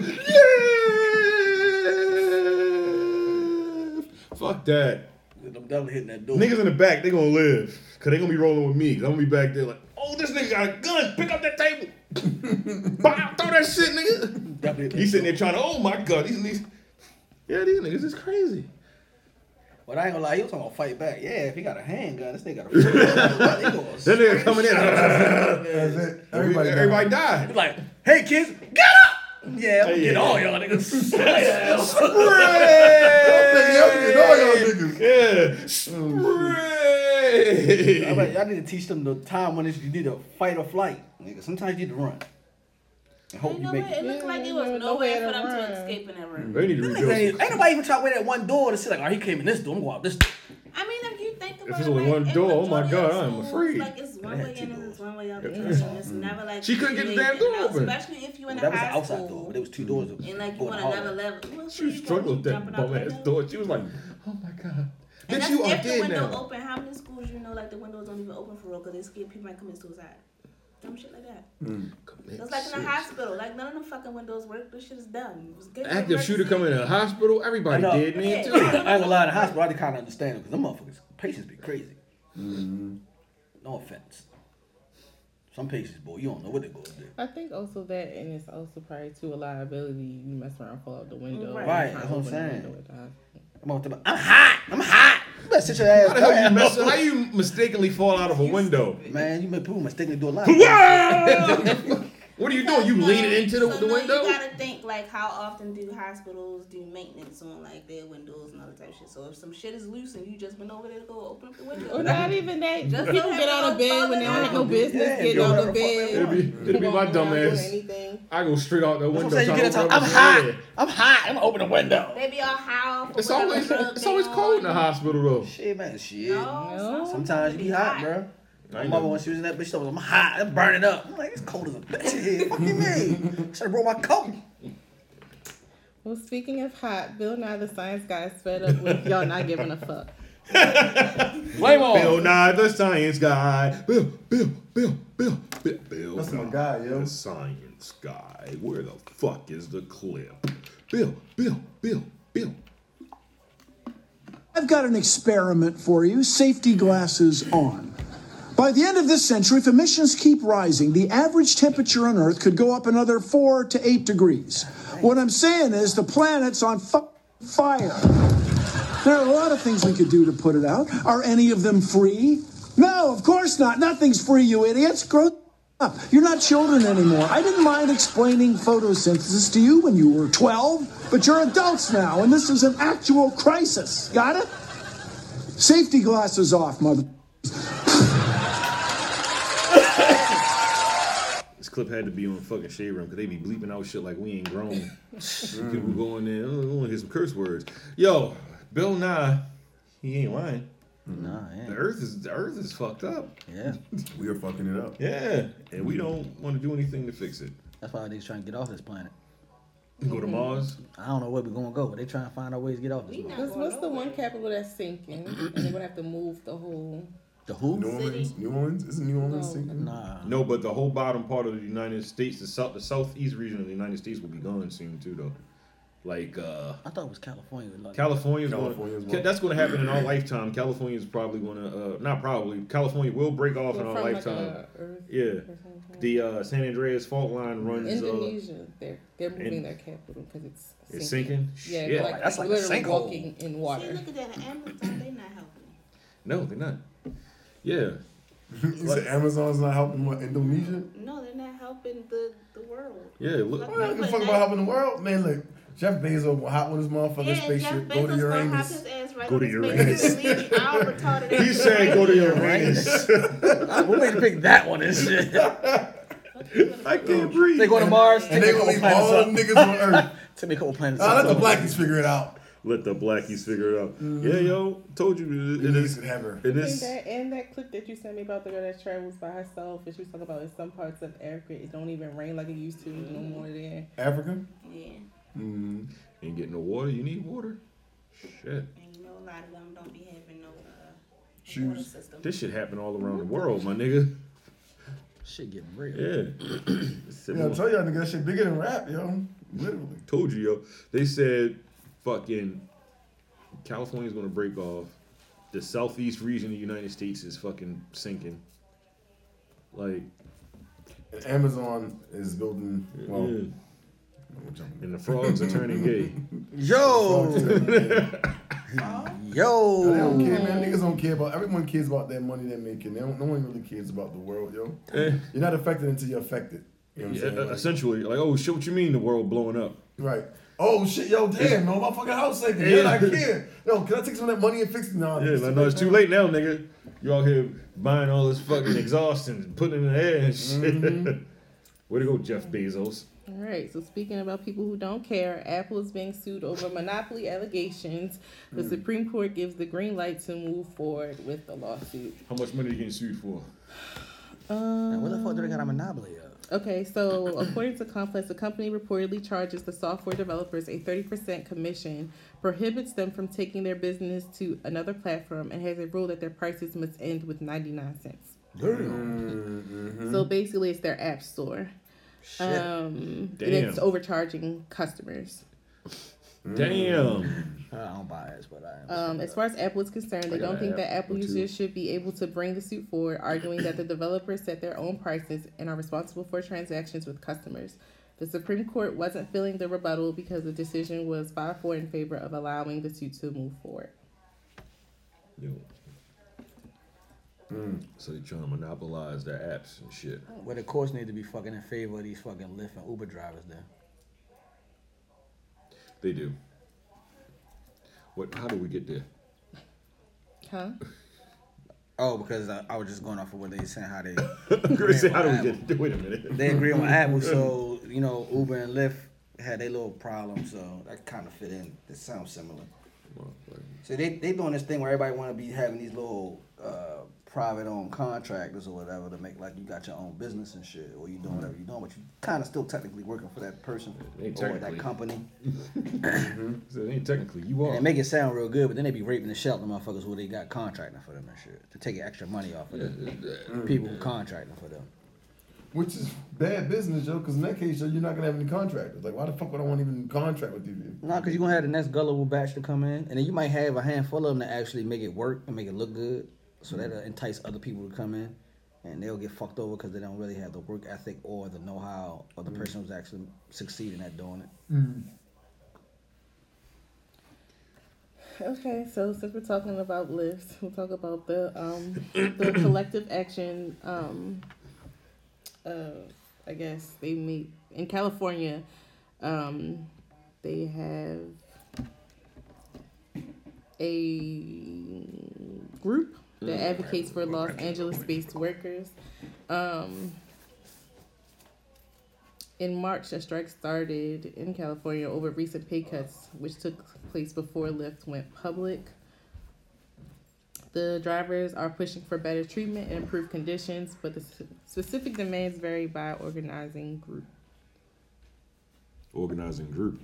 Speaker 7: live. Fuck that.
Speaker 12: I'm definitely hitting that door.
Speaker 7: Niggas in the back, they gonna live. Cause they gonna be rolling with me. Cause I'm gonna be back there like, oh, this nigga got a gun. Pick up that table. Bow, throw that shit, nigga. He's sitting there trying to, oh my god, these niggas. Yeah, these niggas is crazy.
Speaker 12: But I ain't gonna lie, he was talking about fight back. Yeah, if he got a handgun, this nigga got a
Speaker 7: That nigga coming in.
Speaker 12: Everybody,
Speaker 7: Everybody died.
Speaker 12: Like, hey kids, get up! Yeah, I'm gonna get all y'all niggas.
Speaker 7: Yeah. Spray.
Speaker 12: I bet y'all need to teach them the time when it's, you need to fight or flight. Nigga, sometimes you need to run. And hope you
Speaker 11: No
Speaker 12: make
Speaker 11: way, it
Speaker 12: it.
Speaker 11: looked like it
Speaker 14: Yeah,
Speaker 11: was
Speaker 14: no
Speaker 11: nowhere
Speaker 14: way to
Speaker 11: for them
Speaker 14: run.
Speaker 11: to escape in that room.
Speaker 7: They need to
Speaker 12: Them
Speaker 7: rebuild
Speaker 12: niggas Ain't, ain't nobody even try to wait at one door to see like, all right, he came in this door, I'm going out this door.
Speaker 11: I mean, if you think about
Speaker 7: If it's
Speaker 11: it,
Speaker 7: only
Speaker 11: like,
Speaker 7: one
Speaker 11: in
Speaker 7: door, oh my
Speaker 11: majority of
Speaker 7: God, I'm
Speaker 11: schools,
Speaker 7: afraid.
Speaker 11: Like it's one
Speaker 12: Yeah,
Speaker 11: way in and it's one way out.
Speaker 7: Yeah.
Speaker 11: and It's never like
Speaker 7: She couldn't get the damn door open.
Speaker 11: especially if you in
Speaker 12: that
Speaker 11: a
Speaker 12: was the
Speaker 11: high
Speaker 12: outside
Speaker 11: school.
Speaker 12: door, but there was two doors. that was
Speaker 11: And like you want
Speaker 12: going to the hallway.
Speaker 11: another level. Well,
Speaker 7: She struggled with that bum ass door. She was like, oh my god.
Speaker 11: And
Speaker 7: Bitch,
Speaker 11: that's
Speaker 7: you are
Speaker 11: if the
Speaker 7: dead
Speaker 11: window
Speaker 7: now.
Speaker 11: open. How many schools you know like the windows don't even open for real because they scared people might commit suicide. Dumb shit like that.
Speaker 7: Mm.
Speaker 11: It's like in a hospital. Like none of them fucking windows work. This shit is dumb. It was good. for
Speaker 7: Active shooter
Speaker 11: emergency.
Speaker 7: coming in the hospital. Everybody
Speaker 12: I know.
Speaker 7: dead, man,
Speaker 12: I
Speaker 7: too.
Speaker 12: ain't gonna lie, in the hospital, I just kind of understand them because them motherfuckers, patients be crazy.
Speaker 7: Mm-hmm.
Speaker 12: No offense. Some patients, boy, you don't know what they're going to do.
Speaker 14: I think also that, and it's also probably to a liability. You mess around, fall out the window.
Speaker 12: Right,
Speaker 14: Trying to
Speaker 12: that's what I'm
Speaker 14: open the
Speaker 12: saying.
Speaker 14: window at the hospital.
Speaker 12: I'm, on the- I'm hot. I'm hot. You better sit your ass
Speaker 7: How the hell you
Speaker 12: down.
Speaker 7: mess How you mistakenly fall out of a window?
Speaker 12: Man, you may poo mistakenly do a lot.
Speaker 7: What are you doing? You leaning into the,
Speaker 11: So
Speaker 7: the
Speaker 11: no,
Speaker 7: window?
Speaker 11: You gotta think like how often do hospitals do maintenance on like their windows and other type of shit. So if some shit is loose and you just went over there to go open up the window,
Speaker 14: Or not even that.
Speaker 11: Just
Speaker 14: people
Speaker 11: don't
Speaker 14: get
Speaker 11: have
Speaker 14: on a
Speaker 11: no
Speaker 14: bed when they don't have no business
Speaker 4: Yeah,
Speaker 14: getting
Speaker 4: yo,
Speaker 14: on the
Speaker 4: whatever the fuck they
Speaker 14: bed.
Speaker 4: want. It'd be- it'd be my dumb ass. I go straight out the
Speaker 12: what I'm
Speaker 4: window.
Speaker 12: saying, you
Speaker 4: trying
Speaker 12: get
Speaker 4: to
Speaker 12: a
Speaker 4: open up
Speaker 12: time-
Speaker 4: the
Speaker 12: I'm
Speaker 4: bed.
Speaker 12: I'm hot. I'm gonna open the window.
Speaker 11: They be all high. off of
Speaker 4: It's
Speaker 11: whatever
Speaker 4: always
Speaker 11: drug
Speaker 4: it's
Speaker 11: they
Speaker 4: always
Speaker 11: on.
Speaker 4: cold in the hospital though.
Speaker 12: Shit, man, shit.
Speaker 11: No.
Speaker 12: Sometimes you be hot, bro. My mama, when she was in that bitch, she was I'm hot. I'm burning up. I'm like, it's cold as a bitch in here. Fuck you mean? Should have brought my coat.
Speaker 14: Well, speaking of hot, Bill Nye the Science Guy is fed up with y'all not giving a fuck.
Speaker 4: Blame on Bill Nye the Science Guy. Bill, Bill, Bill, Bill, Bill, Bill. That's my guy, yo. The Science Guy. Where the fuck is the clip? Bill, Bill, Bill, Bill.
Speaker 9: I've got an experiment for you safety glasses on. By the end of this century, if emissions keep rising, the average temperature on Earth could go up another four to eight degrees. What I'm saying is the planet's on fu- fire. There are a lot of things we could do to put it out. Are any of them free? No, of course not. Nothing's free, you idiots. Grow up. You're not children anymore. I didn't mind explaining photosynthesis to you when you were 12, but you're adults now, and this is an actual crisis. Got it? Safety glasses off, mother.
Speaker 4: This clip had to be on fucking Shade Room because they be bleeping out shit like we ain't grown. People go in there, oh, I want to hear some curse words. Yo, Bill Nye, he ain't lying. Nah, the earth is the earth is fucked up.
Speaker 12: Yeah,
Speaker 4: we are fucking it up. Yeah, and we don't want to do anything to fix it.
Speaker 12: That's why they trying to get off this planet.
Speaker 4: Go to Mars.
Speaker 12: I don't know where we're gonna go, but they trying to find our ways to get off this. Mars.
Speaker 14: 'Cause what's the one capital that's sinking? and they're gonna have to move the whole.
Speaker 12: The who? Uh-huh.
Speaker 10: New Orleans. New Orleans. Isn't New Orleans
Speaker 14: No.
Speaker 10: sinking?
Speaker 12: Nah.
Speaker 4: No, but the whole bottom part of the United States, the south, the southeast region of the United States, will be gone soon too, though. Like uh,
Speaker 12: I thought it was California. Like,
Speaker 4: California's,
Speaker 12: California's
Speaker 4: going, to
Speaker 12: one.
Speaker 4: that's going to happen in our lifetime. California's probably going to uh, not probably California will break off in
Speaker 14: Well,
Speaker 4: our
Speaker 14: from, like,
Speaker 4: lifetime.
Speaker 14: a Earth
Speaker 4: yeah,
Speaker 14: or something.
Speaker 4: the uh, San Andreas fault line runs. Uh,
Speaker 14: Indonesia, they're they're moving
Speaker 4: in-
Speaker 14: their capital because it's
Speaker 4: It's sinking?
Speaker 14: Yeah,
Speaker 4: Shit.
Speaker 14: like,
Speaker 4: That's
Speaker 14: that's
Speaker 4: like
Speaker 14: like
Speaker 4: a
Speaker 14: literally
Speaker 4: sinkhole.
Speaker 14: walking in
Speaker 11: See,
Speaker 14: water.
Speaker 11: look at that. An ambulance, they not helping.
Speaker 4: no, they're not. Yeah,
Speaker 10: You said Amazon's not helping what Indonesia?
Speaker 11: No, they're not helping the the world.
Speaker 4: Yeah, look.
Speaker 10: Well, I don't give a fuck about helping the world, man. Look, Jeff Bezos will hop on his motherfucking
Speaker 11: Yeah, Jeff
Speaker 10: spaceship, go to
Speaker 11: Bezos gonna hop
Speaker 10: Uranus.
Speaker 11: his ass right
Speaker 10: Go
Speaker 11: on
Speaker 10: to
Speaker 11: his
Speaker 10: Uranus.
Speaker 11: face and leave all retarded ass
Speaker 4: He said go to
Speaker 11: Uranus.
Speaker 4: Uranus.
Speaker 12: Who made you pick that one and shit?
Speaker 4: I can't breathe.
Speaker 12: They go to Mars.
Speaker 10: And they gonna leave all them niggas on Earth.
Speaker 12: Take me a couple planets.
Speaker 10: Nah, let the
Speaker 12: up.
Speaker 10: blackies figure it out. Mm-hmm.
Speaker 4: Let the blackies figure it out. Yeah, yo, told you it, it is. It
Speaker 14: And
Speaker 4: is.
Speaker 14: that, and that clip that you sent me about the girl that travels by herself, and she was talking about in some parts of Africa, it don't even rain like it used to no more there.
Speaker 10: Africa?
Speaker 11: Yeah,
Speaker 4: Mm. Ain't getting no water. You need water. Shit.
Speaker 11: and you know a lot of them don't be having no uh, water
Speaker 4: Shoes.
Speaker 11: system.
Speaker 4: This shit happen all around the world, my nigga.
Speaker 12: Shit getting real.
Speaker 4: Yeah. It's
Speaker 10: Yeah, I
Speaker 4: similar.
Speaker 10: told y'all nigga that shit bigger than rap, yo. Literally.
Speaker 4: Told you, yo. They said fucking California's gonna break off. The southeast region of the United States is fucking sinking. Like
Speaker 10: And Amazon is building well
Speaker 4: Yeah. And the frogs are turning gay.
Speaker 12: Yo. Yo.
Speaker 10: they don't care, man. Niggas don't care about everyone cares about their money they're making. They don't, no one really cares about the world, yo.
Speaker 4: Eh.
Speaker 10: You're not affected until you're affected. You know what
Speaker 4: Yeah,
Speaker 10: I'm saying? Like,
Speaker 4: essentially, like, oh shit, what you mean the world blowing up?
Speaker 10: Right. Oh shit, yo, damn, no, my fucking house sinking.
Speaker 4: Yeah.
Speaker 10: Yeah, I care. Yo, can I take some of that money and fix it?
Speaker 14: Oh,
Speaker 10: Nah,
Speaker 4: Yeah,
Speaker 10: it's
Speaker 4: like,
Speaker 10: too
Speaker 4: no,
Speaker 10: late,
Speaker 4: it's too
Speaker 10: man.
Speaker 4: late now, nigga. You out here buying all this fucking exhaust and putting it in the air and shit.
Speaker 14: Mm-hmm.
Speaker 4: Where to go, Jeff Bezos?
Speaker 14: All right, so speaking about people who don't care, Apple is being sued over monopoly allegations. The
Speaker 12: Hmm.
Speaker 4: Mm.
Speaker 14: Supreme Court gives the green light to move forward with the lawsuit.
Speaker 4: How much money are you getting sued for?
Speaker 14: Um,
Speaker 12: What the fuck do they got a monopoly of?
Speaker 14: Okay, so according to Complex, the company reportedly charges the software developers a 30% commission, prohibits them from taking their business to another platform, and has a rule that their prices must end with 99 cents. So basically, it's their app store.
Speaker 4: Shit.
Speaker 14: Um, and
Speaker 4: Damn.
Speaker 14: it's overcharging customers.
Speaker 4: Mm. Damn.
Speaker 12: I don't buy it, but I.
Speaker 14: Um, as far as Apple is concerned, they
Speaker 12: I got
Speaker 14: don't
Speaker 12: an
Speaker 14: think that
Speaker 12: app
Speaker 14: Apple
Speaker 12: or two.
Speaker 14: users should be able to bring the suit forward, arguing that the developers set their own prices and are responsible for transactions with customers. The Supreme Court wasn't feeling the rebuttal because the decision was 5 4 in favor of allowing the suit to move forward.
Speaker 4: So they're trying to monopolize their apps and shit.
Speaker 12: Well, the courts need to be fucking in favor of these fucking Lyft and Uber drivers then.
Speaker 4: They do. What? How do we get there?
Speaker 14: Huh?
Speaker 12: Oh, because I, I was just going off of what they saying how they.
Speaker 4: Chris said, "How do we get? Wait a minute."
Speaker 12: They agree on Apple, so you know Uber and Lyft had their little problem, so that kind of fit in. That sounds similar. So they they doing this thing where everybody want to be having these little uh, private owned contractors or whatever to make like you got your own business and shit, or you
Speaker 4: Mm-hmm.
Speaker 12: doing whatever you doing, but you kind of still technically working for that person or that
Speaker 4: technically.
Speaker 12: company.
Speaker 4: Mm-hmm. So it ain't technically you are.
Speaker 12: And they make it sound real good, but then they be raping the shit out of the motherfuckers who they got contracting for them and shit to take extra money off of them.
Speaker 10: Yeah, yeah.
Speaker 12: People who
Speaker 4: Mm-hmm.
Speaker 12: contracting for them.
Speaker 10: Which is bad business, yo, because in that case, yo, you're not gonna have any contractors. Like, why the fuck would I want to even contract with you?
Speaker 12: No, because you're gonna have the next gullible batch to come in, and then you might have a handful of them to actually make it work and make it look good, so that'll entice other people to come in, and they'll get fucked over because they don't really have the work ethic or the know-how or the
Speaker 4: Mm-hmm.
Speaker 10: Mhm.
Speaker 12: person who's actually succeeding at doing it.
Speaker 14: Okay, so since we're talking about lifts, we'll talk about the um, the collective action. Um, uh, I guess they meet in California. Um, they have a group that advocates for Los Angeles-based workers. Um, in March, a strike started in California over recent pay cuts, which took place before Lyft went public. The drivers are pushing for better treatment and improved conditions, but the s- specific demands vary by organizing group.
Speaker 4: Organizing group.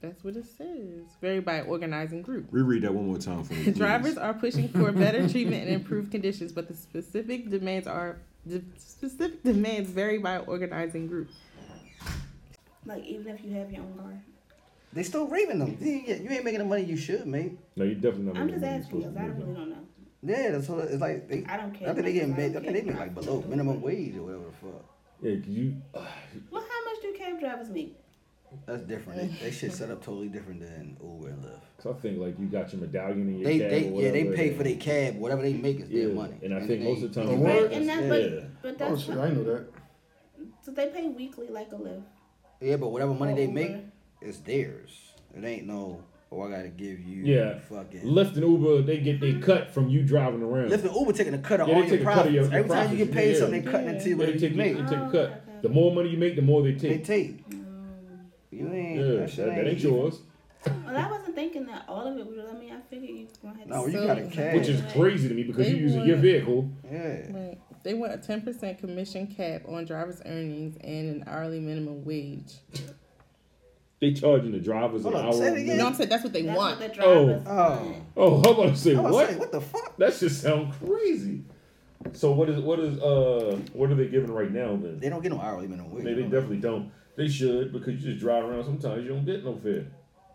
Speaker 14: That's what it says. Vary by organizing group.
Speaker 4: Reread that one more time for me. please.
Speaker 14: Drivers are pushing for better treatment and improved conditions, but the specific demands are the specific demands vary by organizing group.
Speaker 11: Like even if you have your own car.
Speaker 12: They still raping them. You ain't- you ain't making the money you should, mate.
Speaker 4: No, you definitely
Speaker 11: I'm just asking because I really don't know.
Speaker 12: Yeah, that's what it's like. They,
Speaker 11: I don't care.
Speaker 12: I think they getting
Speaker 11: I don't
Speaker 12: paid. I think they
Speaker 11: care.
Speaker 12: make like below minimum wage or whatever the fuck.
Speaker 4: Yeah, you.
Speaker 11: Well, how much do cab drivers make?
Speaker 12: That's different. They, they shit set up totally different than Uber and Lyft.
Speaker 4: Cause I think like you got your medallion in your
Speaker 12: They,
Speaker 4: cab
Speaker 12: they
Speaker 4: or
Speaker 12: yeah, they
Speaker 4: whatever,
Speaker 12: pay
Speaker 4: and-
Speaker 12: for their cab. Whatever they make is their
Speaker 4: Yeah,
Speaker 12: money.
Speaker 4: and I think most of the time-
Speaker 12: they-
Speaker 4: Right, and that- but-
Speaker 12: yeah.
Speaker 11: but that's- Oh, shit, I
Speaker 10: know that.
Speaker 11: So they pay weekly like a lift.
Speaker 12: Yeah, but whatever money they make
Speaker 11: Uber.
Speaker 12: is theirs. It ain't no. Oh, I gotta give you.
Speaker 4: Yeah,
Speaker 12: Fucking.
Speaker 4: Lyft and Uber, they get they cut from you driving around.
Speaker 12: Lyft and Uber taking a cut of
Speaker 4: Yeah,
Speaker 12: all
Speaker 4: they
Speaker 12: your
Speaker 4: take a cut of
Speaker 12: profits.
Speaker 4: your- your
Speaker 12: Every time you
Speaker 4: profits,
Speaker 12: get paid
Speaker 4: yeah.
Speaker 12: something, they cutting into you
Speaker 4: Yeah, they
Speaker 12: whatever you
Speaker 4: take,
Speaker 12: make.
Speaker 4: They
Speaker 14: Oh,
Speaker 4: take a cut. The more money you make, the more they take.
Speaker 12: They take. You ain't.
Speaker 4: Yeah,
Speaker 12: that shit
Speaker 4: that- that
Speaker 12: ain't
Speaker 4: ain't yours.
Speaker 11: Well, I wasn't thinking that all of it was. I mean, I figured you gonna have to.
Speaker 4: No,
Speaker 14: you So- got a cab.
Speaker 4: Which is crazy to me because you're
Speaker 14: They
Speaker 4: using your
Speaker 14: want-
Speaker 4: vehicle.
Speaker 12: Yeah.
Speaker 14: Right. They want a ten percent commission cap on drivers' earnings and an hourly minimum wage.
Speaker 4: They charging the drivers an hour.
Speaker 14: No, I'm saying that's what they want.
Speaker 4: Oh,
Speaker 12: oh,
Speaker 4: oh! I'm about to say
Speaker 14: I'm about to
Speaker 4: what?
Speaker 14: say,
Speaker 12: what the fuck?
Speaker 4: That just sound crazy. So what is what is uh what are they giving right now then?
Speaker 12: They don't get no hourly minimum wage.
Speaker 4: They, they definitely don't. They should because you just drive around. Sometimes you don't get no fare.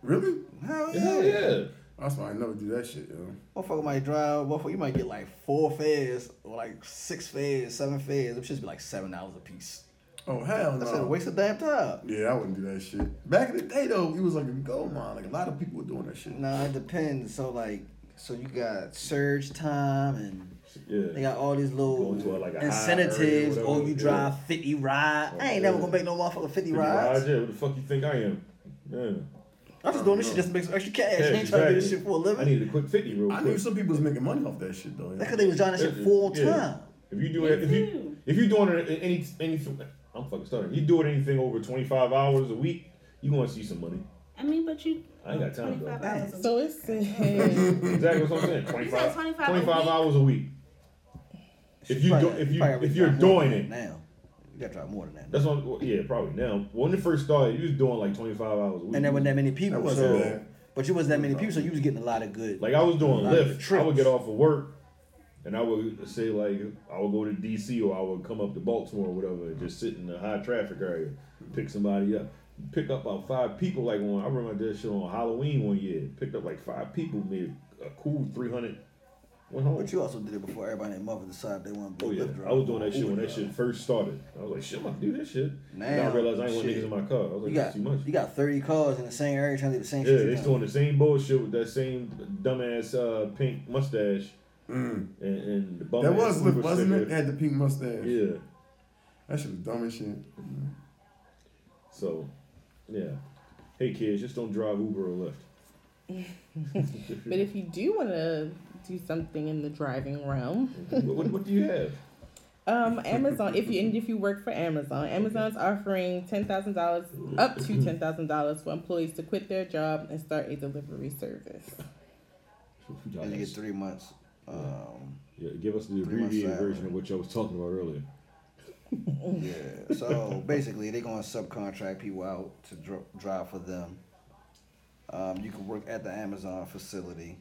Speaker 10: Really?
Speaker 12: Hell
Speaker 4: Hell yeah.
Speaker 10: That's why I never do that shit, yo.
Speaker 12: Motherfucker might drive. Motherfucker, you might get like four fares or like six fares, seven fares. It should be like seven dollars a piece.
Speaker 10: Oh hell no!
Speaker 12: That's a waste of damn time.
Speaker 10: Yeah, I wouldn't do that shit. Back in the day though, it was like a gold mine. Like a lot of people were doing that shit.
Speaker 12: Nah, it depends. So like, so you got surge time and
Speaker 4: yeah.
Speaker 12: they got all these little
Speaker 4: like, a high
Speaker 12: incentives.
Speaker 4: area or
Speaker 12: Oh,
Speaker 4: whatever,
Speaker 12: you
Speaker 4: yeah.
Speaker 12: drive fifty ride. I ain't never gonna make no motherfucker fifty,
Speaker 4: Fifty
Speaker 12: rides.
Speaker 4: rides, yeah. What the fuck you think I am? Yeah.
Speaker 12: I'm just doing this shit just to make some extra cash.
Speaker 4: Yeah,
Speaker 12: I ain't trying to do this
Speaker 4: exactly.
Speaker 12: shit for a living.
Speaker 4: I needed a quick fifty real
Speaker 10: I
Speaker 4: quick.
Speaker 10: knew some people was making money off that shit though. yo.
Speaker 12: That's 'cause they was driving that shit
Speaker 4: Yeah,
Speaker 12: full
Speaker 4: yeah.
Speaker 12: time.
Speaker 4: If you do it, if you if you doing it any any, I'm fucking starting. You doing anything over 25 hours a week, you gonna see some money.
Speaker 11: I mean, but you.
Speaker 4: I ain't got time though.
Speaker 11: 25 hours.
Speaker 14: So it says
Speaker 4: exactly what I'm saying. 25,
Speaker 11: 25 a
Speaker 4: 25
Speaker 11: week?
Speaker 4: hours a week. If you do, if you if you're doing it
Speaker 12: now, you gotta drive more than that.
Speaker 4: That's what. well, Yeah, probably now. When it first started, you was doing like 25 hours a week.
Speaker 12: And there wasn't that many people,
Speaker 4: wasn't
Speaker 12: so
Speaker 4: bad.
Speaker 12: but you wasn't that many people, so you was getting a lot of good.
Speaker 4: Like I was doing
Speaker 12: a lot of
Speaker 4: Lyft. I would get off of work, and I would say like I would go to DC or I would come up to Baltimore or whatever, and just sit in the high traffic area, pick somebody up, pick up about five people. Like on, I remember I did shit on Halloween one year. Picked up like five people, made a cool 300. Went home.
Speaker 12: But you also did it before everybody and their mother decided they want to
Speaker 4: Oh
Speaker 12: be a
Speaker 4: yeah,
Speaker 12: Lyft driver.
Speaker 4: I was doing that shit
Speaker 12: Uber
Speaker 4: when that
Speaker 12: driver.
Speaker 4: shit first started. I was like, shit, I'm about to do this shit. and then I
Speaker 12: Now,
Speaker 4: realized I ain't want
Speaker 12: shit.
Speaker 4: niggas in my car. I was like,
Speaker 12: You
Speaker 4: that's
Speaker 12: got
Speaker 4: too much.
Speaker 12: you got thirty cars in the same area trying to do the same
Speaker 4: Yeah,
Speaker 12: shit.
Speaker 4: they still doing the same bullshit with that same dumbass uh, pink mustache and, and the bum
Speaker 10: Mm. that
Speaker 4: ass
Speaker 10: was
Speaker 4: Uber
Speaker 10: Lyft, wasn't it?
Speaker 4: sticker.
Speaker 10: They had the pink mustache.
Speaker 4: Yeah.
Speaker 10: That shit was dumb as shit.
Speaker 4: So, yeah, hey kids, just don't drive Uber or Lyft.
Speaker 14: But if you do want to do something in the driving realm,
Speaker 4: what, what, what do you have?
Speaker 14: Um, Amazon. If you and if you work for Amazon, Amazon's offering ten thousand dollars up to ten thousand dollars for employees to quit their job and start a delivery service.
Speaker 12: And you get three months. Um,
Speaker 4: yeah, give us
Speaker 12: three
Speaker 4: the
Speaker 12: months
Speaker 4: abbreviated
Speaker 12: salary.
Speaker 4: version of what y'all was talking about earlier.
Speaker 12: Yeah. So basically, they're going to subcontract people out to dr- drive for them. Um, you can work at the Amazon facility.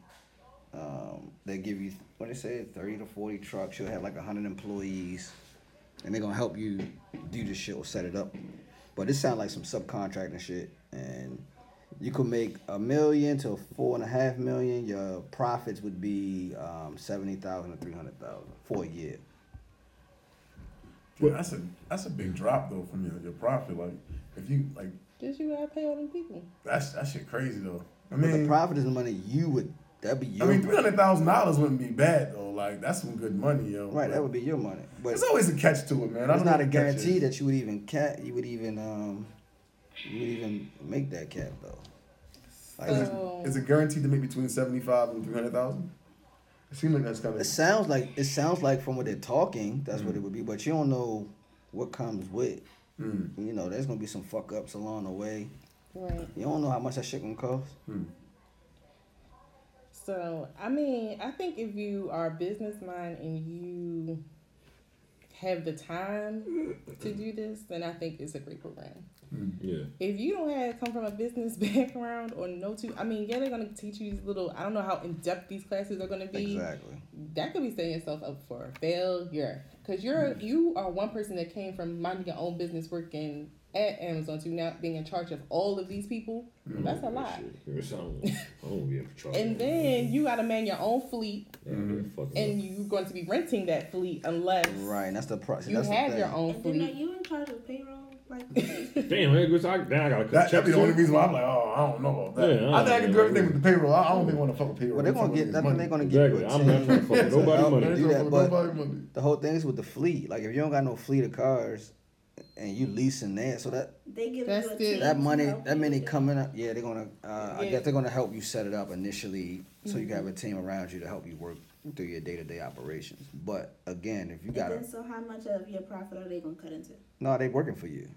Speaker 12: Um, they give you what they say, thirty to forty trucks. You'll have like hundred employees, and they're gonna help you do this shit or set it up. But it sounds like some subcontracting shit, and you could make a million to four and a half million. Your profits would be um, seventy thousand to three hundred thousand for a year.
Speaker 10: Well, that's a that's a big drop though from your, your profit. Like if you like
Speaker 14: Just you gotta pay all them people.
Speaker 10: that's that shit crazy though. I
Speaker 12: But the
Speaker 10: mean,
Speaker 12: profit is the money you would. That'd be
Speaker 10: I
Speaker 12: your.
Speaker 10: mean, three hundred thousand dollars wouldn't be bad though. Like that's some good money, yo.
Speaker 12: Right, that would be your money. But
Speaker 10: There's always a catch to it, man. I
Speaker 12: It's not
Speaker 10: don't
Speaker 12: a
Speaker 10: know what the catch
Speaker 12: guarantee
Speaker 10: is.
Speaker 12: that you would even cat. You would even um, you would even make that cap though. Like,
Speaker 10: Is it- is it guaranteed to make between seventy five and three hundred thousand? It seems like that's kind of.
Speaker 12: It sounds like it sounds like from what they're talking, that's
Speaker 10: Mm.
Speaker 12: what it would be. But you don't know what comes with.
Speaker 10: Mm.
Speaker 12: You know, there's gonna be some fuck ups along the way.
Speaker 14: Right.
Speaker 12: You don't know how much that shit gonna cost.
Speaker 10: Mm.
Speaker 14: So, I mean, I think if you are a business mind and you have the time to do this, then I think it's a great program.
Speaker 4: Yeah.
Speaker 14: If you don't have come from a business background or no to, I mean, yeah, they're gonna teach you these little. I don't know how in depth these classes are gonna be.
Speaker 12: Exactly.
Speaker 14: That could be setting yourself up for failure because you're
Speaker 12: Mm-hmm.
Speaker 14: you are one person that came from minding your own business, working at Amazon to now being in charge of all of these people.
Speaker 12: Mm-hmm.
Speaker 14: That's a lot.
Speaker 4: Shit. I don't, I don't be in control.
Speaker 14: And then you gotta man your own fleet,
Speaker 4: Yeah, I don't give a fuck about-
Speaker 14: and you're going to be renting that fleet unless
Speaker 12: Mm-hmm. Right, and that's the price.
Speaker 14: you
Speaker 12: that's the
Speaker 14: have
Speaker 12: thing.
Speaker 14: your own
Speaker 11: And then are
Speaker 14: fleet.
Speaker 11: you in charge of payroll? Like,
Speaker 4: Damn, I, guess I, now I gotta cut
Speaker 10: That, that'd be
Speaker 4: checks,
Speaker 10: the only
Speaker 4: too.
Speaker 10: reason why I'm like, oh, I don't know about that.
Speaker 4: Yeah, I
Speaker 10: I think
Speaker 4: don't
Speaker 10: I could
Speaker 4: know.
Speaker 10: do everything with the payroll. I, I don't even want to fuck with payroll.
Speaker 12: But they're gonna get. I think they're gonna get.
Speaker 4: Exactly. I'm not trying to fuck with nobody money.
Speaker 12: Do that,
Speaker 4: Nobody
Speaker 12: but the whole thing is with the fleet. Like if you don't got no fleet of cars, and you leasing that, so that
Speaker 11: they give
Speaker 14: That's
Speaker 11: you a
Speaker 14: it.
Speaker 11: team.
Speaker 12: that money,
Speaker 11: you know?
Speaker 12: that money coming up. Yeah, they're gonna. Uh, I
Speaker 14: Yeah.
Speaker 12: guess they're gonna help you set it up initially, so you can
Speaker 14: Mhm.
Speaker 12: have a team around you to help you work through your day to day operations. But again, if you got
Speaker 11: And
Speaker 12: a
Speaker 11: then, so how much of your profit are they gonna cut into?
Speaker 12: no, they working for you,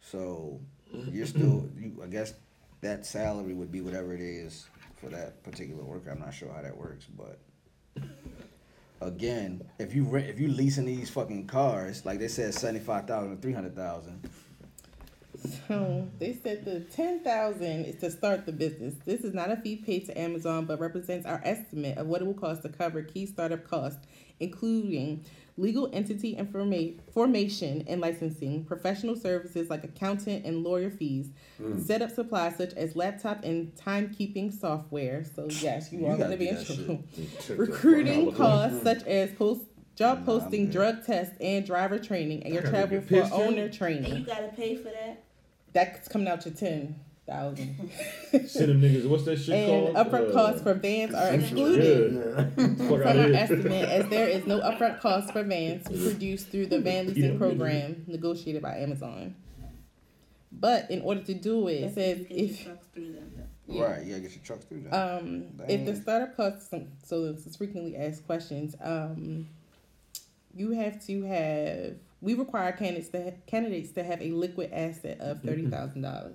Speaker 12: so you're still. You, I guess that salary would be whatever it is for that particular worker. I'm not sure how that works, but again, if you rent, if you leasing these fucking cars, like they said, seventy five thousand to three hundred thousand.
Speaker 14: So they said the ten thousand is to start the business. This is not a fee paid to Amazon, but represents our estimate of what it will cost to cover key startup costs, including legal entity informa- formation and licensing, professional services like accountant and lawyer fees,
Speaker 12: Mm.
Speaker 14: set up supplies such as laptop and timekeeping software. So yes, you,
Speaker 12: You
Speaker 14: are
Speaker 12: gotta
Speaker 14: going to be
Speaker 12: do
Speaker 14: in
Speaker 12: that shit.
Speaker 14: trouble.
Speaker 12: You took that
Speaker 14: Recruiting
Speaker 12: fucking
Speaker 14: costs
Speaker 12: holiday.
Speaker 14: such as post job
Speaker 12: Nah, I'm
Speaker 14: posting,
Speaker 12: good.
Speaker 14: drug tests, and driver training, and your
Speaker 12: I gotta
Speaker 14: travel
Speaker 12: get
Speaker 14: for
Speaker 12: pissed, too.
Speaker 14: owner
Speaker 11: And
Speaker 14: training.
Speaker 11: you gotta pay for that.
Speaker 14: That's coming out to ten thousand.
Speaker 4: Send them niggas. What's that shit
Speaker 14: and
Speaker 4: called?
Speaker 14: upfront
Speaker 4: Uh,
Speaker 14: costs for vans are excluded
Speaker 4: Yeah.
Speaker 14: from
Speaker 4: Fuck
Speaker 14: our
Speaker 4: outta here.
Speaker 14: estimate, as there is no upfront cost for vans produced through the van leasing program negotiated by Amazon. But in order to do it, it says if Yeah.
Speaker 12: Right, you gotta get your trucks through that.
Speaker 14: um, if the
Speaker 12: Dang.
Speaker 14: startup costs, some- so this is frequently asked questions. Um, you have to have. We require candidates to ha- candidates to have a liquid asset of thirty thousand dollars.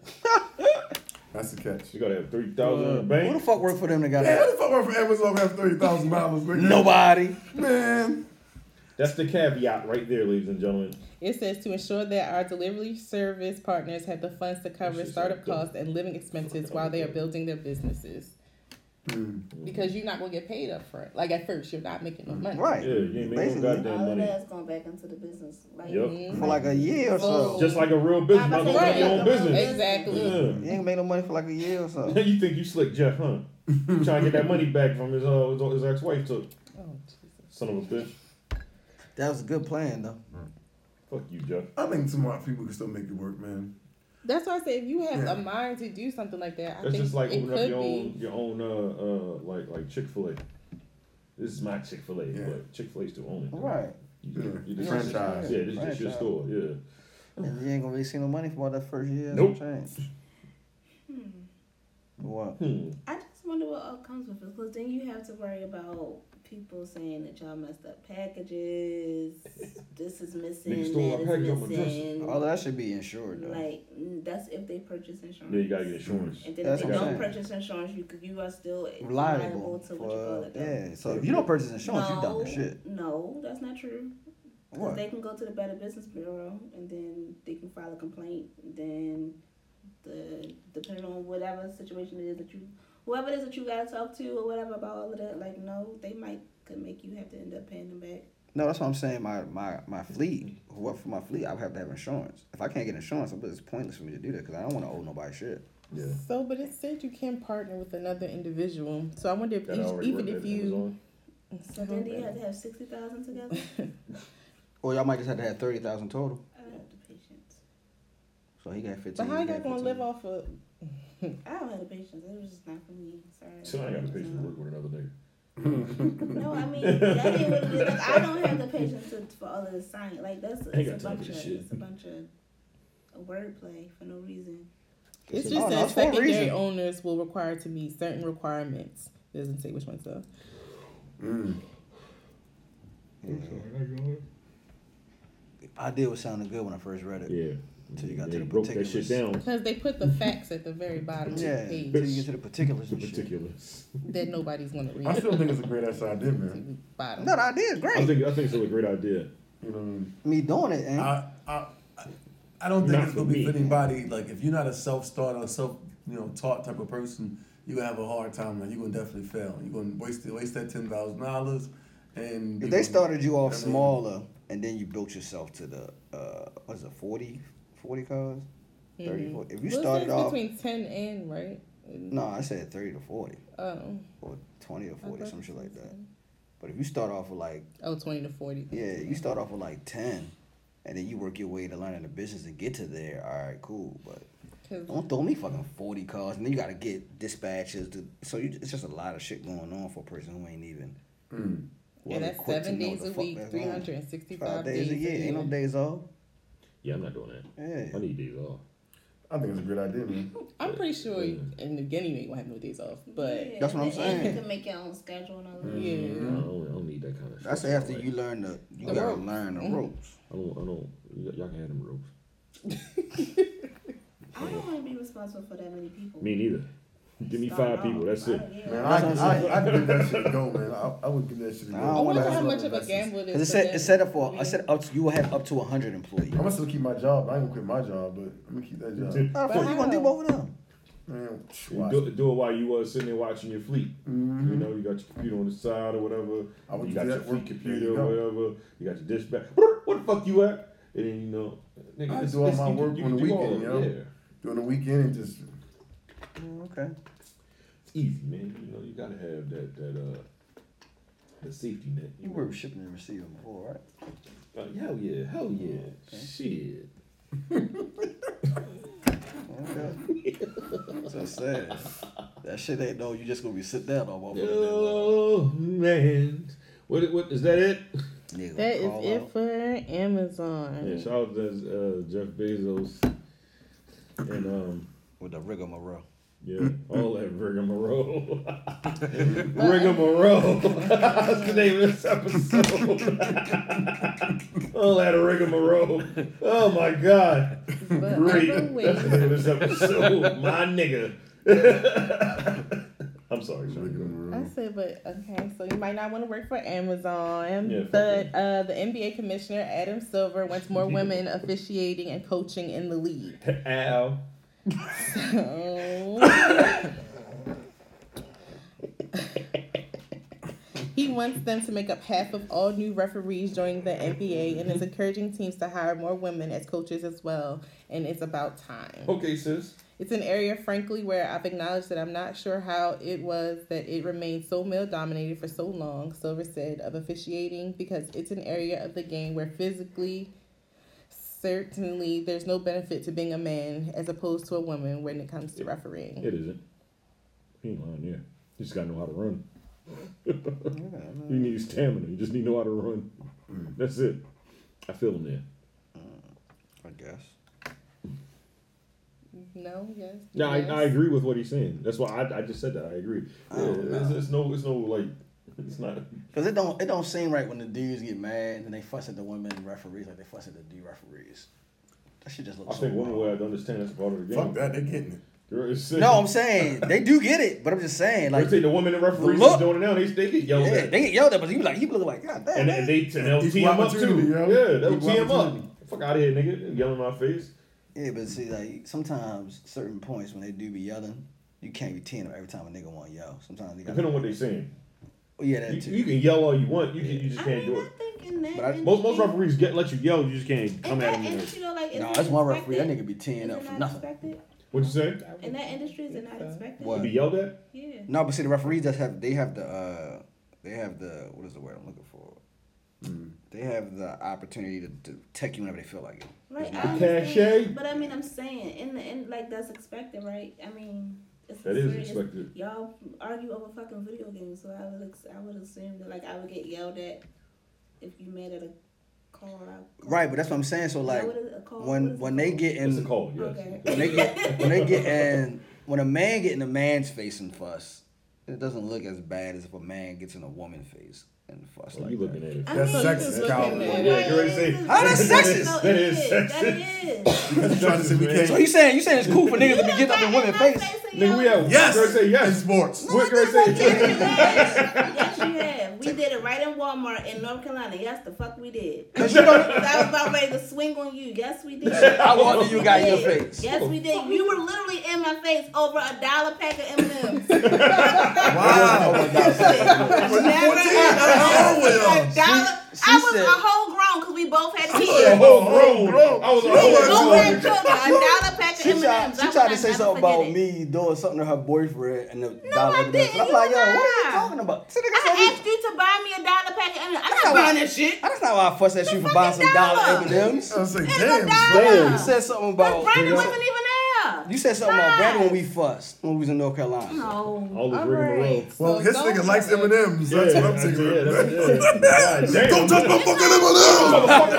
Speaker 10: That's the catch. Uh,
Speaker 4: You gotta have three thousand in the
Speaker 12: Who
Speaker 4: Uh, bank.
Speaker 12: the fuck worked for them that got
Speaker 10: Yeah, how the fuck work for Amazon have thirty thousand dollars?
Speaker 12: Nobody.
Speaker 10: Man.
Speaker 4: That's the caveat right there, ladies and gentlemen.
Speaker 14: It says to ensure that our delivery service partners have the funds to cover startup costs and living expenses while they are building their businesses. Because you're not gonna get paid up front. Like at first, you're not making no money.
Speaker 12: Right.
Speaker 4: Yeah, you ain't making
Speaker 12: Basically.
Speaker 4: no goddamn
Speaker 11: All of
Speaker 4: money.
Speaker 11: that's going back into the business. Like,
Speaker 4: Yep.
Speaker 12: for like a year or so.
Speaker 4: Just like a real business,
Speaker 11: I'm
Speaker 4: not
Speaker 11: about
Speaker 4: gonna
Speaker 11: to
Speaker 4: have your
Speaker 11: say,
Speaker 4: own business.
Speaker 14: Exactly.
Speaker 12: You ain't made no money for like a year or so.
Speaker 4: Yeah. you think you slick, Jeff? Huh? You trying to get that money back from his uh, his, his ex-wife took.
Speaker 14: Oh,
Speaker 4: Son of a bitch.
Speaker 12: That was a good plan though.
Speaker 4: Fuck you, Jeff.
Speaker 10: I think smart people can still make it work, man.
Speaker 14: That's why I say if you have
Speaker 10: Yeah.
Speaker 14: a mind to do something like that, I
Speaker 4: That's
Speaker 14: think
Speaker 4: just like
Speaker 14: it
Speaker 4: opening up
Speaker 14: could
Speaker 4: your
Speaker 14: be.
Speaker 4: own your own uh uh like like Chick Fil A. This is my Chick Fil A, but Chick Fil A still own it.
Speaker 12: Right.
Speaker 4: You, you, you,
Speaker 12: Yeah.
Speaker 4: this is-
Speaker 12: Franchise.
Speaker 4: Yeah, this is just your
Speaker 12: Franchise.
Speaker 4: store. Yeah.
Speaker 12: And you ain't gonna really see no money for that first year.
Speaker 4: Nope.
Speaker 12: Change.
Speaker 11: Hmm.
Speaker 12: What?
Speaker 4: Hmm.
Speaker 11: I just wonder what all comes with it, because then you have to worry about people saying that y'all messed up packages. this is missing.
Speaker 12: Nigga
Speaker 11: That
Speaker 12: stole my package
Speaker 11: is
Speaker 12: off my dresser.
Speaker 11: missing.
Speaker 12: All that should be insured, though.
Speaker 11: Like mm, that's if they purchase insurance.
Speaker 4: Yeah, you gotta get insurance.
Speaker 11: And then
Speaker 12: That's
Speaker 11: if they
Speaker 12: what I'm
Speaker 11: don't
Speaker 12: saying.
Speaker 11: purchase insurance, you could- you are still liable
Speaker 12: Reliable.
Speaker 11: to what you call
Speaker 12: For,
Speaker 11: it.
Speaker 12: yeah. So if you don't purchase insurance, you dumb
Speaker 11: No,
Speaker 12: as shit.
Speaker 11: No, that's not true. 'Cause
Speaker 12: What?
Speaker 11: They can go to the Better Business Bureau and then they can file a complaint. Then the depending on whatever situation it is that you, whoever it is that you gotta talk to or whatever about all of that, like no, they might could make you have to end up paying them back.
Speaker 12: No, that's what I'm saying. My my my fleet. What for my fleet? I would have to have insurance. If I can't get insurance, it's pointless for me to do that because I don't want to owe nobody shit. Yeah.
Speaker 14: So, but it said you can partner with another individual. So I wonder if
Speaker 12: That
Speaker 14: each,
Speaker 12: already
Speaker 14: even
Speaker 12: worked
Speaker 14: if
Speaker 12: at
Speaker 14: you.
Speaker 11: So then do you have to have sixty thousand together?
Speaker 12: Or y'all might just have to have thirty thousand total.
Speaker 11: I don't have the patience.
Speaker 12: So he got fifteen.
Speaker 14: But how
Speaker 12: he
Speaker 14: y'all
Speaker 12: got
Speaker 14: gonna
Speaker 12: 15.
Speaker 14: live off of?
Speaker 11: I don't have the patience. It was just not for me. Sorry.
Speaker 4: So I got the patience to work with another nigga.
Speaker 11: No, I mean that ain't what it is. Like, I don't have the patience to, for all of this science. Like that's
Speaker 4: I ain't
Speaker 11: it's a
Speaker 4: got time
Speaker 11: bunch
Speaker 4: for
Speaker 11: of
Speaker 4: this shit.
Speaker 11: it's a bunch of wordplay for no reason.
Speaker 14: It's
Speaker 11: Oh, no,
Speaker 14: just that
Speaker 11: it's for a
Speaker 14: secondary
Speaker 11: reason.
Speaker 14: owners will require to meet certain requirements. It doesn't say which ones though.
Speaker 4: Mm.
Speaker 12: idea was sounding good when I first read it. Yeah. Until you got to the
Speaker 4: broke that
Speaker 12: particulars.
Speaker 4: shit down.
Speaker 14: Because they put the facts at the very bottom
Speaker 12: Yeah.
Speaker 14: of
Speaker 12: Until
Speaker 14: the
Speaker 12: you
Speaker 14: page
Speaker 12: get to the particulars. and shit.
Speaker 14: that nobody's gonna read.
Speaker 4: I still think it's a great ass idea, man.
Speaker 14: Bottom.
Speaker 12: No, the idea is
Speaker 4: I
Speaker 12: great.
Speaker 4: think I think it's a great idea. You know what I mean?
Speaker 12: Me doing it, and
Speaker 10: I, I, I don't think
Speaker 4: Not
Speaker 10: it's gonna
Speaker 4: for
Speaker 10: be
Speaker 4: me.
Speaker 10: for anybody. Like if you're not a self-starter, self you know taught type of person, you gonna have a hard time. Like you're gonna definitely fail. You're gonna waste waste that ten thousand dollars. And
Speaker 12: If they started you off
Speaker 10: I mean-
Speaker 12: smaller and then you built yourself to the uh what's it 40 40 cars? 30
Speaker 14: Mhm.
Speaker 12: 40. If you
Speaker 14: Well, it
Speaker 12: started
Speaker 14: says
Speaker 12: off
Speaker 14: between ten and right.
Speaker 12: No, I said 30 to 40
Speaker 14: Oh.
Speaker 12: or 20 to 40
Speaker 14: thought
Speaker 12: some shit like that. But if you start off with like
Speaker 14: Oh, 20 to 40.
Speaker 12: yeah, you start off with like 10 and then you work your way to learning the business and get to there. All right, cool, but
Speaker 14: 'Cause-
Speaker 12: don't throw me fucking 40 cars and then you got to get dispatches to so you, it's just a lot of shit going on for a person who ain't even
Speaker 4: Mm.
Speaker 14: Yeah, that's
Speaker 12: well-equipped to
Speaker 14: seven
Speaker 12: know
Speaker 14: days
Speaker 12: the
Speaker 14: a
Speaker 12: fuck
Speaker 14: week,
Speaker 12: that's going on.
Speaker 14: 365
Speaker 12: Five days a year. Ain't no days off.
Speaker 4: Yeah, I'm not doing that.
Speaker 12: Yeah.
Speaker 4: I need days off.
Speaker 10: I think it's a good idea, man.
Speaker 14: I'm pretty sure in the beginning you ain't gonna have no days off, but
Speaker 11: Yeah, and You can make your own schedule and all of that.
Speaker 4: I don't, I don't need that kind of.
Speaker 12: That's
Speaker 4: shit.
Speaker 12: after you learn the you
Speaker 4: The
Speaker 12: gotta
Speaker 4: ropes.
Speaker 12: learn the
Speaker 14: Mm.
Speaker 11: Mhm.
Speaker 12: ropes.
Speaker 4: I don't. I don't. y- Y'all can have them ropes.
Speaker 11: I don't want to be responsible for that many people.
Speaker 4: Me neither. Give me
Speaker 11: Start Oh,
Speaker 4: five people. That's it.
Speaker 10: Man, I, I, I, could give that shit a go, man. I, I would give that shit a go.
Speaker 12: I don't wanna have
Speaker 14: much of a gamble it
Speaker 12: Cause it
Speaker 14: is. for
Speaker 12: said
Speaker 14: them.
Speaker 12: it set up for I said up to, you will have up to hundred employees.
Speaker 10: I'm gonna still keep my job. I ain't gonna quit my job, but I'm gonna keep that job.
Speaker 12: How the fuck you gonna do both of them?
Speaker 10: Man,
Speaker 4: You do, do it while you was sitting there watching your fleet. You know, you got your computer on the side or whatever.
Speaker 10: Mm-hmm. I would
Speaker 4: you
Speaker 10: do
Speaker 4: got
Speaker 10: that
Speaker 4: your
Speaker 10: at
Speaker 4: fleet
Speaker 10: work.
Speaker 4: computer
Speaker 10: There you
Speaker 4: or whatever. You got your dispatch. Where the fuck you at? And then you know, nigga,
Speaker 10: I
Speaker 4: it's-
Speaker 10: do all
Speaker 4: it's-
Speaker 10: my
Speaker 4: you can-
Speaker 10: work
Speaker 4: you
Speaker 10: on the
Speaker 4: can do all
Speaker 10: weekend,
Speaker 4: of
Speaker 10: yo.
Speaker 4: it,
Speaker 10: During the weekend and just
Speaker 12: Okay.
Speaker 4: It's easy, man. You know, you gotta have that that uh the safety net.
Speaker 12: You were shipping and receiving before, right?
Speaker 4: Uh, hell yeah, hell yeah, shit.
Speaker 12: Okay. That's what I said. That shit ain't no. You just gonna be sit down all over.
Speaker 4: Oh man, what what is that it?
Speaker 14: that is it for Amazon.
Speaker 4: Yeah, shout out to uh, Jeff Bezos and um
Speaker 12: with the rigmarole.
Speaker 4: Yeah, all that rigmarole. rigmarole. That's the name of this episode. all that rigmarole. Oh my god.
Speaker 14: But
Speaker 4: Great.
Speaker 14: otherwise-
Speaker 4: That's the name of this episode. My nigga. I'm sorry, Sean.
Speaker 14: I said, but okay, so you might not want to work for Amazon.
Speaker 4: Yeah, fuck
Speaker 14: but uh, the NBA commissioner Adam Silver wants more women officiating and coaching in the league.
Speaker 4: Al.
Speaker 14: So- he wants them to make up half of all new referees joining the NBA and is encouraging teams to hire more women as coaches as well. And it's about time.
Speaker 4: Okay, sis.
Speaker 14: It's an area, frankly, where I've acknowledged that I'm not sure how it was that it remained so male dominated for so long, Silver said, of officiating, because it's an area of the game where physically, certainly, there's no benefit to being a man as opposed to a woman when it comes to refereeing.
Speaker 4: It isn't. He ain't lying, yeah. You just gotta know how to run. you need stamina. You just need to know how to run.
Speaker 12: Mm.
Speaker 4: That's it.
Speaker 12: Mm,
Speaker 4: I feel him there.
Speaker 12: I guess.
Speaker 14: Mm-hmm. No, yes.
Speaker 4: No, I,
Speaker 14: yes.
Speaker 4: I agree with what he's saying. That's why I, I just said that. I agree. Yeah, it's, it's no, it's no like, it's not.
Speaker 12: Cause it don't it don't seem right when the dudes get mad and they fuss at the women referees like they fuss at the dude referees. That shit just
Speaker 4: I
Speaker 12: looks.
Speaker 4: think one way I understand that's part of the game.
Speaker 12: Fuck that, they're getting
Speaker 4: it.
Speaker 12: No, I'm saying they do get it, but I'm just saying like
Speaker 4: Like, the women and referees
Speaker 12: look-
Speaker 4: is doing it now. They, they get yelled
Speaker 12: yeah,
Speaker 4: at.
Speaker 12: they get yelled at, but you be like you be looking like God damn.
Speaker 4: and, and they and they'll
Speaker 12: Equal
Speaker 4: team up too.
Speaker 12: opportunity, yo.
Speaker 4: Yeah, they'll
Speaker 12: Equal
Speaker 4: tee him up.
Speaker 12: opportunity.
Speaker 4: Fuck out of here, nigga. Yell in my face.
Speaker 12: Yeah, but see, like sometimes certain points when they do be yelling, you can't be teeing them every time a nigga want to yell. Sometimes they got
Speaker 4: Depending on what they saying.
Speaker 12: Oh, Yeah, that
Speaker 4: you,
Speaker 12: too.
Speaker 4: you can yell all you want. You can, you just can't do it. But I- most most referees get let you yell. You just can't come at them.
Speaker 11: you know, like,
Speaker 12: No,
Speaker 11: it's
Speaker 12: that's one referee.
Speaker 11: expected.
Speaker 12: That nigga be teeing up for
Speaker 11: Not
Speaker 12: nothing.
Speaker 11: expected.
Speaker 4: What'd you say?
Speaker 11: In that industry, is it not expected?
Speaker 12: What?
Speaker 4: at?
Speaker 11: Yeah.
Speaker 12: No, but see, the referees just have they have the uh they have the what is the word I'm looking for?
Speaker 4: Hmm.
Speaker 12: They have the opportunity to, to tech you whenever they feel like it.
Speaker 11: Right, I
Speaker 12: There's no-
Speaker 11: understand, but I mean, I'm saying in the end, like that's expected, right? I mean, it's
Speaker 12: That is
Speaker 11: serious.
Speaker 12: expected.
Speaker 11: Y'all argue over fucking video games, so I would ex- I would assume that like I would get yelled at if you made it a call out.
Speaker 12: Right, but that's what I'm saying. So like
Speaker 11: what is it called? What
Speaker 12: when
Speaker 11: is
Speaker 12: when they get in
Speaker 4: a cold, yes.
Speaker 11: Okay.
Speaker 12: When they get when they get in when a man get in a man's face and fuss, it doesn't look as bad as if a man gets in a woman's face and fuss like
Speaker 4: you
Speaker 12: that.
Speaker 4: looking at it.
Speaker 10: That's mean, sexist, looking Kyle. at it.
Speaker 12: Yeah, you already say.
Speaker 10: No,
Speaker 12: How that's
Speaker 10: it
Speaker 12: sexist?
Speaker 10: is. That No, it is is. That
Speaker 12: sexist.
Speaker 10: Trying to say we can't-
Speaker 12: So you saying you saying it's cool for niggas to be getting up in women's face?
Speaker 4: Nigga, we have
Speaker 10: Yes.
Speaker 4: Girl say yes.
Speaker 10: In sports.
Speaker 4: What girl say?
Speaker 11: Yes, you have. We did it right in Walmart in North Carolina. Yes, the fuck we did.
Speaker 12: 'Cause you know-
Speaker 11: I was about ready to swing on you. Yes, we did.
Speaker 12: I wanted you got in your
Speaker 11: Yes, we did.
Speaker 12: face.
Speaker 11: Yes, we did. You were literally in my face over a dollar pack of M&Ms. A dollar. I was a whole grown because we both had kids.
Speaker 12: said whole grown.
Speaker 4: I was
Speaker 12: a
Speaker 11: We
Speaker 12: whole
Speaker 11: both had
Speaker 12: grown.
Speaker 11: children. A dollar pack of
Speaker 12: She
Speaker 11: M&Ms. I
Speaker 12: tried, she
Speaker 11: will
Speaker 12: tried to
Speaker 11: not
Speaker 12: say
Speaker 11: ever
Speaker 12: something
Speaker 11: forget
Speaker 12: about
Speaker 11: it.
Speaker 12: me doing something to her boyfriend and the dollar and I'm like, yo, what are you talking about? See, nigga,
Speaker 11: I asked you to buy me a dollar pack of M&Ms. I'm
Speaker 12: That's
Speaker 11: not
Speaker 12: not why-
Speaker 11: buying that shit.
Speaker 12: That's not why I fussed at you for buying some dollar
Speaker 11: dollar.
Speaker 12: M&Ms. I was like, damn,
Speaker 11: dollar.
Speaker 12: You said something about
Speaker 11: Brandon wasn't even there.
Speaker 12: you said something about Brandon when we fussed when we was in North Carolina.
Speaker 11: No.
Speaker 10: Well, his nigga likes M and M's.
Speaker 4: Yeah,
Speaker 10: That's what I'm
Speaker 4: that's-
Speaker 10: taking.
Speaker 4: yeah,
Speaker 10: right. Don't touch my fucking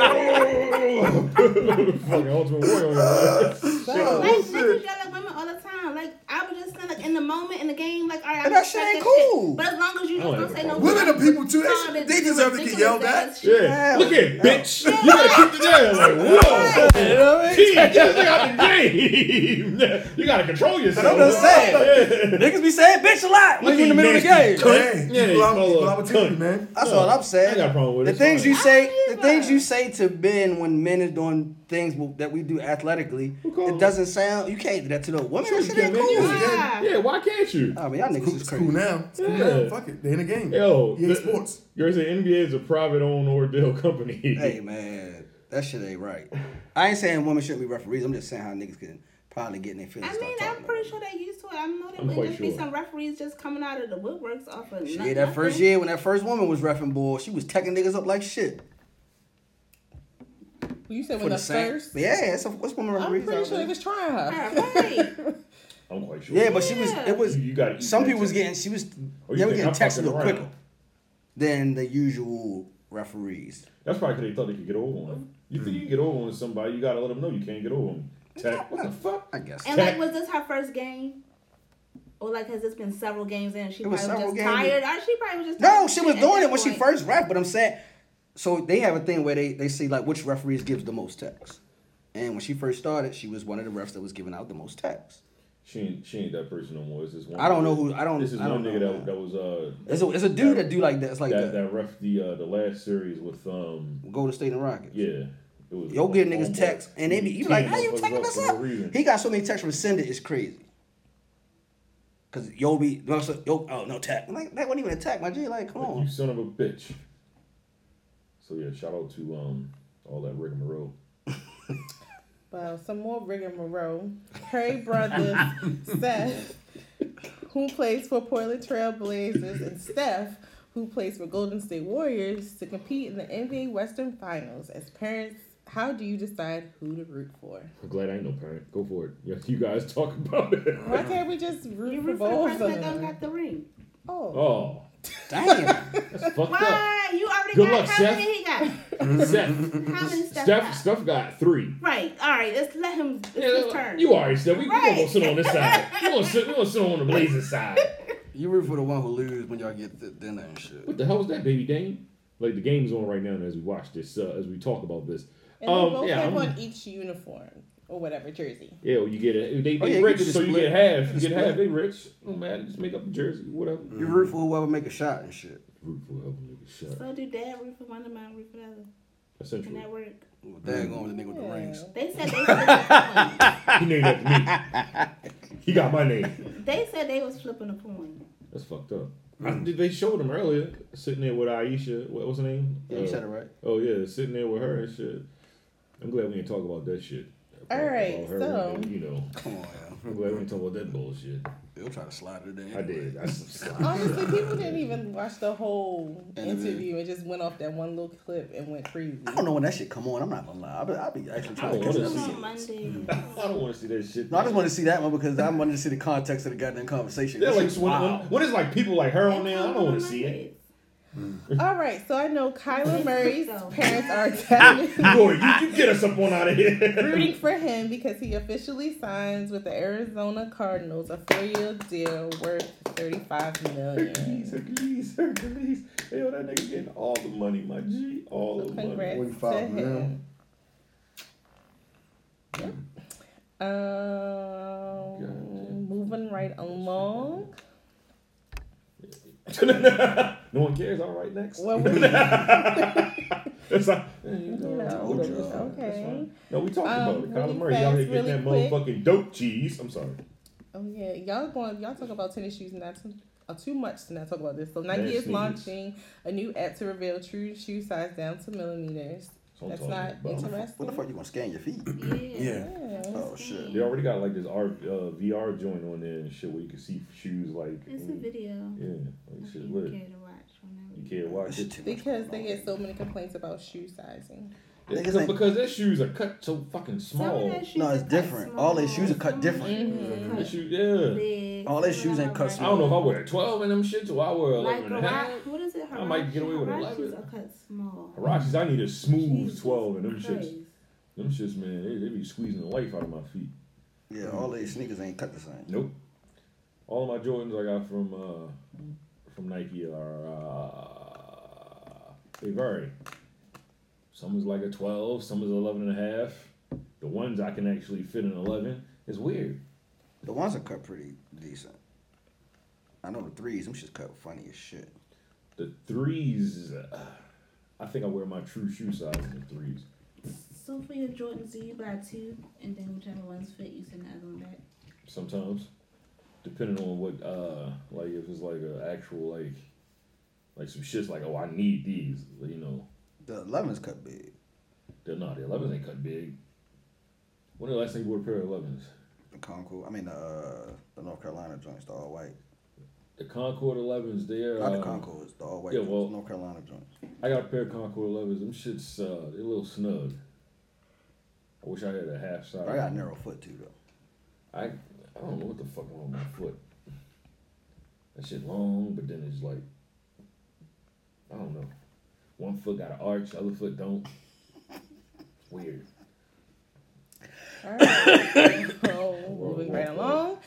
Speaker 10: M
Speaker 4: Fucking Ultimate Warrior. man.
Speaker 11: Like niggas yell at women all the time. Like I was just saying, like in the moment in the game, like all right, I'm
Speaker 10: And that
Speaker 11: just
Speaker 10: shit
Speaker 11: like
Speaker 10: ain't
Speaker 11: Shit.
Speaker 10: cool.
Speaker 11: But as long as you just
Speaker 10: I don't
Speaker 11: don't
Speaker 10: have
Speaker 11: say
Speaker 10: a
Speaker 11: no,
Speaker 10: problem. Women are people, too. They-
Speaker 11: Calm it,
Speaker 10: they
Speaker 11: do
Speaker 10: deserve
Speaker 11: it,
Speaker 10: to get
Speaker 11: think
Speaker 10: yelled
Speaker 11: about
Speaker 10: at.
Speaker 11: that shit.
Speaker 4: Yeah. Look at bitch. You better keep the jail. Like, whoa.
Speaker 12: You know what I mean?
Speaker 4: Gee, get this nigga out the game. you gotta control yourself.
Speaker 12: I'm just saying. Niggas be saying bitch a lot when you in the middle of the game.
Speaker 4: Yeah, equal opportunity,
Speaker 10: man.
Speaker 12: That's all I'm saying.
Speaker 4: I got a problem with
Speaker 12: the
Speaker 4: it.
Speaker 12: things
Speaker 4: Fine.
Speaker 12: you say, the things you say to men when men is doing things w- that we do athletically, it doesn't sound. You can't do that to the women. That shit ain't cool.
Speaker 4: Yeah. yeah, why can't you?
Speaker 12: I mean, y'all niggas is crazy.
Speaker 10: cool now. It's cool now. Fuck it. They in the game.
Speaker 4: Yo,
Speaker 10: EA Sports.
Speaker 4: You're saying NBA is a private owned ordeal company.
Speaker 12: Hey man, that shit ain't right. I ain't saying women shouldn't be referees. I'm just saying how niggas can probably get in their feelings.
Speaker 11: I mean, I'm pretty sure they used to it. I know there
Speaker 12: I'm
Speaker 11: would
Speaker 12: quite
Speaker 11: just be
Speaker 12: sure.
Speaker 11: some referees just coming out of the woodworks off of
Speaker 12: Shit,
Speaker 11: nothing.
Speaker 12: that first year when that first woman was refing bull, she was teching niggas up like shit.
Speaker 14: You said
Speaker 12: For
Speaker 14: when
Speaker 12: the
Speaker 14: the
Speaker 12: same-
Speaker 14: first.
Speaker 12: Yeah, it's a- what's woman
Speaker 14: I'm
Speaker 12: referees
Speaker 14: pretty
Speaker 12: out
Speaker 14: sure
Speaker 12: there?
Speaker 14: they was trying her.
Speaker 4: I'm quite sure.
Speaker 12: Yeah, but she was. It was.
Speaker 4: You, got
Speaker 12: some people was getting. She was.
Speaker 4: Oh, you
Speaker 12: they were
Speaker 4: think
Speaker 12: getting
Speaker 4: I'm
Speaker 12: texted a
Speaker 4: fucking
Speaker 12: little
Speaker 4: around.
Speaker 12: quicker than the usual referees.
Speaker 4: That's probably because they thought they could get over on them. You think you can get over on somebody, you gotta let them know you can't get over on them. Tap. What the fuck?
Speaker 12: I guess.
Speaker 11: And like, was this her first game? Or like, has this been several games in? She
Speaker 12: It
Speaker 11: probably
Speaker 12: was
Speaker 11: was,
Speaker 12: several
Speaker 11: just
Speaker 12: games.
Speaker 11: tired. Or she probably was just
Speaker 12: No,
Speaker 11: tired
Speaker 12: she
Speaker 11: of
Speaker 12: was
Speaker 11: shit at
Speaker 12: doing
Speaker 11: that
Speaker 12: it when she
Speaker 11: point.
Speaker 12: first rapped, but I'm saying, so they have a thing where they, they see like which referees gives the most texts. And when she first started, she was one of the refs that was giving out the most texts.
Speaker 4: She ain't, she ain't that person no more. It's this one.
Speaker 12: I don't know who- I don't-
Speaker 4: This is
Speaker 12: I
Speaker 4: one
Speaker 12: don't
Speaker 4: nigga
Speaker 12: know,
Speaker 4: that, that was uh.
Speaker 12: It's a- it's a dude that do like that- it's like that.
Speaker 4: that. That ref the uh, the last series with um.
Speaker 12: Golden State and Rockets.
Speaker 4: Yeah. It was
Speaker 12: Yo, get niggas
Speaker 4: almost-
Speaker 12: texts, and they be you
Speaker 4: Team
Speaker 12: like, how you
Speaker 4: motherfuckers
Speaker 12: texting
Speaker 4: up
Speaker 12: us
Speaker 4: for no
Speaker 12: up?
Speaker 4: reason.
Speaker 12: He got so many texts rescinded, it's crazy. Cause yo be yo, so- yo oh no tech. I'm like that wasn't even a tech, my G. Like come
Speaker 4: Like,
Speaker 12: on.
Speaker 4: you son of a bitch. So yeah, shout out to um all that rigmarole.
Speaker 14: Well, some more rigmarole. Perry brothers, Seth, who plays for Portland Trail Blazers, and Steph, who plays for Golden State Warriors, to compete in the NBA Western Finals. As parents, how do you decide who to root for?
Speaker 4: I'm glad I ain't no parent. Go for it. Yeah, you guys talk about it.
Speaker 14: Why can't we just root for
Speaker 11: Root for the
Speaker 14: both of
Speaker 11: person that don't
Speaker 14: them?
Speaker 11: got the ring.
Speaker 14: Oh.
Speaker 4: Oh.
Speaker 12: Damn.
Speaker 4: That's fucked up.
Speaker 11: Why? You already
Speaker 4: Good
Speaker 11: got
Speaker 4: luck,
Speaker 11: how
Speaker 4: Seth.
Speaker 11: many he got? How many
Speaker 4: Steph.
Speaker 11: steps
Speaker 4: Steph,
Speaker 11: up?
Speaker 4: Steph got three.
Speaker 11: Right. All right. Let's let him. It's his turn.
Speaker 4: You alright, Steph? We, we gonna
Speaker 11: Right.
Speaker 4: go sit on this side. We gonna sit. We gonna sit on the Blazing side.
Speaker 12: You root for the one who loses when y'all get the dinner and shit.
Speaker 4: What the hell is that, baby Dane? Like the game's on right now as we watch this, uh, as we talk about this.
Speaker 14: And they
Speaker 4: Um,
Speaker 14: both
Speaker 4: yeah,
Speaker 14: have
Speaker 4: I'm-
Speaker 14: on each uniform or whatever jersey.
Speaker 4: yeah. Well, you get it. They, they
Speaker 12: Oh, yeah, you
Speaker 4: rich,
Speaker 12: get the
Speaker 4: so you
Speaker 12: split.
Speaker 4: get half.
Speaker 12: You get
Speaker 4: You
Speaker 12: the
Speaker 4: get half.
Speaker 12: split.
Speaker 4: They rich. No matter. Just make up the jersey, whatever.
Speaker 12: You root for whoever make a shot and shit.
Speaker 4: Root for whoever make a shot.
Speaker 11: So do dad root for one of mine, root for the other. Can that work?
Speaker 12: Well, dad going with the nigga with the rings.
Speaker 11: They said they flipping a coin.
Speaker 4: He named after me. He got my name.
Speaker 11: They said they was flipping a coin.
Speaker 4: That's fucked up. I, did they showed him earlier sitting there with Aisha? What was her name?
Speaker 12: Yeah, you said it right.
Speaker 4: Oh yeah, sitting there with her and shit. I'm glad we didn't talk about that shit.
Speaker 14: All
Speaker 4: About
Speaker 14: right,
Speaker 4: her,
Speaker 14: so-
Speaker 4: you know, come on. I'm glad we didn't talk about that bullshit. They'll try to slide it in. I did. I slid.
Speaker 14: Honestly, people didn't even watch the whole
Speaker 12: And then-
Speaker 14: interview and just went off that one little clip and went crazy.
Speaker 12: I don't know when that shit come on. I'm not gonna lie. I'll be, I'll be actually
Speaker 4: I
Speaker 12: trying
Speaker 4: don't
Speaker 12: to catch
Speaker 4: wanna
Speaker 12: that.
Speaker 4: see
Speaker 12: shit.
Speaker 4: it. I don't want to see that shit.
Speaker 12: No, I just want to see that one because I wanted to see the context of the goddamn conversation.
Speaker 4: Yeah,
Speaker 12: That
Speaker 4: like
Speaker 12: shit's
Speaker 4: when,
Speaker 12: wild.
Speaker 4: when, when it's like people like her on there, I don't want to see it.
Speaker 12: Mm.
Speaker 14: All right, so I know Kyler Murray's parents are Italian.
Speaker 4: Roy, you, you get us up on out of here.
Speaker 14: rooting for him because he officially signs with the Arizona Cardinals a four-year deal worth thirty-five million.
Speaker 4: Hercules, Hercules, Hercules. Yo, that nigga getting all the money, my G. All the money.
Speaker 14: Congrats to him. Um, moving right along.
Speaker 4: No one cares. All right, next.
Speaker 14: Well, we-
Speaker 4: It's like, eh, you know,
Speaker 14: You know,
Speaker 4: whatever,
Speaker 14: it's
Speaker 4: it's fine, it's
Speaker 14: okay.
Speaker 4: fine. No, we talked
Speaker 14: Um,
Speaker 4: about it. Kyler
Speaker 14: really
Speaker 4: Murray, y'all here
Speaker 14: fast,
Speaker 4: getting that
Speaker 14: really quick.
Speaker 4: motherfucking dope cheese. I'm sorry.
Speaker 14: Oh yeah, y'all going y'all talk about tennis shoes not too, uh, too much to not talk about this. So
Speaker 4: Man,
Speaker 14: Nike is
Speaker 4: sneakers.
Speaker 14: launching a new app to reveal true shoe size down to millimeters.
Speaker 4: Don't
Speaker 14: That's
Speaker 4: talk
Speaker 14: not
Speaker 4: about it.
Speaker 14: interesting.
Speaker 12: What the fuck you gonna scan your feet?
Speaker 4: Yeah.
Speaker 12: Oh shit.
Speaker 4: They already got like this R, uh, VR joint on there and shit where you can see shoes like.
Speaker 11: It's a
Speaker 4: mm,
Speaker 11: video.
Speaker 4: Yeah, like shit lit.
Speaker 11: Care to watch whenever.
Speaker 4: You can't watch it.
Speaker 14: Because they get so many complaints about shoe sizing.
Speaker 4: It's because, because their shoes are cut so fucking small.
Speaker 12: No, it's different. All their shoes are cut different. Oh,
Speaker 4: Their shoe- Mm-hmm. yeah.
Speaker 12: All their shoes ain't cut
Speaker 4: I don't
Speaker 12: small.
Speaker 4: know if I wear a 12 in them shits or I wear a
Speaker 11: Like
Speaker 4: 11 and a half.
Speaker 11: Hira- what is it?
Speaker 4: I might get away with
Speaker 11: Hirachis
Speaker 4: 11.
Speaker 11: are cut small.
Speaker 4: Harachis, I need a smooth 12 and them
Speaker 11: Christ.
Speaker 4: shits. Them shits, man, they, they be squeezing the life out of my feet.
Speaker 12: Yeah, all their sneakers ain't cut the same.
Speaker 4: Nope. All of my Jordans I got from uh, from Nike are uh, they vary. Some is like a 12, some is 11 and a half. The ones I can actually fit an 11 is weird.
Speaker 12: The ones are cut pretty decent. I know the threes. Them shit's cut funny as shit.
Speaker 4: The threes, uh, I think I wear my true shoe size in the threes.
Speaker 11: So for your Jordans, do you buy two and then whichever ones fit, you send the other one back?
Speaker 4: sometimes depending on what uh like if it's like a actual like like some shit's like oh i need these you know
Speaker 12: the 11s cut big
Speaker 4: they're not the 11s ain't cut big when the last time you wore a pair of 11s
Speaker 12: The Concord, I mean the uh, the North Carolina joints, the all white.
Speaker 4: the concord 11s they're
Speaker 12: Not the
Speaker 4: um,
Speaker 12: Concords, the all white.
Speaker 4: yeah
Speaker 12: joints,
Speaker 4: well
Speaker 12: North Carolina joints.
Speaker 4: i got a pair of concord 11s them shit's uh they're a little snug i wish i had a half size
Speaker 12: I got a narrow foot too though.
Speaker 4: i i don't know what the fuck wrong with my foot that shit long but then it's like i don't know one foot got an arch the other foot don't It's weird
Speaker 14: Alright. so moving
Speaker 4: walk like-
Speaker 14: right along.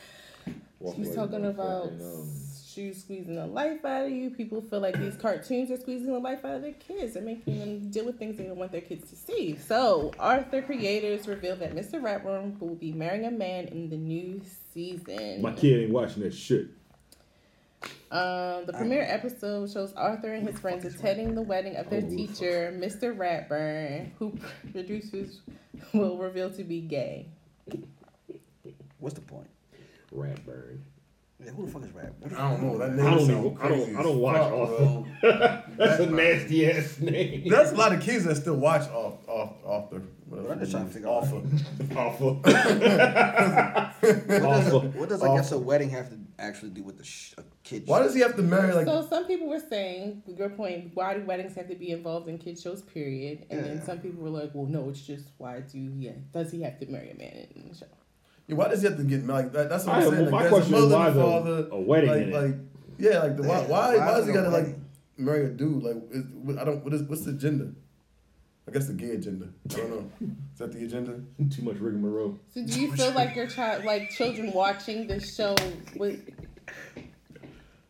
Speaker 4: walk
Speaker 14: She's
Speaker 4: like
Speaker 14: talking
Speaker 4: motherfucking,
Speaker 14: about
Speaker 4: um,
Speaker 14: shoes squeezing the life out of you. People feel like these cartoons are squeezing the life out of their kids and making them deal with things they don't want their kids to see. So Arthur creators revealed that Mr. Ratworm will be marrying a man in the new season.
Speaker 4: My kid ain't watching that shit.
Speaker 14: Um, the premiere episode shows Arthur and his friends attending the wedding of their
Speaker 4: Oh,
Speaker 14: teacher, Mr. Ratburn, who producers will reveal to be gay.
Speaker 12: What's the point?
Speaker 4: Ratburn.
Speaker 12: Yeah, who the fuck is Rap?
Speaker 10: I don't know. That
Speaker 4: I
Speaker 10: name
Speaker 4: don't
Speaker 10: sound
Speaker 4: even- I don't-
Speaker 10: crazy.
Speaker 4: I don't watch Arthur. That's a nasty ass name.
Speaker 10: There's a lot of kids that still watch off off off the. I'm just trying to figure off
Speaker 12: What does, what does I guess a wedding have to actually do with the sh- a kid?
Speaker 10: Why
Speaker 12: show?
Speaker 10: does he have to marry like?
Speaker 14: so some people were saying, your point, why do weddings have to be involved in kid shows, period? And
Speaker 10: Yeah.
Speaker 14: then some people were like, well, no, it's just why do yeah, does he have to marry a man in the show?
Speaker 10: Yeah, why does he have to get married? Like, that, that's what
Speaker 4: I-
Speaker 10: I'm saying.
Speaker 4: well,
Speaker 10: Like,
Speaker 4: my
Speaker 10: there's
Speaker 4: question
Speaker 10: a
Speaker 4: is
Speaker 10: mother
Speaker 4: why
Speaker 10: and
Speaker 4: the-
Speaker 10: father,
Speaker 4: a wedding
Speaker 10: Like,
Speaker 4: in it?
Speaker 10: like yeah, like the, why,
Speaker 12: Yeah,
Speaker 10: why
Speaker 12: why
Speaker 10: why
Speaker 12: is
Speaker 10: does he
Speaker 12: it a
Speaker 10: gotta like
Speaker 12: wedding?
Speaker 10: marry a dude? Like, is, what- I don't. What is what's the gender? I guess the gay agenda. I don't know. Is that the agenda?
Speaker 4: Too much rigmarole.
Speaker 14: So do you feel like your child, like children watching this show, what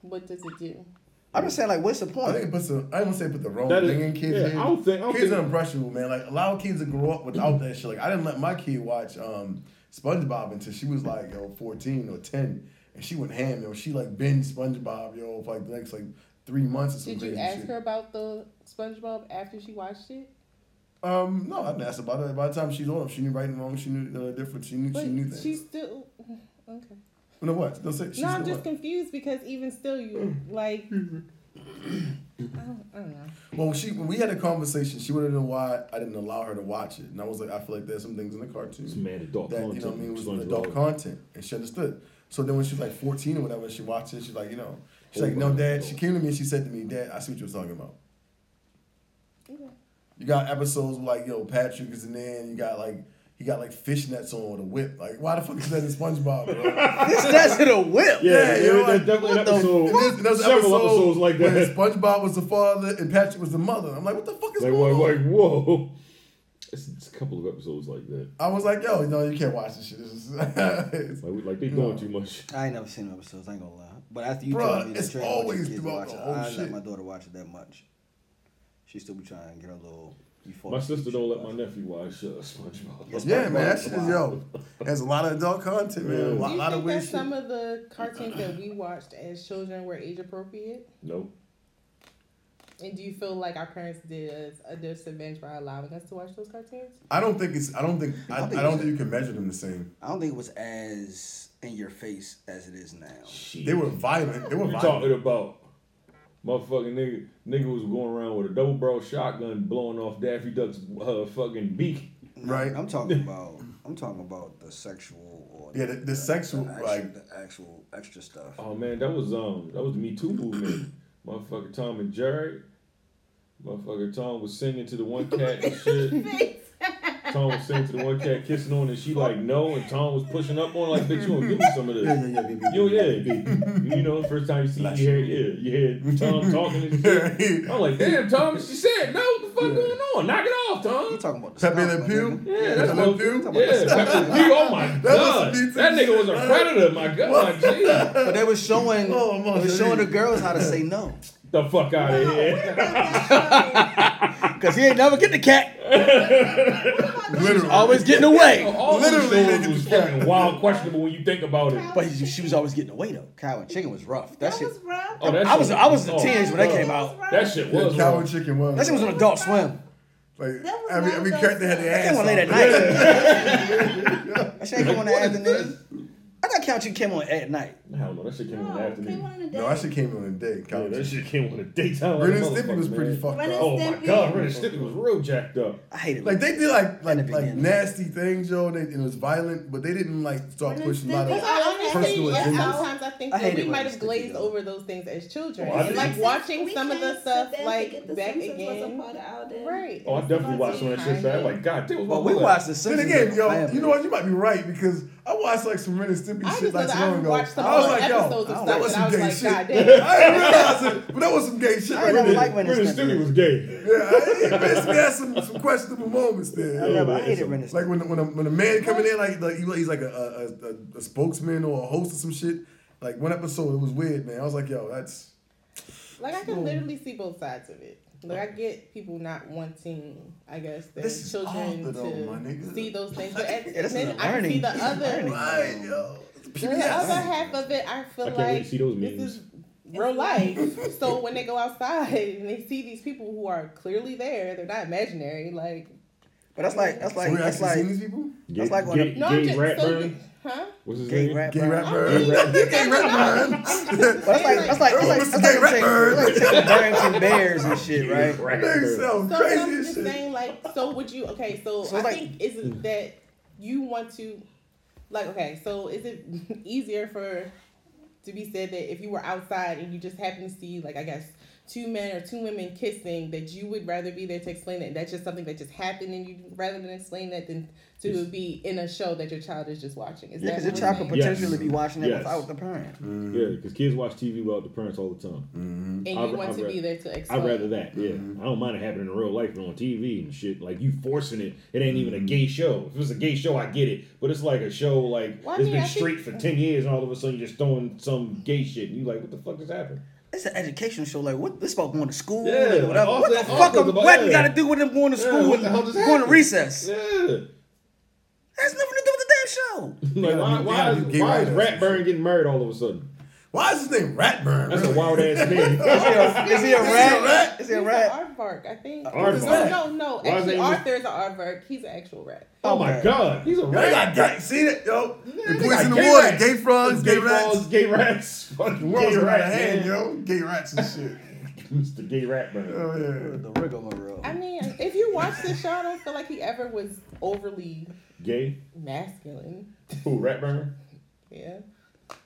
Speaker 14: what does it do?
Speaker 12: I'm just saying, like, what's the point?
Speaker 10: I think it puts the, I don't say put the wrong
Speaker 12: That is-
Speaker 10: thing in kids.
Speaker 12: yeah,
Speaker 10: hands.
Speaker 12: I don't think- I don't
Speaker 10: kids
Speaker 12: think-
Speaker 10: are impressionable, man. Like allow kids to grow up without that shit. Like I didn't let my kid watch um, SpongeBob until she was like yo 14 or 10, and she went ham yo. She like binged SpongeBob yo for like the next like three months or some
Speaker 14: Did you
Speaker 10: crazy
Speaker 14: ask
Speaker 10: shit.
Speaker 14: her about the SpongeBob after she watched it?
Speaker 10: Um, no, I didn't ask about it. By the time she was old, she knew right and wrong. She knew the difference. She knew
Speaker 14: But
Speaker 10: she knew things.
Speaker 14: she still okay.
Speaker 10: no, what? No, say, she's
Speaker 14: no, I'm
Speaker 10: the
Speaker 14: just
Speaker 10: what? Mm-hmm.
Speaker 14: confused because even still, you like. I don't, I don't know.
Speaker 10: Well, she when we had a conversation, she wanted to know why I didn't allow her to watch it, and I was like, I feel like there's some things in the cartoon
Speaker 4: mad adult
Speaker 10: that you know
Speaker 4: content,
Speaker 10: what I mean was
Speaker 4: Explains a
Speaker 10: adult
Speaker 4: lot.
Speaker 10: content, and she understood. So then when she was like 14 or whatever, and she watched it. She's like, you know, she's
Speaker 4: Oh,
Speaker 10: like, no,
Speaker 4: wow.
Speaker 10: dad. She came to me and she said to me, Dad, I see what you was talking about.
Speaker 14: Okay.
Speaker 10: You got episodes where, like yo Patrick is in there, and you got like he got like fishnets on with a whip. Like why the fuck is that in SpongeBob? Bro?
Speaker 12: Fishnets with a whip?
Speaker 10: Yeah,
Speaker 12: Yeah,
Speaker 10: you
Speaker 12: yeah,
Speaker 10: know, like,
Speaker 12: there's definitely an
Speaker 10: what the
Speaker 12: episode-
Speaker 10: fuck? And there's an
Speaker 12: several episodes like
Speaker 10: where
Speaker 12: that.
Speaker 10: SpongeBob was the father and Patrick was the mother. I'm like, what the fuck is
Speaker 4: Like,
Speaker 10: going
Speaker 4: like,
Speaker 10: on?
Speaker 4: like, whoa. It's, it's a couple of episodes like that.
Speaker 10: I was like, yo, no, you can't watch this shit. This is like,
Speaker 4: we- like they doing too much.
Speaker 12: I ain't never seen episodes. I ain't gonna lie. But after you
Speaker 10: Bruh,
Speaker 12: told me the
Speaker 10: it's
Speaker 12: trailer, what your
Speaker 10: always
Speaker 12: kids
Speaker 10: throughout
Speaker 12: watch,
Speaker 10: the
Speaker 12: it,
Speaker 10: whole
Speaker 12: I
Speaker 10: shit.
Speaker 12: let my daughter watch it that much. She still be trying to get her little.
Speaker 4: My
Speaker 12: euphoric.
Speaker 4: sister don't let my nephew watch uh, SpongeBob.
Speaker 10: yeah, man, that shit is yo. There's a lot of adult content, man. A
Speaker 4: Yeah.
Speaker 10: lot,
Speaker 14: Do you
Speaker 10: lot
Speaker 14: think
Speaker 10: of weird
Speaker 14: that
Speaker 10: shit.
Speaker 14: some of the cartoons that we watched as children were age appropriate?
Speaker 4: Nope.
Speaker 14: And do you feel like our parents did us a disadvantage by allowing us to watch those cartoons?
Speaker 10: I don't think it's. I don't think. I, I don't think you can measure them the same.
Speaker 12: I don't think it was as in your face as it is now.
Speaker 10: They were violent. They were
Speaker 4: What you
Speaker 10: violent.
Speaker 4: talking about? Motherfucking nigga, nigga was going around with a double barrel shotgun, blowing off Daffy Duck's uh, fucking beak.
Speaker 10: Right.
Speaker 12: I'm talking about. I'm talking about the sexual or
Speaker 4: Yeah, the- the sexual,
Speaker 12: actual,
Speaker 4: like-
Speaker 12: the actual extra stuff.
Speaker 4: Oh man, that was um, that was the Me Too movement. Motherfucker Tom and Jerry. Motherfucker Tom was singing to the one cat and shit. Tom was singing to the one cat, kissing on, and she like no, and Tom was pushing up on her, like, bitch, you gonna give me some of this? Yeah,
Speaker 10: yeah, yeah,
Speaker 4: Yo, yeah, you know, first time you see, you hear, yeah, you hear Tom talking and shit. I'm like, damn, Tom, she said no. What the fuck going on? Knock it off, Tom. You
Speaker 12: talking about
Speaker 10: Pepe Le Pew?
Speaker 4: Yeah, that's
Speaker 10: Pepe Le
Speaker 4: what.
Speaker 10: Pew?
Speaker 4: Yeah, Pepe Le Pew. Oh my
Speaker 10: That
Speaker 4: god,
Speaker 10: must be
Speaker 4: that nigga was a predator. My god, my G.
Speaker 12: But they were showing.
Speaker 10: Oh,
Speaker 12: they were showing the girls how to say no.
Speaker 4: The fuck out of here.
Speaker 12: Cause he ain't never get the cat. Literally. Always getting away.
Speaker 4: Literally, nigga. was fucking wild, questionable when you think about it.
Speaker 12: But she, she was always getting away though. Cow and chicken was rough. That, shit. Was
Speaker 14: rough.
Speaker 12: Oh, I was I was a teenager when that came out.
Speaker 4: That shit was
Speaker 10: yeah, cow and chicken was.
Speaker 12: That shit was on Adult Swim.
Speaker 10: Like every every character had their
Speaker 12: That
Speaker 10: ass.
Speaker 12: came on late at
Speaker 10: out.
Speaker 12: night. that shit came on in the afternoon. I thought Cow and Chicken came on at night.
Speaker 4: Hell no, that shit came on in the afternoon.
Speaker 10: No, that shit came on in the day.
Speaker 4: Yeah, that shit came on the daytime.
Speaker 10: Ren and Stimpy was pretty fucked up.
Speaker 4: Oh my god, Ren and Stimpy was real jacked up.
Speaker 12: I hated
Speaker 10: Like they did like like like nasty things, yo. They, and it was violent, but they didn't like start pushing a lot
Speaker 14: Because I
Speaker 10: of personal
Speaker 14: honestly, yes,
Speaker 10: agendas.
Speaker 14: sometimes I think
Speaker 10: I
Speaker 14: that
Speaker 10: hate
Speaker 14: we
Speaker 10: it when
Speaker 14: might
Speaker 10: it's
Speaker 14: have glazed over those things as children.
Speaker 4: Well, I
Speaker 14: like
Speaker 4: did.
Speaker 14: watching some of the stuff like back
Speaker 11: Simpsons was a
Speaker 14: again.
Speaker 11: part of our day.
Speaker 14: Right.
Speaker 4: Oh, I definitely watched some of that shit. so I was like, god damn.
Speaker 12: But we watched The
Speaker 10: Then
Speaker 12: Simpsons.
Speaker 10: again,
Speaker 12: as a
Speaker 10: yo,
Speaker 12: family.
Speaker 10: you know what? You might be right because I watched like some Ren and Stimpy shit like
Speaker 12: that
Speaker 10: so
Speaker 12: I
Speaker 10: long ago. I
Speaker 12: watched
Speaker 10: was
Speaker 12: some old
Speaker 10: like, yo,
Speaker 12: episodes of
Speaker 10: that
Speaker 12: stuff
Speaker 10: was
Speaker 12: and I
Speaker 10: some
Speaker 12: was
Speaker 10: gay
Speaker 12: like,
Speaker 10: shit. I
Speaker 12: God
Speaker 10: didn't realize it, but that was some gay shit.
Speaker 12: I never liked Ren and Stimpy.
Speaker 4: was gay.
Speaker 10: Yeah, I it basically had some, some questionable moments there.
Speaker 12: I never- I hated Ren and
Speaker 10: Like when when a, when a man coming in like like he- he's like a, a, a, a spokesman or a host or some shit. Like one episode, it was weird, man. I was like, yo, that's
Speaker 14: Like I can literally see both sides of it. Like I get people not wanting, I guess, their
Speaker 10: This is
Speaker 14: children
Speaker 10: awful though, my
Speaker 14: to
Speaker 10: nigga.
Speaker 14: see those things. But at,
Speaker 12: Yeah, this is
Speaker 14: then
Speaker 12: a
Speaker 14: I can
Speaker 12: learning-
Speaker 14: see the
Speaker 12: this is a learning
Speaker 14: other,
Speaker 12: Right,
Speaker 14: the other half of it. I
Speaker 4: I
Speaker 14: feel
Speaker 4: can't wait
Speaker 14: like
Speaker 4: to see those
Speaker 14: this
Speaker 4: memes.
Speaker 14: is real life. so when they go outside and they see these people who are clearly there, they're not imaginary. Like,
Speaker 12: But that's like that's like
Speaker 10: So we
Speaker 12: that's
Speaker 10: actually
Speaker 12: like
Speaker 10: seen these people.
Speaker 12: that's like when
Speaker 4: gay,
Speaker 12: a-
Speaker 14: no, I'm just so you, huh?
Speaker 4: What's his
Speaker 12: Gay
Speaker 4: name?
Speaker 12: rap
Speaker 10: Gay
Speaker 12: bird.
Speaker 10: rap bird. Gay rap bird.
Speaker 12: But that's like that's like that's like that's like
Speaker 10: Gay
Speaker 12: taking-
Speaker 10: rap
Speaker 12: that's like taking Barrington Bears and shit, right?
Speaker 10: Niggas sound
Speaker 14: So
Speaker 10: crazy
Speaker 14: I'm
Speaker 10: as
Speaker 14: just
Speaker 10: shit.
Speaker 14: saying, like, so would you? Okay, so,
Speaker 12: So
Speaker 14: I
Speaker 12: it's like-
Speaker 14: think is it that you want to, like, okay, so is it easier for to be said that if you were outside and you just happen to see, like, I guess two men or two women kissing that you would rather be there to explain it. That's just something that just happened, and you rather than explain that than to be in a show that your child is just watching. Is
Speaker 12: Yeah,
Speaker 14: that
Speaker 12: because your
Speaker 14: what
Speaker 12: child
Speaker 14: it
Speaker 12: could
Speaker 14: means?
Speaker 12: potentially be watching it
Speaker 4: Yes.
Speaker 12: without the parent.
Speaker 4: Yeah, because kids watch TV without the parents all the time.
Speaker 14: And you want to be there to explain.
Speaker 4: I'd rather that. Yeah,
Speaker 12: Mm-hmm.
Speaker 4: I don't mind it happening in real life and on TV and shit. Like you forcing it. It ain't
Speaker 12: Mm-hmm.
Speaker 4: even a gay show. If it was a gay show, I get it. But it's like a show like
Speaker 14: Well, I
Speaker 4: it's
Speaker 14: mean,
Speaker 4: been
Speaker 14: I think-
Speaker 4: straight for ten years, and all of a sudden you're just throwing some gay shit, and you like, what the fuck is happening?
Speaker 12: It's an educational show. Like, what this about going to school?
Speaker 4: Yeah,
Speaker 12: and
Speaker 4: like,
Speaker 12: whatever.
Speaker 4: all
Speaker 12: what the
Speaker 4: that- all
Speaker 12: fuck?
Speaker 4: things
Speaker 12: What
Speaker 4: about- yeah.
Speaker 12: got to do with them going to
Speaker 4: Yeah,
Speaker 12: school
Speaker 4: what
Speaker 12: and
Speaker 4: the hell does
Speaker 12: going to
Speaker 4: happen?
Speaker 12: recess?
Speaker 4: Yeah.
Speaker 12: That's nothing to do with the damn show.
Speaker 4: Like, why, why, is, why is Ratburn getting married all of a sudden?
Speaker 10: Why is his name Ratburn?
Speaker 4: That's a wild ass name.
Speaker 12: is he a rat? Is he a
Speaker 14: He's
Speaker 12: rat?
Speaker 14: an aardvark, I think.
Speaker 4: Aardvark.
Speaker 14: No, no, no.
Speaker 4: Why is
Speaker 14: Actually,
Speaker 4: they-
Speaker 14: Arthur is an aardvark. He's an actual rat.
Speaker 4: Oh my god, he's a
Speaker 10: Y'all
Speaker 4: rat.
Speaker 10: got gay- See that, yo? The
Speaker 4: they
Speaker 10: boys
Speaker 4: got
Speaker 10: in the
Speaker 4: gay
Speaker 10: water,
Speaker 4: rats.
Speaker 10: gay frogs,
Speaker 4: Gay
Speaker 10: gay rats.
Speaker 4: frogs, gay rats.
Speaker 10: The
Speaker 4: Fucking
Speaker 10: world's
Speaker 4: gay
Speaker 10: out of
Speaker 4: rats,
Speaker 10: hand,
Speaker 4: man.
Speaker 10: yo. Gay rats and shit.
Speaker 4: Mr. Gay Ratburn.
Speaker 10: Oh, yeah.
Speaker 12: The rigmarole.
Speaker 14: I mean, if you watch this show, I don't feel like he ever was overly
Speaker 4: Gay?
Speaker 14: masculine.
Speaker 4: Who, Ratburn?
Speaker 14: Yeah.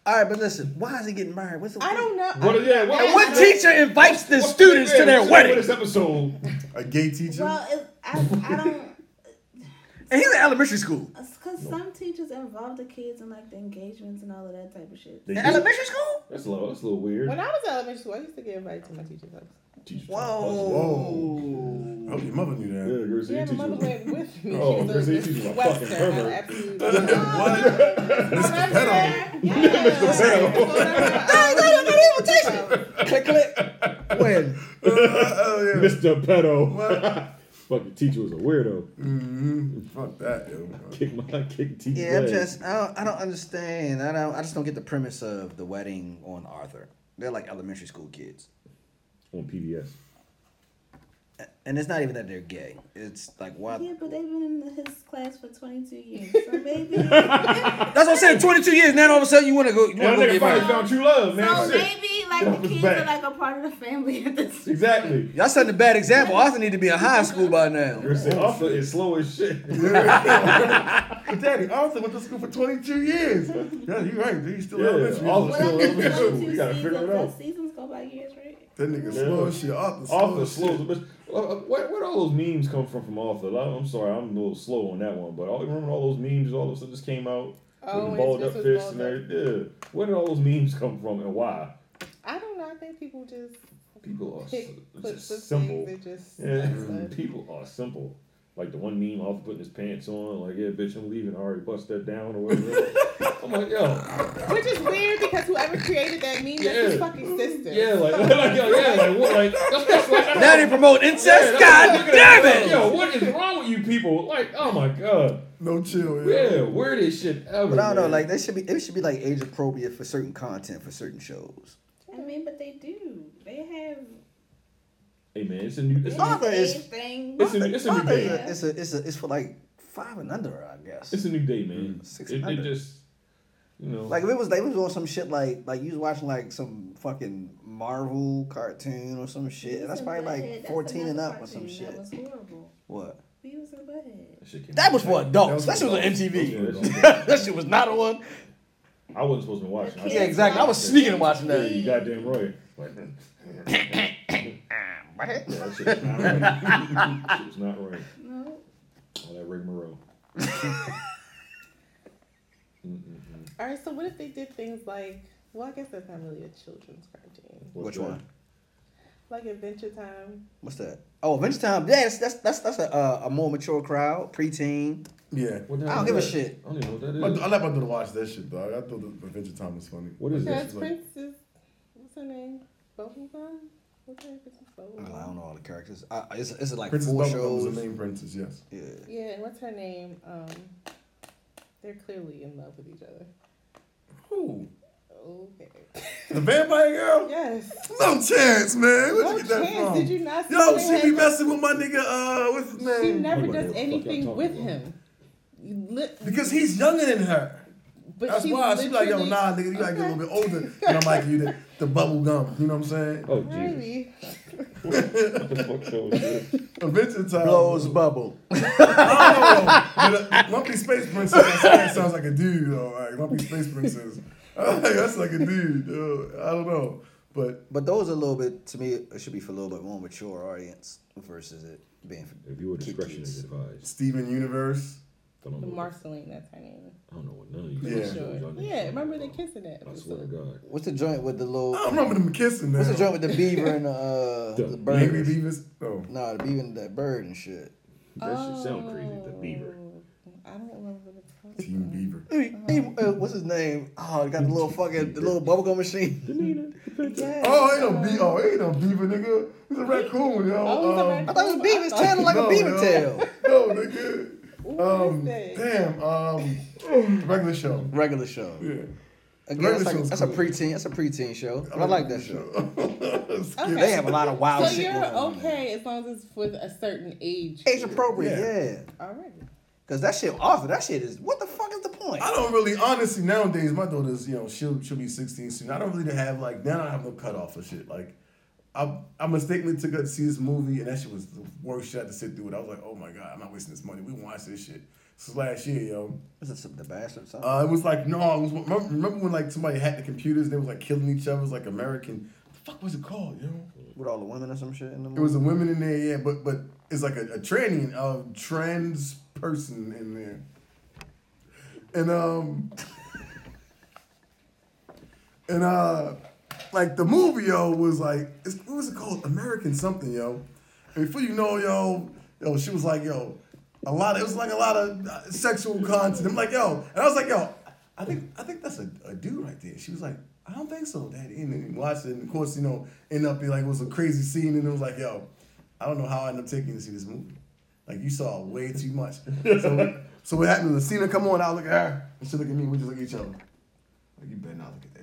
Speaker 12: All right, but listen, why is he getting married? What's the
Speaker 14: I don't know.
Speaker 4: What is that? What-
Speaker 12: and what teacher invites the students to their wedding?
Speaker 4: This episode,
Speaker 10: a gay teacher.
Speaker 11: Well, it's, I, I don't,
Speaker 12: And he's in elementary school.
Speaker 11: because some teachers involve the kids in like the engagements and all of that type of shit.
Speaker 4: They
Speaker 12: In
Speaker 4: do.
Speaker 12: elementary school?
Speaker 4: That's a little, that's a little weird.
Speaker 14: When I was in elementary school, I used to get invited to my teacher's house.
Speaker 10: Whoa. I hope your mother knew that.
Speaker 4: Yeah, girl, see,
Speaker 14: Yeah,
Speaker 4: you
Speaker 14: my mother
Speaker 4: teach
Speaker 14: went with me.
Speaker 4: Oh,
Speaker 14: she
Speaker 4: Chris,
Speaker 14: was
Speaker 4: you
Speaker 14: a
Speaker 4: teach you a
Speaker 14: Miss
Speaker 4: fucking
Speaker 14: Western. I
Speaker 4: pervert.
Speaker 14: absolutely
Speaker 4: Mr.
Speaker 12: Click, click. When? Oh,
Speaker 4: Pedo. Mr. Pedo. Fucking teacher was a weirdo.
Speaker 10: Mm-hmm. Fuck that, yo.
Speaker 4: Kick my kick teacher.
Speaker 12: Yeah, I'm just, I don't, I don't understand. I don't, I just don't get the premise of the wedding on Arthur. They're like elementary school kids.
Speaker 4: on PBS.
Speaker 12: And it's not even that they're gay. It's like, why?
Speaker 11: Yeah, but they've been in his class for 22 years, so maybe. so
Speaker 12: That's what I'm saying. 22 years, now all of a sudden you want to go. You
Speaker 4: Yeah,
Speaker 12: want to
Speaker 4: that
Speaker 12: go
Speaker 4: nigga
Speaker 12: get
Speaker 4: finally
Speaker 12: married.
Speaker 4: found true love, man. Shit.
Speaker 11: maybe like
Speaker 4: Get off
Speaker 11: the
Speaker 4: his
Speaker 11: kids
Speaker 4: back.
Speaker 11: are like a part of the family at this.
Speaker 4: Exactly.
Speaker 12: Y'all setting a bad example. Arthur need to be in high school by now.
Speaker 4: Your shit offer is slow as shit.
Speaker 10: Daddy, Arthur went to school for 22 years. Yeah, you right. Dude, he's still
Speaker 4: Yeah, Arthur's
Speaker 10: elementary.
Speaker 11: Well, I
Speaker 4: still
Speaker 11: mean,
Speaker 4: elementary school.
Speaker 11: seasons,
Speaker 4: We gotta figure it
Speaker 11: those
Speaker 4: out.
Speaker 11: seasons go by years, right?
Speaker 10: That nigga slow as shit. Arthur slow
Speaker 4: Arthur
Speaker 10: as
Speaker 4: slow
Speaker 10: shit.
Speaker 4: as a bitch. Uh, uh, Where, where all those memes come from from Arthur? Like, I'm sorry, I'm a little slow on that one, but all, remember all those memes all of a sudden just came out
Speaker 14: Oh,
Speaker 4: with the
Speaker 14: when
Speaker 4: balled
Speaker 14: his
Speaker 4: up
Speaker 14: fist was
Speaker 4: fists
Speaker 14: balled
Speaker 4: and everything. Yeah. Where did all those memes come from and why?
Speaker 14: I don't know. I think people just
Speaker 4: People are
Speaker 14: pick
Speaker 4: so-
Speaker 14: clips of
Speaker 4: just simple.
Speaker 14: things that just.
Speaker 4: Yeah, mm-hmm.
Speaker 14: stuff.
Speaker 4: people are simple. Like the one meme Arthur putting his pants on, like yeah, bitch, I'm leaving. I already bust that down or whatever. I'm like, yo,
Speaker 14: Which is weird because whoever created that meme, that's his
Speaker 4: Yeah.
Speaker 14: fucking sister.
Speaker 4: yeah, like, like yo, yeah, like what, like that's, that's like that's
Speaker 12: Now they promote incest? God damn it!
Speaker 4: Yo, what is wrong with you people? Like, oh my god.
Speaker 10: No chill,
Speaker 4: yeah. Yeah, weirdest shit ever.
Speaker 12: But I don't know,
Speaker 4: man.
Speaker 12: like they should be it should be like age appropriate for certain content for certain shows.
Speaker 11: I mean, but they do. They have.
Speaker 4: Hey man, it's a new it's,
Speaker 12: Arthur is
Speaker 11: age thing.
Speaker 4: It's a- it's a new
Speaker 12: Arthur is
Speaker 4: day.
Speaker 12: it's a it's a it's for like five and under, I guess.
Speaker 4: it's a new day, man. It, it
Speaker 12: 600.
Speaker 4: just you know
Speaker 12: Like if it was they was on some shit like like you was watching like some fucking Marvel cartoon or some shit. And that's probably like fourteen and up or some shit.
Speaker 11: That was horrible.
Speaker 12: What?
Speaker 11: We was in Butthead.
Speaker 12: That was for adults. That shit was on MTV. that shit was not on.
Speaker 4: I wasn't supposed to be watching. I
Speaker 12: Yeah, exactly. I was sneaking and watching
Speaker 4: Yeah,
Speaker 12: that.
Speaker 4: you goddamn right. Like,
Speaker 12: Right?
Speaker 4: yeah, that shit was not right. That shit was not right.
Speaker 11: No.
Speaker 4: All that rigmarole. Mm-mm-mm.
Speaker 14: All right, so what if they did things like, well, I guess that's not really a children's cartoon.
Speaker 12: Which
Speaker 4: What's
Speaker 12: one?
Speaker 14: Like Adventure Time.
Speaker 12: What's that? Oh, Adventure Time. Yes, that's that's that's a uh, a more mature crowd, preteen.
Speaker 10: Yeah.
Speaker 4: What the
Speaker 12: I
Speaker 4: hell
Speaker 12: don't
Speaker 4: is
Speaker 12: give a
Speaker 4: that?
Speaker 12: shit.
Speaker 4: I don't even know
Speaker 10: My,
Speaker 4: what that is.
Speaker 10: I let my daughter watch that shit, dog. I thought the Adventure Time was funny.
Speaker 4: What is
Speaker 14: That's
Speaker 4: that?
Speaker 10: She's like-
Speaker 14: Princess. What's her name? Bubblegum? What's her name? Princess
Speaker 12: I
Speaker 14: Bubblegum?
Speaker 12: don't know all the characters. I, I- it's, it's like
Speaker 10: Princess
Speaker 12: four
Speaker 10: Bubblegum was
Speaker 12: shows.
Speaker 10: the name Princess, yes.
Speaker 12: Yeah.
Speaker 14: Yeah, and what's her name? Um, they're clearly in love with each other.
Speaker 10: Who?
Speaker 14: Okay.
Speaker 10: The vampire girl?
Speaker 14: Yes.
Speaker 10: No chance, man. Where'd
Speaker 14: No
Speaker 10: you get that
Speaker 14: chance.
Speaker 10: from?
Speaker 14: Did you not see
Speaker 10: Yo,
Speaker 14: they
Speaker 10: she be
Speaker 14: had-
Speaker 10: messing with my nigga, uh, what's his name?
Speaker 14: She never
Speaker 4: Nobody
Speaker 14: does
Speaker 4: the fuck y'all
Speaker 14: anything
Speaker 4: talking
Speaker 14: with
Speaker 4: about.
Speaker 14: him. You Li-
Speaker 10: Because he's younger than her.
Speaker 14: but
Speaker 10: That's
Speaker 14: she
Speaker 10: why she be like, yo,
Speaker 14: literally-
Speaker 10: nah, nigga, you gotta get a little bit older. And I'm like, you the, the bubble gum. You know what I'm saying?
Speaker 4: Oh Jesus.
Speaker 14: Really?
Speaker 4: What the fuck show is this?
Speaker 10: Adventure Time.
Speaker 12: Blows bubble.
Speaker 10: I don't know. But, uh, Lumpy Space Princess that's- that sounds like a dude, though. Like, Lumpy Space Princess. I was like, that's like a dude. Uh, I don't know. But
Speaker 12: but those are a little bit to me it should be for a little bit more mature audience versus it being for
Speaker 4: If your
Speaker 12: kid
Speaker 4: discretion
Speaker 12: kids.
Speaker 4: is advised.
Speaker 10: Steven Universe.
Speaker 4: I don't know what,
Speaker 14: Marceline, that's her name.
Speaker 4: I don't know what none of you
Speaker 14: Pretty
Speaker 4: guys
Speaker 14: sure.
Speaker 4: know.
Speaker 14: Yeah, remember they kissing that.
Speaker 4: I swear to God.
Speaker 12: What's the joint with the little? I
Speaker 10: remember them kissing.
Speaker 12: What's the
Speaker 10: now.
Speaker 12: joint with the beaver and the, uh,
Speaker 4: The
Speaker 12: the, bird?
Speaker 4: Navy
Speaker 10: beavers. Oh.
Speaker 12: No, the beaver and that bird and shit.
Speaker 4: That should
Speaker 14: Oh.
Speaker 4: sound crazy. The beaver.
Speaker 14: I don't remember the called.
Speaker 10: Team Beaver.
Speaker 12: Hey, hey, uh, what's his name? Oh, he got the little fucking the little bubblegum machine.
Speaker 14: Yes.
Speaker 10: Oh, ain't no be- oh, ain't no beaver, nigga. He's a raccoon, yo.
Speaker 12: Oh, he's a
Speaker 10: Um,
Speaker 12: raccoon. I thought it was beaver's tail like a
Speaker 10: No,
Speaker 12: beaver
Speaker 10: yo.
Speaker 12: tail.
Speaker 10: No, nigga. Um, damn. Um, regular show.
Speaker 12: Regular show.
Speaker 10: Yeah.
Speaker 12: Again, that's,
Speaker 10: Regular
Speaker 12: like,
Speaker 10: show's
Speaker 12: that's a
Speaker 10: cool.
Speaker 12: preteen. That's a preteen show. I like that show.
Speaker 14: Okay.
Speaker 12: They have a lot of wild
Speaker 14: so
Speaker 12: shit.
Speaker 14: you're
Speaker 12: going on.
Speaker 14: okay as long as it's with a certain age.
Speaker 12: Age appropriate, yeah.
Speaker 14: All right.
Speaker 12: Cause that shit awful. That shit is what the fuck is the point?
Speaker 10: I don't really, honestly, nowadays my daughter's, you know, she'll she'll be 16 soon. I don't really have like now. I don't have no cutoff for shit. Like, I I mistakenly took her to see this movie, and that shit was the worst shit I had to sit through. It. I was like, oh my god, I'm not wasting this money. We watched this shit. This was last year, yo.
Speaker 12: Was it some the bastard something?
Speaker 10: Uh, it was like no, it was remember, remember when like somebody hacked the computers and they was like killing each other. It was like American. What the fuck was it called, yo?
Speaker 12: With all the women or some shit in the
Speaker 10: It was the women in there, yeah, but but it's like a, a tranny, a trans person in there, and um, and uh, like the movie yo was like, it's, what was it called? American something, yo. And before you know, yo, yo, she was like, yo, a lot. Of, it was like a lot of uh, sexual content. I'm like, yo, and I was like, yo, I think I think that's a, a dude right there. She was like, I don't think so, Daddy. And then watched it, and of course, you know, end up being like it was a crazy scene, and it was like, yo, I don't know how I ended up taking you to see this movie. Like you saw way too much. So, so what happened was the scene would come on, I look at her, and she look at me, we just look at each other. Like you better not look at that.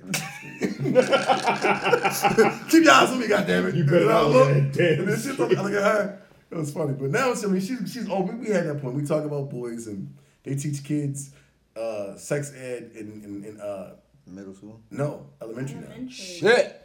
Speaker 10: Keep your eyes on me, goddammit.
Speaker 4: You better
Speaker 10: And I
Speaker 4: not look at that damn
Speaker 10: And then she look, I look at her. It was funny, but now she, I mean, she's she's old. We, we had that point. We talk about boys and they teach kids uh, sex ed in in, in uh,
Speaker 12: middle school.
Speaker 10: No, elementary, now.
Speaker 12: Shit.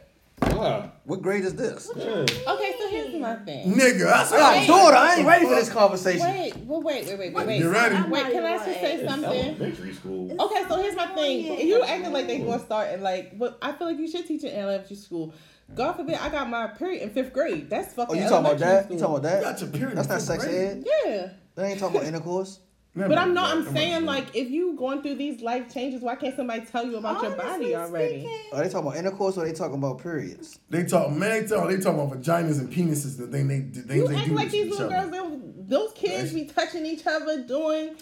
Speaker 4: Wow.
Speaker 12: What grade is this?
Speaker 14: Okay, so here's my thing.
Speaker 10: Nigga, that's what
Speaker 12: my
Speaker 10: I'm
Speaker 12: daughter. I ain't ready for this conversation.
Speaker 14: Wait, well, wait, wait, wait, wait, wait.
Speaker 12: You're ready.
Speaker 14: Wait, can I just say something?
Speaker 4: Elementary school.
Speaker 14: Okay, so here's my thing. you acting like they gonna start and like, but I feel like you should teach in elementary school. God forbid, I got my period in fifth grade. That's
Speaker 12: Oh,
Speaker 14: fucking.
Speaker 12: you talking about
Speaker 14: elementary
Speaker 12: that?
Speaker 14: School.
Speaker 12: You talking about that?
Speaker 10: That's your period.
Speaker 12: That's not sex ed.
Speaker 14: Yeah.
Speaker 12: That ain't talking about intercourse.
Speaker 14: But I'm not. I'm saying like, if you going through these life changes, why can't somebody tell you about your body already?
Speaker 12: Are they talking about intercourse or are they talking about periods?
Speaker 10: They talk man, they talk, they talk about vaginas and penises. The thing they they,
Speaker 14: You
Speaker 10: they
Speaker 14: act
Speaker 10: do
Speaker 14: like
Speaker 10: to
Speaker 14: these
Speaker 10: each
Speaker 14: little
Speaker 10: other.
Speaker 14: girls, they- those kids be touching each other, doing.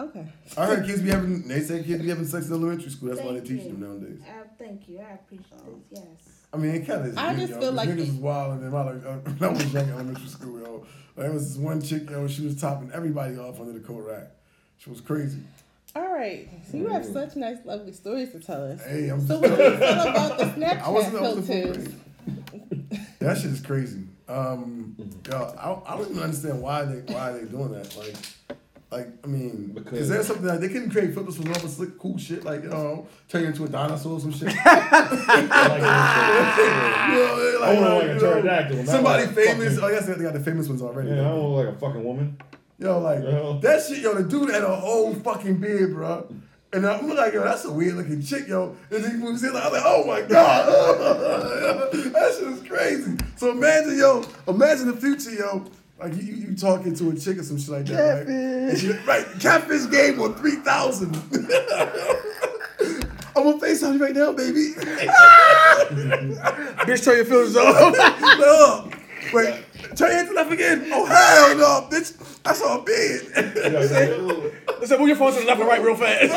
Speaker 14: Okay.
Speaker 10: I heard kids be having. They say kids be having sex in elementary school. That's why they teach them nowadays.
Speaker 11: Uh, thank you. I appreciate this. Yes.
Speaker 10: I mean, it kind of.
Speaker 11: I just feel like
Speaker 10: niggas
Speaker 11: it-
Speaker 10: was wild, and then my, like, uh, when I was young in elementary school, yo, there was this one chick, yo, she was topping everybody off under the coat rack. She was crazy.
Speaker 14: All right. So you have such nice, lovely stories to tell us.
Speaker 10: Hey, I'm
Speaker 14: so
Speaker 10: just-
Speaker 14: what do you feel about the
Speaker 10: I wasn't- I
Speaker 14: Snapchat
Speaker 10: wasn't
Speaker 14: filters?
Speaker 10: That shit is crazy. Um, yo, I, I don't even understand why they why they doing that. Like, like I mean, is there something that they couldn't create filters for all this slick cool shit? Like, you know, turn you into a dinosaur or some shit. You know, they're
Speaker 4: I wanna like
Speaker 10: like,
Speaker 4: a
Speaker 10: you know,
Speaker 4: pterodactyl, not
Speaker 10: Somebody
Speaker 4: like a
Speaker 10: famous. Oh, I guess they got the famous ones already.
Speaker 4: Yeah, I don't look like a fucking woman.
Speaker 10: Yo, like that shit, yo, the dude had a whole fucking beard, bro. And I'm like, yo, that's a weird looking chick, yo. And he moves in, like, I'm like, oh my god, that shit is crazy. So imagine, yo, imagine the future, yo. Like you, you you talking to a chick or some shit like that, right? And she- right? Catfish game on three thousand. I'm gonna FaceTime you right now, baby. Bitch, turn your filters off. no. Wait, turn your internet off again. Oh, hell no, bitch. That's all big. Listen, move your phone to the left and right real fast.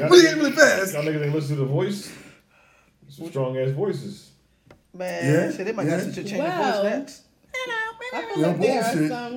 Speaker 10: Really, really fast.
Speaker 4: Y'all niggas ain't listen to the voice. Some strong ass voices.
Speaker 12: Man, shit, they might
Speaker 4: yeah.
Speaker 12: just change the
Speaker 14: Well,
Speaker 12: voice next.
Speaker 14: I feel
Speaker 4: Yeah,
Speaker 14: like there are
Speaker 4: bullshit.
Speaker 14: some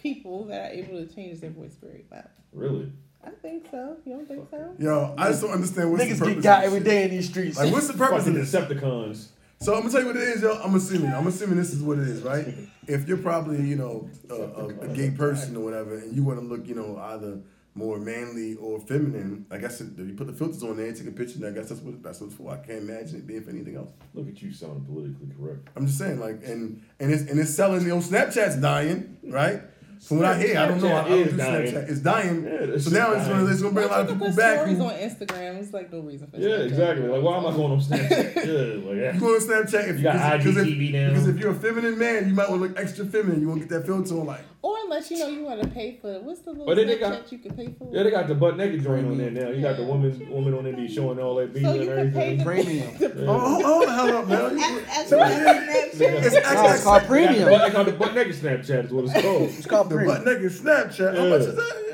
Speaker 14: people that are able to change their voice very loud.
Speaker 4: Really?
Speaker 14: I think so. You don't think so?
Speaker 10: Yo, I just don't understand what's the
Speaker 12: Niggas
Speaker 10: purpose.
Speaker 12: get got
Speaker 10: of
Speaker 12: every
Speaker 10: this
Speaker 12: day
Speaker 10: shit.
Speaker 12: in these streets.
Speaker 10: Like, what's the purpose
Speaker 4: Fucking
Speaker 10: of this?
Speaker 4: Decepticons.
Speaker 10: So I'm gonna tell you what it is, yo. I'm assuming. I'm assuming this is what it is, right? If you're probably, you know, a, a, a gay person or whatever, and you want to look, you know, either more manly or feminine, I guess if you put the filters on there, take a picture, and I guess that's what that's what it's for. I can't imagine it being for anything else.
Speaker 4: Look at you sounding politically correct.
Speaker 10: I'm just saying, like, and and it's and it's selling. You know, Snapchat's dying, right? From what I hear, I don't know. I, I don't
Speaker 7: Snapchat
Speaker 10: do
Speaker 7: is dying.
Speaker 10: Snapchat. It's dying.
Speaker 7: Yeah, it's
Speaker 10: so now it's
Speaker 7: dying.
Speaker 10: gonna, it's gonna bring a lot of people
Speaker 14: Put
Speaker 10: back.
Speaker 14: stories
Speaker 10: Who,
Speaker 14: on Instagram. It's like no reason for
Speaker 7: Yeah,
Speaker 14: Snapchat.
Speaker 7: exactly. Like, why am I going on Snapchat? yeah, like, yeah.
Speaker 10: you go on Snapchat if
Speaker 7: You got
Speaker 10: because if-
Speaker 7: IGTV now.
Speaker 10: Because if you're a feminine man, you might want to look extra feminine. You won't get that filter on like.
Speaker 14: Or unless you know you want to pay for what's the little
Speaker 7: But then they
Speaker 14: Snapchat
Speaker 7: got-
Speaker 14: you can pay for?
Speaker 7: Yeah, they got the butt naked joint on there now. You got the woman woman on there be showing all that beads
Speaker 14: So
Speaker 7: and
Speaker 14: you can pay
Speaker 7: everything.
Speaker 14: the-
Speaker 7: Premium.
Speaker 10: Oh, hold- hold the hell up, man.
Speaker 7: It's
Speaker 10: It's actually
Speaker 7: called premium. They call the butt naked Snapchat is what it's called.
Speaker 10: It's called the butt naked Snapchat. How much is that?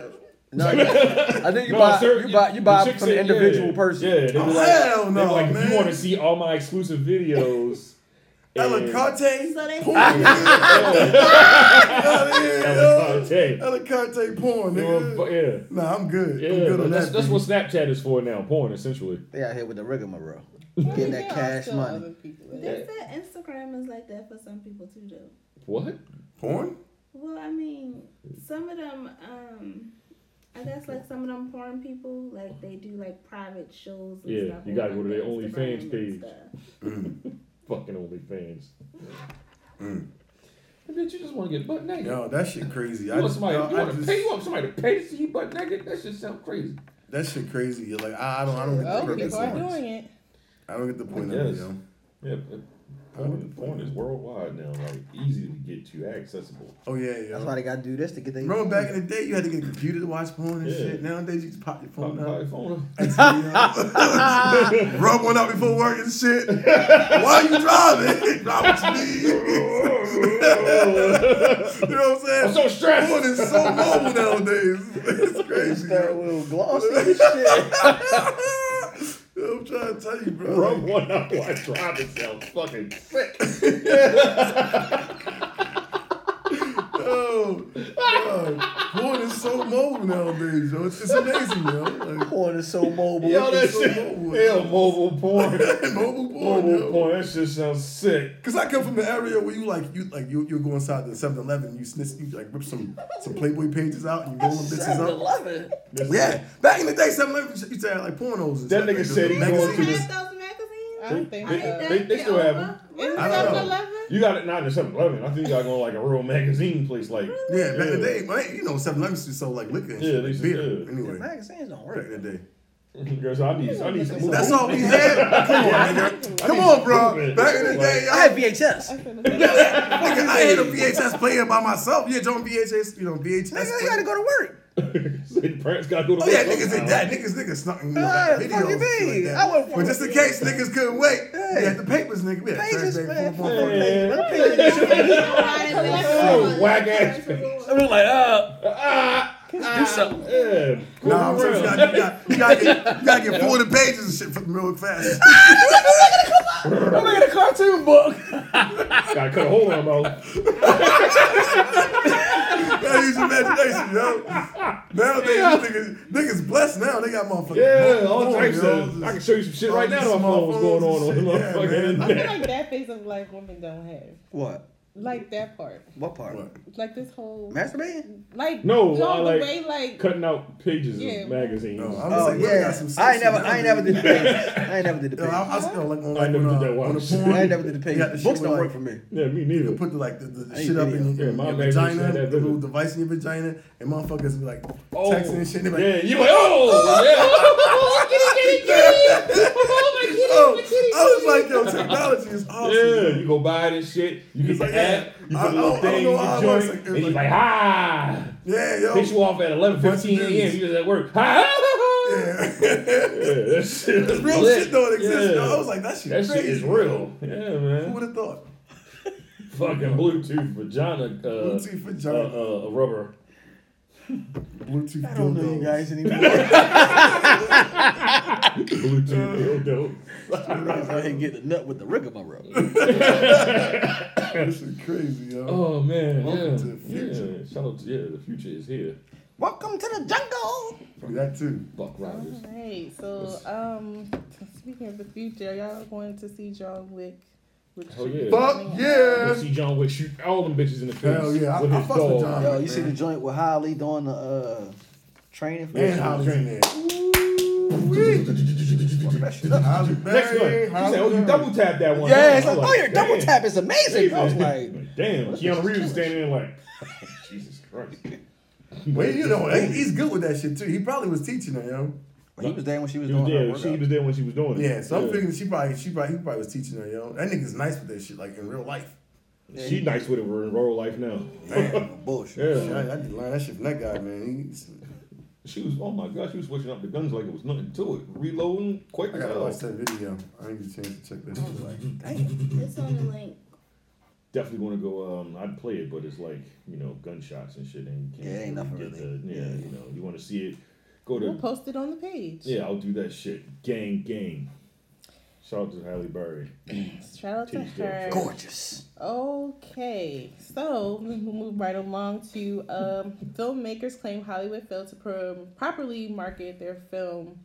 Speaker 7: No,
Speaker 10: I think you buy- you buy- you buy
Speaker 7: the chick
Speaker 10: from the individual
Speaker 7: yeah,
Speaker 10: person.
Speaker 7: Yeah, they be
Speaker 10: Oh,
Speaker 7: like,
Speaker 10: hell
Speaker 7: they be
Speaker 10: no,
Speaker 7: like, If
Speaker 10: man.
Speaker 7: you want to see all my exclusive videos, and-
Speaker 10: Alicante.
Speaker 11: So they-
Speaker 10: porn.
Speaker 7: Alicante.
Speaker 10: Alicante. Alicante porn,
Speaker 7: You
Speaker 10: nigga.
Speaker 7: want- yeah.
Speaker 10: Nah, I'm good. I'm
Speaker 7: Yeah,
Speaker 10: good on
Speaker 7: that's,
Speaker 10: that.
Speaker 7: that's
Speaker 10: dude.
Speaker 7: what Snapchat is for now. Porn, essentially.
Speaker 12: They out here with the rigmarole, getting that cash money.
Speaker 11: They said Instagram is like that for some people too, though.
Speaker 7: What?
Speaker 10: Porn?
Speaker 11: Well, I mean, some of them, um, I guess like some of them porn people, like they do like private shows. And
Speaker 7: Yeah,
Speaker 11: stuff
Speaker 7: you gotta go
Speaker 11: on,
Speaker 7: to their
Speaker 11: like, Instagram
Speaker 7: OnlyFans
Speaker 11: and
Speaker 7: page.
Speaker 11: stuff.
Speaker 7: Fucking OnlyFans.
Speaker 10: Mm.
Speaker 4: I bet you just want to get butt naked.
Speaker 10: Yo, that shit crazy.
Speaker 7: You
Speaker 10: I
Speaker 7: want
Speaker 10: just,
Speaker 7: somebody?
Speaker 10: yo,
Speaker 7: You
Speaker 10: I
Speaker 7: want to
Speaker 10: just-
Speaker 7: pay? You want somebody to pay to see you butt naked? That shit sound crazy.
Speaker 10: That shit crazy. You're like, I, I don't, I don't get the
Speaker 14: Oh,
Speaker 10: point.
Speaker 14: people are
Speaker 10: of it.
Speaker 14: doing it.
Speaker 10: I don't get the point
Speaker 7: I
Speaker 10: of it,
Speaker 7: guess.
Speaker 10: yo.
Speaker 7: Yeah, but porn, porn is worldwide now. Like easy to get to, accessible.
Speaker 10: Oh yeah, yeah.
Speaker 12: That's why they gotta do this to get they.
Speaker 10: Remember back in the day, you had to get a computer to watch porn and
Speaker 7: Yeah.
Speaker 10: shit. Nowadays, you just pop your phone
Speaker 7: Pop-
Speaker 10: out.
Speaker 7: pop your phone
Speaker 10: out. Rub one out before work and shit. Why you driving? Drop what you need. you know what I'm saying?
Speaker 7: I'm so stressed.
Speaker 10: Porn is so mobile nowadays. It's crazy. That
Speaker 12: little glossy and shit.
Speaker 10: I'm trying to tell you, bro.
Speaker 7: Rub one out while driving sounds fucking sick.
Speaker 10: Yo, yo, porn is so mobile nowadays, yo. It's, it's amazing, yo. Like,
Speaker 12: porn is so mobile.
Speaker 7: Yo, that
Speaker 10: It's so
Speaker 7: shit.
Speaker 10: mobile.
Speaker 7: Hell, mobile porn.
Speaker 10: mobile porn,
Speaker 7: Mobile
Speaker 10: yo.
Speaker 7: porn. That shit sounds sick.
Speaker 10: Cause I come from an area where you like you like you you go inside the 7-Eleven, you snitch, you like rip some some Playboy pages out and you roll them bitches up. Yeah, back in the day, 7-Eleven used to have like pornos. And
Speaker 7: That
Speaker 10: stuff,
Speaker 7: nigga
Speaker 10: like,
Speaker 7: said he
Speaker 10: those
Speaker 7: going to
Speaker 10: magazines.
Speaker 7: this.
Speaker 14: I don't think
Speaker 7: They,
Speaker 14: so.
Speaker 7: they, they still have them.
Speaker 14: Isn't
Speaker 7: I don't know.
Speaker 14: 7-Eleven?
Speaker 7: You got it not in 7 Eleven. I think you got to go to like a real magazine place. Like,
Speaker 10: Yeah, back in the day, man, you know 7-Eleven used to sell like liquor and
Speaker 7: Yeah,
Speaker 10: shit,
Speaker 7: they
Speaker 10: like
Speaker 7: used to-
Speaker 10: beer.
Speaker 7: yeah.
Speaker 10: Anyway,
Speaker 12: Magazines don't work.
Speaker 10: back in the day.
Speaker 7: Girls, I need, I need some more.
Speaker 10: That's all we had. Come on, nigga. Come on, bro.
Speaker 7: movement.
Speaker 10: Back in the day,
Speaker 12: I had VHS.
Speaker 10: Nigga, I had a VHS player by myself. Yeah, don't VHS, you know, VHS.
Speaker 12: Nigga, you
Speaker 10: player.
Speaker 12: gotta go to work.
Speaker 7: Parents got to go to
Speaker 10: Oh yeah,
Speaker 7: work
Speaker 10: niggas did
Speaker 7: now.
Speaker 10: that. Niggas, niggas snuck in you
Speaker 12: Ah,
Speaker 10: know, like,
Speaker 12: fuck you
Speaker 10: videos. and shit
Speaker 12: mean?
Speaker 10: Like
Speaker 12: I
Speaker 10: that.
Speaker 12: wasn't
Speaker 10: But just in case niggas couldn't wait, we had the papers, nigga. We had
Speaker 12: Pages,
Speaker 10: Thursday,
Speaker 12: man.
Speaker 10: four, four, four,
Speaker 7: Yeah.
Speaker 10: four.
Speaker 7: Oh, whack ass.
Speaker 12: I'm like, uh,
Speaker 7: Do something. Yeah.
Speaker 10: Nah, I'm saying you gotta, you, gotta, you, gotta get, you gotta get 40 pages and shit from real fast.
Speaker 12: I'm making a cartoon book.
Speaker 7: Gotta cut a hole in my mouth.
Speaker 10: Gotta use your imagination, yo. Nowadays, niggas, niggas blessed now. They got motherfucking
Speaker 7: Yeah, all
Speaker 10: phones,
Speaker 7: types
Speaker 10: yo.
Speaker 7: of. I can show you some shit
Speaker 10: all
Speaker 7: right
Speaker 10: these
Speaker 7: now. on My phone what's going
Speaker 10: smartphones
Speaker 7: on on the
Speaker 10: and shit. Yeah,
Speaker 7: motherfucking
Speaker 10: man.
Speaker 14: I feel
Speaker 7: internet.
Speaker 14: like that phase of life women don't have.
Speaker 12: What?
Speaker 14: Like that part.
Speaker 12: What part?
Speaker 14: Like this whole.
Speaker 12: Masturbating?
Speaker 14: Like
Speaker 7: No,
Speaker 14: no,
Speaker 7: I
Speaker 14: the
Speaker 7: like,
Speaker 14: way like
Speaker 7: cutting out pages
Speaker 14: Yeah.
Speaker 7: of magazines.
Speaker 10: I'm
Speaker 12: Oh
Speaker 10: just like, yeah.
Speaker 12: yeah,
Speaker 10: got
Speaker 12: I
Speaker 10: some
Speaker 12: ain't
Speaker 10: sexy
Speaker 12: never, I ain't never did the pages. I ain't never did the
Speaker 10: Yo,
Speaker 12: pages.
Speaker 10: I, I,
Speaker 12: I
Speaker 10: was still like on
Speaker 7: I
Speaker 10: like
Speaker 7: never did
Speaker 10: when, uh,
Speaker 7: that
Speaker 10: on the
Speaker 7: once.
Speaker 10: porn.
Speaker 12: ain't never did the
Speaker 10: you got the
Speaker 12: pages.
Speaker 10: shit
Speaker 12: Books don't
Speaker 10: like-
Speaker 12: work for me.
Speaker 7: yeah, me neither.
Speaker 10: You put the like the, the, the
Speaker 12: I ain't
Speaker 10: shit up
Speaker 12: video.
Speaker 10: in your,
Speaker 7: Yeah, my
Speaker 10: your
Speaker 7: bad, you
Speaker 10: vagina,
Speaker 7: said
Speaker 10: the
Speaker 7: that,
Speaker 10: little
Speaker 7: didn't
Speaker 10: device in your vagina, and motherfuckers be like
Speaker 7: Oh.
Speaker 10: texting and shit. They be like,
Speaker 7: Yeah, you like, oh, yeah.
Speaker 10: oh, I was like, yo, technology is awesome.
Speaker 7: Yeah, you go buy this shit. You get
Speaker 10: It's
Speaker 7: the
Speaker 10: like,
Speaker 7: app. You
Speaker 10: I-
Speaker 7: put a
Speaker 10: I
Speaker 7: little
Speaker 10: don't- I don't
Speaker 7: thing
Speaker 10: know
Speaker 7: in your
Speaker 10: how it
Speaker 7: joint.
Speaker 10: works, like,
Speaker 7: and you
Speaker 10: like-
Speaker 7: like, ah.
Speaker 10: Yeah, yo.
Speaker 7: Hit you off at 11:15
Speaker 10: Bunch of
Speaker 7: a.m.
Speaker 10: dudes.
Speaker 7: You was at work. Ah.
Speaker 10: Yeah.
Speaker 7: Yeah, that shit is
Speaker 10: Real
Speaker 7: lit.
Speaker 10: shit though, it exists.
Speaker 7: Yeah.
Speaker 10: yo. I was like, that shit
Speaker 7: That
Speaker 10: crazy.
Speaker 7: shit is real. Yeah,
Speaker 10: Who
Speaker 7: man.
Speaker 10: would have thought?
Speaker 7: Fucking Bluetooth vagina. Uh,
Speaker 10: Bluetooth vagina.
Speaker 7: Uh, uh, rubber.
Speaker 10: Bluetooth
Speaker 12: I don't know you
Speaker 10: dildos.
Speaker 12: guys anymore.
Speaker 7: Bluetooth dildo.
Speaker 12: I'm out here getting a nut with the rigmarole.
Speaker 10: This is crazy, yo.
Speaker 7: Oh man.
Speaker 10: Welcome
Speaker 7: yeah.
Speaker 10: to the future.
Speaker 7: Yeah. Shout out to yeah, the future is here.
Speaker 12: Welcome to the jungle.
Speaker 10: That too.
Speaker 7: Buck Rogers.
Speaker 14: Alright, so um, speaking of the future, y'all going to see John Wick? Which
Speaker 7: Oh, yeah.
Speaker 10: Fuck yeah.
Speaker 7: Go see John Wick shoot all them bitches in the face.
Speaker 10: Hell yeah, I-
Speaker 7: With
Speaker 10: I
Speaker 7: his
Speaker 10: fucks with
Speaker 7: dog.
Speaker 10: John.
Speaker 12: Yo, you see the joint with Holly doing the uh, training? for
Speaker 10: And
Speaker 12: it?
Speaker 10: Holly's in there.
Speaker 12: That shit up.
Speaker 10: Holly
Speaker 7: Next one.
Speaker 10: Berry.
Speaker 7: She said,
Speaker 10: Holly
Speaker 7: oh, you
Speaker 10: Berry.
Speaker 7: double tap that one.
Speaker 12: Yeah,
Speaker 7: I'm
Speaker 12: it's like, oh, your double
Speaker 7: damn.
Speaker 12: tap is amazing. I was
Speaker 7: Like,
Speaker 12: like,
Speaker 7: damn, Keanu Reeves was standing there like, Jesus
Speaker 4: Christ.
Speaker 10: Well, you know, he- he's good with that shit too. He probably was teaching her, yo.
Speaker 12: He was there when she was
Speaker 4: He was doing her there. She- he workout. was there when she was doing it.
Speaker 10: Yeah, so I'm
Speaker 4: Yeah.
Speaker 10: thinking she probably, she probably, he probably was teaching her, yo. That nigga's nice with that shit, like in real life.
Speaker 4: She nice with it. We're in real life now.
Speaker 10: Damn, bullshit.
Speaker 4: Yeah.
Speaker 10: Shit, I, I did learn that shit from that guy, man. He's,
Speaker 4: She was, oh my gosh, she was switching up the guns like it was nothing to it. Reloading, quick
Speaker 10: I
Speaker 4: as
Speaker 10: gotta
Speaker 4: hell.
Speaker 10: watch that video. I didn't get a chance to check that shit. Like,
Speaker 11: It's on the link.
Speaker 4: Definitely want to go. Um, I'd play it, but it's like you know gunshots and shit, and you can't yeah, ain't nothing get the yeah, You know, you want to see it. Go
Speaker 14: We'll
Speaker 4: to
Speaker 14: post it on the page.
Speaker 4: yeah, I'll do that shit. Gang, gang. Shout out to Halle Berry.
Speaker 14: Shout out to
Speaker 4: Titties dope.
Speaker 14: her.
Speaker 4: Gorgeous.
Speaker 14: Okay, so we move right along to um, filmmakers claim Hollywood failed to pro- properly market their film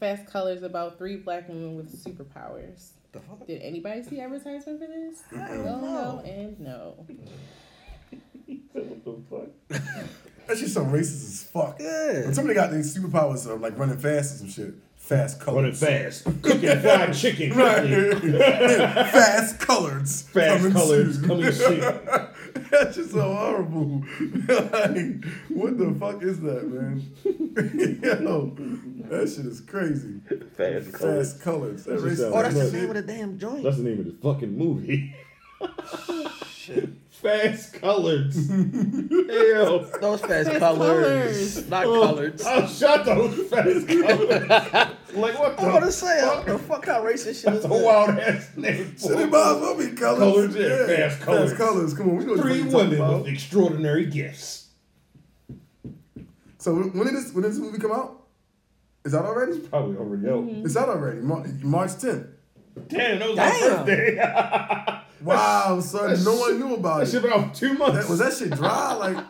Speaker 14: Fast Colors about three black women with superpowers. Did anybody see advertisement for this?
Speaker 10: Mm-mm.
Speaker 14: No, no, and no.
Speaker 10: That shit's some racist as fuck. Yeah. When somebody got these superpowers of like running fast and some shit. Fast colors.
Speaker 4: Running fast. Cooking fried chicken.
Speaker 10: right. fast colors.
Speaker 4: Fast
Speaker 10: coming
Speaker 4: colors
Speaker 10: soon.
Speaker 4: coming soon.
Speaker 10: that shit's so horrible. like, what the fuck is that, man? Yo, that shit is crazy.
Speaker 4: Fast colors.
Speaker 10: Fast colors.
Speaker 4: That
Speaker 10: That
Speaker 4: shit
Speaker 10: racist.
Speaker 4: sound Oh, that's the
Speaker 10: shit.
Speaker 4: name
Speaker 12: of the damn joint.
Speaker 4: That's the name of the fucking movie. Fast colors. Hell.
Speaker 12: Those fast, colors.
Speaker 4: Fast colors.
Speaker 12: Not
Speaker 4: Oh,
Speaker 12: colored.
Speaker 4: oh, shut those fast colors. like, what
Speaker 12: I'm
Speaker 4: the
Speaker 12: gonna say, what the fuck, how racist shit is
Speaker 4: That's a
Speaker 12: that?
Speaker 4: wild ass name.
Speaker 10: Shit, it might as well be colors.
Speaker 4: Colors, yeah, fast colors.
Speaker 10: Fast colors. Come on, we know what the
Speaker 4: Three
Speaker 10: fuck you're talking
Speaker 4: women
Speaker 10: about.
Speaker 4: with extraordinary gifts.
Speaker 10: So when did this when did this movie come out? Is that already? It's
Speaker 4: probably already out.
Speaker 10: It's out already. Mar- March tenth.
Speaker 4: Damn, that was my birthday.
Speaker 10: wow, son,
Speaker 4: That
Speaker 10: no
Speaker 4: shit-
Speaker 10: one knew about
Speaker 4: that
Speaker 10: it.
Speaker 4: shit been out two months.
Speaker 10: That, was that shit dry? Like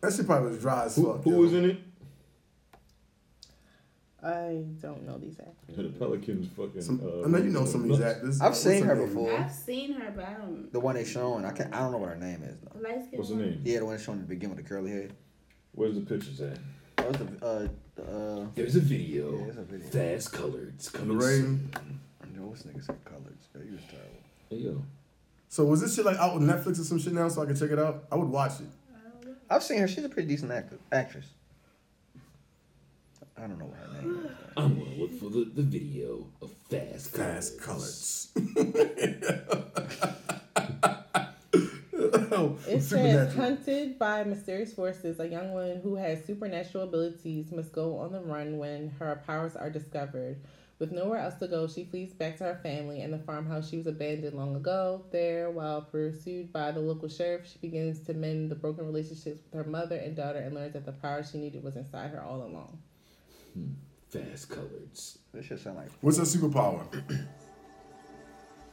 Speaker 10: that shit probably was dry as fuck.
Speaker 4: Who was in it?
Speaker 14: I don't know these actors.
Speaker 4: The Pelicans fucking.
Speaker 7: uh,
Speaker 10: I know you know some of these actors.
Speaker 12: I've seen her
Speaker 10: name?
Speaker 12: before.
Speaker 11: I've seen her, but I don't.
Speaker 12: The one they showing. I can not I don't know what her name is. Though.
Speaker 11: Light skin one.
Speaker 12: Yeah, the one that's showing at the beginning with the curly hair.
Speaker 4: Where's the pictures at?
Speaker 12: Oh, it's the, uh, the, uh,
Speaker 4: There's a video.
Speaker 12: Yeah, there's a video.
Speaker 4: Fast colors coming
Speaker 10: Lorraine.
Speaker 12: I know this nigga said colors. Yeah, he was terrible.
Speaker 4: Hey, yo.
Speaker 10: So was this shit like out on Netflix or some shit now, so I can check it out? I would watch it.
Speaker 12: I've seen her. She's a pretty decent actor, actress. I don't know what her name is.
Speaker 4: I'm gonna look for the, the video of fast
Speaker 10: Fast colors. Oh, Supernatural.
Speaker 14: It says, hunted by mysterious forces, a young woman who has supernatural abilities must go on the run when her powers are discovered. With nowhere else to go, she flees back to her family and the farmhouse she was abandoned long ago. There, while pursued by the local sheriff, she begins to mend the broken relationships with her mother and daughter and learns that the power she needed was inside her all along.
Speaker 4: Fast colors.
Speaker 12: This should sound like.
Speaker 10: What's her superpower?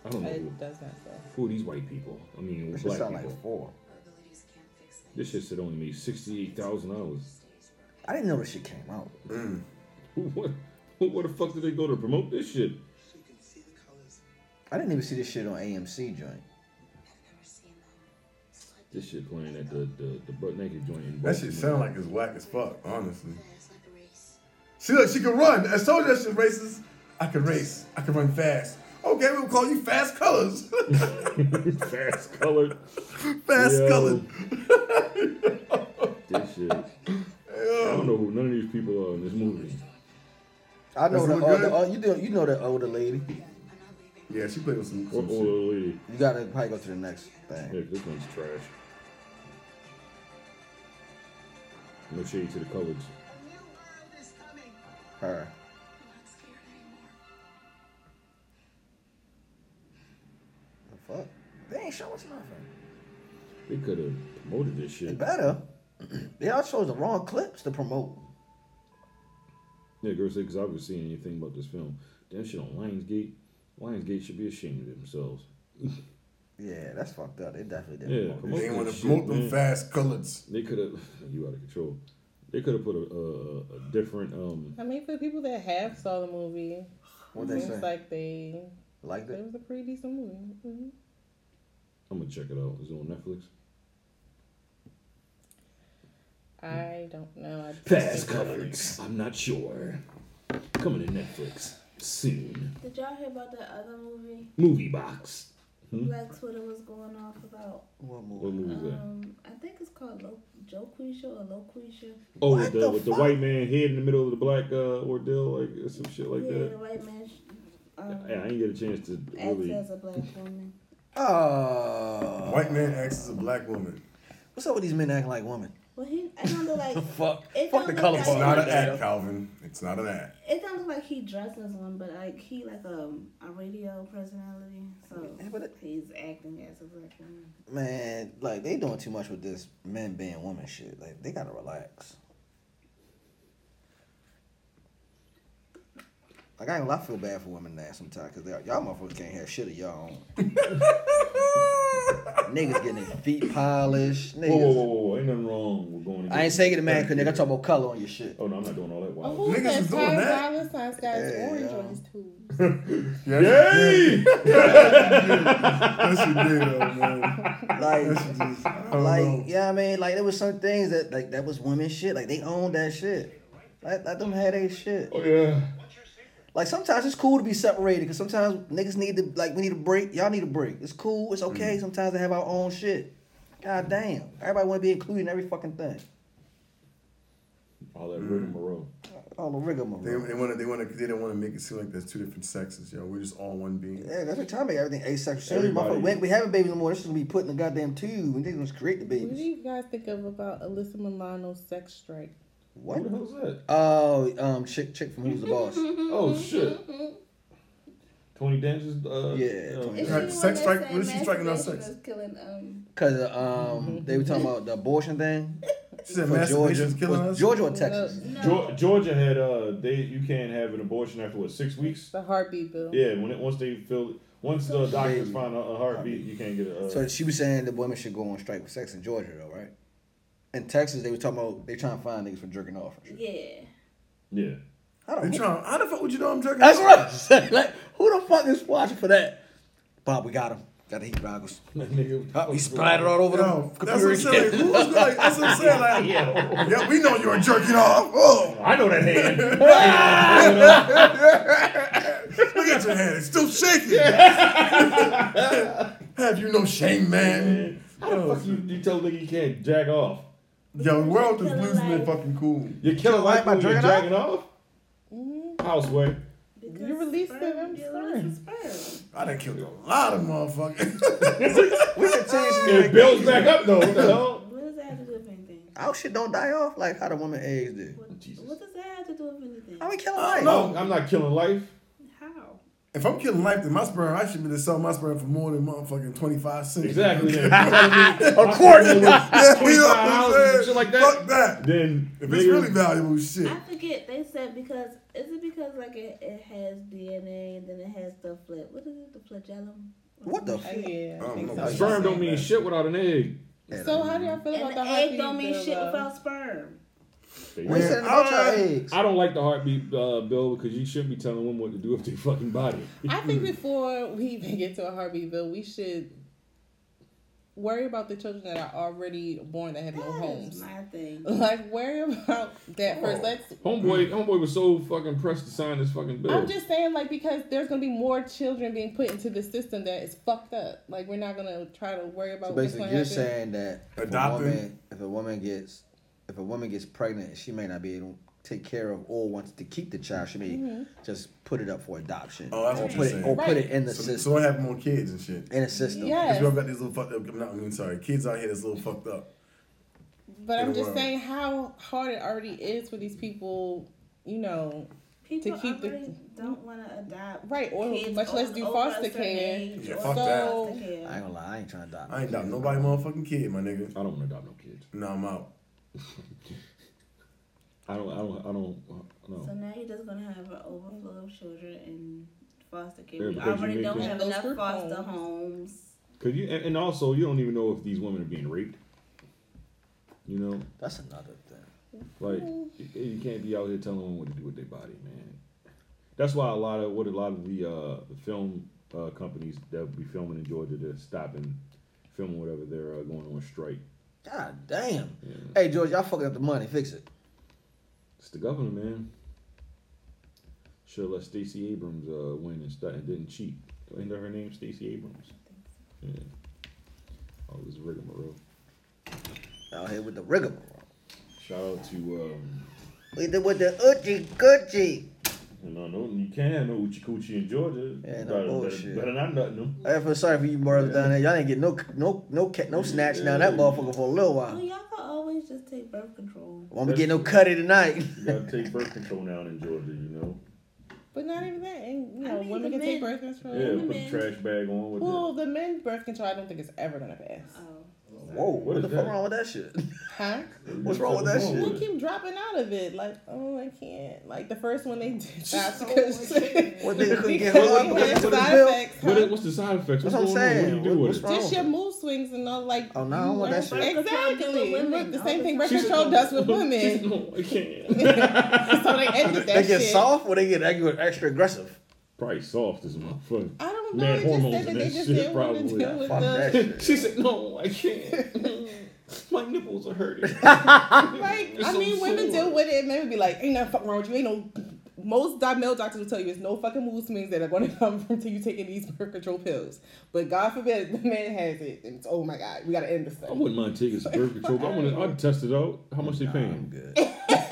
Speaker 4: I don't know who,
Speaker 14: It does not say.
Speaker 4: who are these white people. I mean,
Speaker 12: This should
Speaker 4: black
Speaker 12: sound
Speaker 4: people.
Speaker 12: like four.
Speaker 4: This shit should only made sixty-eight thousand dollars. Mm.
Speaker 12: I didn't know this shit came out.
Speaker 4: What? What the fuck did they go to promote this shit?
Speaker 12: I didn't even see this shit on AMC joint.
Speaker 4: This shit playing at the the, the butt naked joint. in
Speaker 10: That shit
Speaker 4: Baltimore.
Speaker 10: sound like it's whack as fuck, honestly. She look, she can run. I told you that shit racist. I can race. I can run fast. Okay, we'll call you fast colors.
Speaker 4: fast colored.
Speaker 10: Fast colored.
Speaker 4: this shit. I don't know who none of these people are in this movie.
Speaker 12: I know
Speaker 4: Does
Speaker 12: the,
Speaker 4: it look
Speaker 12: uh,
Speaker 4: good?
Speaker 12: the uh, you do, you know the older lady.
Speaker 10: Yeah, she played with some.
Speaker 4: What older lady?
Speaker 12: You gotta probably go to the next thing.
Speaker 4: Yeah, this one's trash. No shade to the colors.
Speaker 12: Her. The fuck? They ain't show us nothing.
Speaker 4: They could have promoted this shit.
Speaker 12: Better. They all chose the wrong clips to promote.
Speaker 4: Yeah, girl said, because I was seeing anything about this film. Damn shit on Lionsgate. Lionsgate should be ashamed of themselves.
Speaker 12: Yeah, that's fucked up. They definitely did.
Speaker 4: Yeah,
Speaker 12: promote
Speaker 4: promote
Speaker 12: this
Speaker 10: They
Speaker 4: that
Speaker 10: want to
Speaker 4: shit,
Speaker 10: promote them
Speaker 4: man.
Speaker 10: fast colors.
Speaker 4: They could have. You out of control. They could have put a, a, a different. um
Speaker 14: I mean, for the people that have saw the movie,
Speaker 4: What'd
Speaker 14: it
Speaker 4: they
Speaker 14: seems
Speaker 4: say?
Speaker 14: like they
Speaker 12: Liked
Speaker 14: it. It was a pretty decent movie. hmm
Speaker 4: I'm gonna check it out. Is it on Netflix?
Speaker 14: I don't know. I
Speaker 4: Fast colors. I'm not sure. Coming to Netflix soon.
Speaker 11: Did y'all hear about that other movie?
Speaker 4: Movie box.
Speaker 11: Black Twitter was going off about.
Speaker 12: What
Speaker 4: Hmm? movie was that?
Speaker 11: Um, I think it's called Lo- Joquisha or Loquisha.
Speaker 4: Oh, with the, with the white man head in the middle of the black uh, ordeal, like some shit like
Speaker 11: yeah, the
Speaker 4: that.
Speaker 11: white man. sh- Um,
Speaker 4: Yeah, I ain't get a chance to
Speaker 11: acts
Speaker 4: really.
Speaker 11: as a black woman.
Speaker 12: Oh.
Speaker 10: White man acts as a black woman.
Speaker 12: What's up with these men acting like women?
Speaker 11: Well, he. I don't know, like.
Speaker 12: Fuck.
Speaker 11: It
Speaker 12: Fuck
Speaker 11: don't
Speaker 12: the
Speaker 11: look
Speaker 12: color
Speaker 11: like-
Speaker 10: It's not an
Speaker 12: Yeah.
Speaker 10: act, Calvin. It's not an act.
Speaker 11: It don't look like he dressed as one, but like he like a a radio personality, so he's acting as a black woman.
Speaker 12: Man, like they doing too much with this men being women shit. Like they gotta relax. Like I ain't gonna lie, I feel bad for women now sometimes because y'all motherfuckers can't have shit of y'all own. niggas getting their feet polished. Niggas.
Speaker 4: Whoa, whoa, whoa, whoa, whoa! Ain't nothing wrong with going.
Speaker 12: I ain't saying it to man, cause nigga, I'm talking about color on your shit.
Speaker 4: Oh no, I'm not doing all that.
Speaker 14: Oh,
Speaker 4: Wild.
Speaker 14: who
Speaker 4: Niggas
Speaker 14: said
Speaker 4: is
Speaker 14: Ty
Speaker 4: doing that.
Speaker 14: Dolla Sign's got his orange on his tube?
Speaker 4: Yay!
Speaker 10: That's your day, though, oh, man.
Speaker 12: Like,
Speaker 10: don't
Speaker 12: like,
Speaker 10: know.
Speaker 12: yeah, I mean, like there was some things that like that was women shit. Like they owned that shit. Let, let them have their shit.
Speaker 4: Oh yeah.
Speaker 12: Like sometimes it's cool to be separated because sometimes niggas need to like we need a break. Y'all need a break. It's cool. It's okay.
Speaker 10: Mm.
Speaker 12: Sometimes to have our own shit. God damn. Everybody want to be included in every fucking thing.
Speaker 4: All that rigmarole.
Speaker 12: All the rigmarole.
Speaker 10: They, they want to. They want to. They don't want to make it seem like there's two different sexes, yo. We're just all one being.
Speaker 12: Yeah, that's what time make everything asexual. Seriously,
Speaker 10: Everybody-
Speaker 12: motherfucker, we ain't- we having babies no more. This is gonna be put in the goddamn tube and they're gonna create the
Speaker 14: What do
Speaker 12: babies.
Speaker 14: you guys think of about Alyssa Milano's sex strike?
Speaker 12: What?
Speaker 14: Who the hell's
Speaker 4: that?
Speaker 12: Oh, um, chick, chick from Who's the Boss.
Speaker 4: Oh shit. Tony Danza's. Uh,
Speaker 12: Yeah,
Speaker 4: um,
Speaker 12: Tony Danza. Right,
Speaker 10: sex strike-
Speaker 11: Say
Speaker 10: what is she striking on
Speaker 11: masturbation
Speaker 10: sex?
Speaker 11: is
Speaker 10: Mm-hmm.
Speaker 11: Killing, um,
Speaker 12: Cause um, they were talking about the abortion thing.
Speaker 10: She said masturbation's killing
Speaker 12: Was
Speaker 10: us?
Speaker 12: Georgia or Texas?
Speaker 4: Geor- Georgia had uh they you can't have an abortion after what six weeks.
Speaker 14: The heartbeat bill.
Speaker 4: Yeah, when it once they feel once the doctors find a, a heartbeat, you can't get a. Uh,
Speaker 12: So she was saying the women should go on strike with sex in Georgia, though, right? In Texas, they were talking about they trying to find niggas for jerking off.
Speaker 11: yeah.
Speaker 4: yeah.
Speaker 12: How
Speaker 10: They trying- how the fuck would you know I'm jerking
Speaker 12: That's
Speaker 10: off?
Speaker 12: what I'm saying. Like, who the fuck is watching for that? Bob, we got him. Got the heat goggles. Oh, Huh, we splattered all over
Speaker 10: Yo,
Speaker 12: them.
Speaker 10: That's what I'm saying. Like, who was like, that's what I'm saying. Like,
Speaker 4: yeah.
Speaker 10: we know you were jerking off. Oh,
Speaker 4: I know that hand.
Speaker 10: Look at your hand; it's still shaking. Have you no shame, man?
Speaker 4: How the fuck you, you tell a nigga you can't jack off?
Speaker 10: Yo, the world is losing their fucking cool.
Speaker 4: You kill life by jerking jacking off? Houseway.
Speaker 14: You released them. I'm sorry.
Speaker 10: I done killed a lot of motherfuckers.
Speaker 12: we can change
Speaker 4: It builds back up though. What the hell?
Speaker 11: What does that have to do with anything?
Speaker 12: Our shit don't die off like how the woman eggs did.
Speaker 11: What does that have to do with anything?
Speaker 12: I mean, kill
Speaker 10: life.
Speaker 4: No, I'm not killing life.
Speaker 11: How?
Speaker 10: If I'm killing life, then my sperm, I should be to sell my sperm for more than motherfucking 25 cents.
Speaker 4: Exactly.
Speaker 10: A
Speaker 4: Then. You're telling me my
Speaker 10: quart.
Speaker 4: shit
Speaker 10: Yeah,
Speaker 4: was
Speaker 10: you know what I'm
Speaker 4: $25 and
Speaker 10: saying?
Speaker 4: shit like that?
Speaker 10: Fuck that.
Speaker 4: Then
Speaker 10: If it's really valuable shit.
Speaker 11: I forget. They said because is it because like it, it has DNA and then it has the flip. What is it? The flagellum.
Speaker 12: What the fuck?
Speaker 14: Yeah.
Speaker 4: I don't know. Sperm don't mean shit without an egg.
Speaker 14: So how do y'all feel about
Speaker 11: And
Speaker 14: the
Speaker 11: the
Speaker 14: heartbeat
Speaker 11: egg don't mean
Speaker 14: bill,
Speaker 11: shit
Speaker 14: though?
Speaker 11: without sperm.
Speaker 12: What's that about your eggs?
Speaker 4: "Ah, I don't like the heartbeat uh, bill because you shouldn't be telling women what to do with their fucking body.
Speaker 14: I think before we even get to a heartbeat bill, we should worry about the children that are already born that have no homes.
Speaker 11: my thing.
Speaker 14: Like worry about that
Speaker 12: Oh.
Speaker 14: first. Let's.
Speaker 4: Homeboy, homeboy was so fucking pressed to sign this fucking bill.
Speaker 14: I'm just saying, like, because there's gonna be more children being put into the system that is fucked up. Like, we're not gonna try to worry about
Speaker 12: So
Speaker 14: what's
Speaker 12: basically,
Speaker 14: gonna
Speaker 12: you're
Speaker 14: happen.
Speaker 12: saying that if
Speaker 10: Adopting.
Speaker 12: a woman, if a woman gets, if a woman gets pregnant, she may not be able to take care of or wants to keep the child. She may
Speaker 10: Mhm.
Speaker 12: just put it up for adoption.
Speaker 10: Oh, that's what
Speaker 12: or put
Speaker 10: you're
Speaker 12: it,
Speaker 10: saying.
Speaker 12: or put it in the
Speaker 10: so,
Speaker 12: system.
Speaker 10: So I have more kids and shit.
Speaker 12: In the system.
Speaker 14: Yes.
Speaker 10: Because we all got these little fucked up, not, I'm sorry, kids out here that's a little fucked up.
Speaker 14: But
Speaker 10: in
Speaker 14: I'm
Speaker 10: the
Speaker 14: just
Speaker 10: world.
Speaker 14: saying how hard it already is for these people, you know,
Speaker 11: People
Speaker 14: to keep
Speaker 11: already
Speaker 14: the
Speaker 11: don't want to adopt.
Speaker 14: right or
Speaker 11: kids
Speaker 14: much less
Speaker 11: o-
Speaker 14: do
Speaker 11: over
Speaker 14: foster
Speaker 11: a certain
Speaker 14: care.
Speaker 11: age
Speaker 10: Yeah,
Speaker 11: or
Speaker 10: fuck
Speaker 14: so
Speaker 10: that. Oh.
Speaker 11: care.
Speaker 12: I ain't gonna lie, I ain't trying to adopt.
Speaker 10: I ain't got nobody motherfucking kid, my nigga.
Speaker 4: I don't want to adopt no kids.
Speaker 10: No, I'm out.
Speaker 4: I don't. I don't. I don't. uh, No.
Speaker 11: So now you're just gonna have an overflow of children in foster care.
Speaker 4: Yeah,
Speaker 11: we
Speaker 4: because you
Speaker 11: already
Speaker 4: make
Speaker 11: don't
Speaker 4: this-
Speaker 11: have
Speaker 14: Those
Speaker 11: enough
Speaker 14: group
Speaker 11: foster
Speaker 14: homes.
Speaker 11: homes.
Speaker 4: Could you? And, and also, you don't even know if these women are being raped. You know,
Speaker 12: That's another thing.
Speaker 4: like you, you can't be out here telling them what to do with their body, man. That's why a lot of what a lot of the uh, film uh, companies that be filming in Georgia they're stopping filming whatever they're uh, going on strike.
Speaker 12: God damn. Hey George, y'all fucking up the money. Fix it.
Speaker 4: It's the governor, man. Should have let Stacey Abrams uh, win and, st- and didn't cheat. Ain't that her name, Stacey Abrams? Always rigmarole.
Speaker 12: Out here with the rigmarole.
Speaker 4: Shout out to um.
Speaker 12: With the, with the Uchi Gucci.
Speaker 4: No, no, you can have no Uchi Coochie in Georgia.
Speaker 12: Yeah, no
Speaker 4: better,
Speaker 12: bullshit.
Speaker 4: Better, better not nothing them.
Speaker 12: I feel sorry for you brothers down there. Y'all ain't get no no no ca- no snatch down that motherfucker for a
Speaker 11: Oh,
Speaker 12: little while.
Speaker 11: y'all can always just take birth control.
Speaker 12: Won't be getting no cutty tonight.
Speaker 4: You gotta take birth control now in Georgia, you know.
Speaker 14: But not even that. And, you know,
Speaker 11: mean,
Speaker 14: women
Speaker 11: the
Speaker 14: can take
Speaker 11: men-
Speaker 14: birth control.
Speaker 4: Yeah,
Speaker 14: Women-
Speaker 4: put the trash bag on with
Speaker 14: Well, the men birth control, I don't think is ever gonna pass.
Speaker 11: Oh.
Speaker 12: Whoa, what, the fuck wrong with that shit?
Speaker 14: Huh?
Speaker 12: What's wrong with that
Speaker 14: They
Speaker 12: shit?
Speaker 14: keep dropping out of it. Like, oh, I can't. Like the first one they did drop
Speaker 12: so
Speaker 14: because
Speaker 12: What nigga couldn't get
Speaker 14: because
Speaker 12: hard
Speaker 14: he
Speaker 12: because
Speaker 14: had
Speaker 12: he put his
Speaker 14: side
Speaker 12: milk?
Speaker 14: effects.
Speaker 4: What is- what's the side effects?
Speaker 12: That's
Speaker 4: What's
Speaker 12: what I'm
Speaker 4: going on? What do
Speaker 12: saying.
Speaker 4: you do
Speaker 12: What-
Speaker 4: with
Speaker 12: what's
Speaker 4: it?
Speaker 12: wrong?
Speaker 14: Just your mood swings and all like.
Speaker 12: Oh, no, I don't want that shit.
Speaker 14: Exactly. Look, the same thing birth
Speaker 4: She's-
Speaker 14: control does with
Speaker 4: She's-
Speaker 14: women.
Speaker 4: no, I can't.
Speaker 14: so they ended that
Speaker 12: They get
Speaker 14: shit.
Speaker 12: soft or they get they get extra aggressive.
Speaker 4: Probably soft as a motherfucker.
Speaker 14: I don't
Speaker 4: Man,
Speaker 14: know. They just
Speaker 4: hormones
Speaker 14: said that
Speaker 4: and
Speaker 14: they
Speaker 4: that
Speaker 14: just
Speaker 4: shit
Speaker 14: didn't want to
Speaker 4: probably.
Speaker 14: deal with
Speaker 4: Fuck
Speaker 14: the.
Speaker 4: that shit.
Speaker 7: She said, "No, I can't. My nipples are hurting."
Speaker 14: Like,
Speaker 7: It's
Speaker 14: I
Speaker 7: so
Speaker 14: mean, women
Speaker 7: sore.
Speaker 14: deal with it and men would be like, ain't nothing fucking wrong with you. Ain't no. Most di- male doctors will tell you it's no fucking mood swings that are going to come from till you taking these birth control pills. But God forbid the man has it and it's, oh my God, we got to end this
Speaker 4: I
Speaker 14: thing.
Speaker 4: wouldn't mind taking some birth control. but I want to. I'd test it out. How much they paying? I'm
Speaker 12: good.
Speaker 4: what?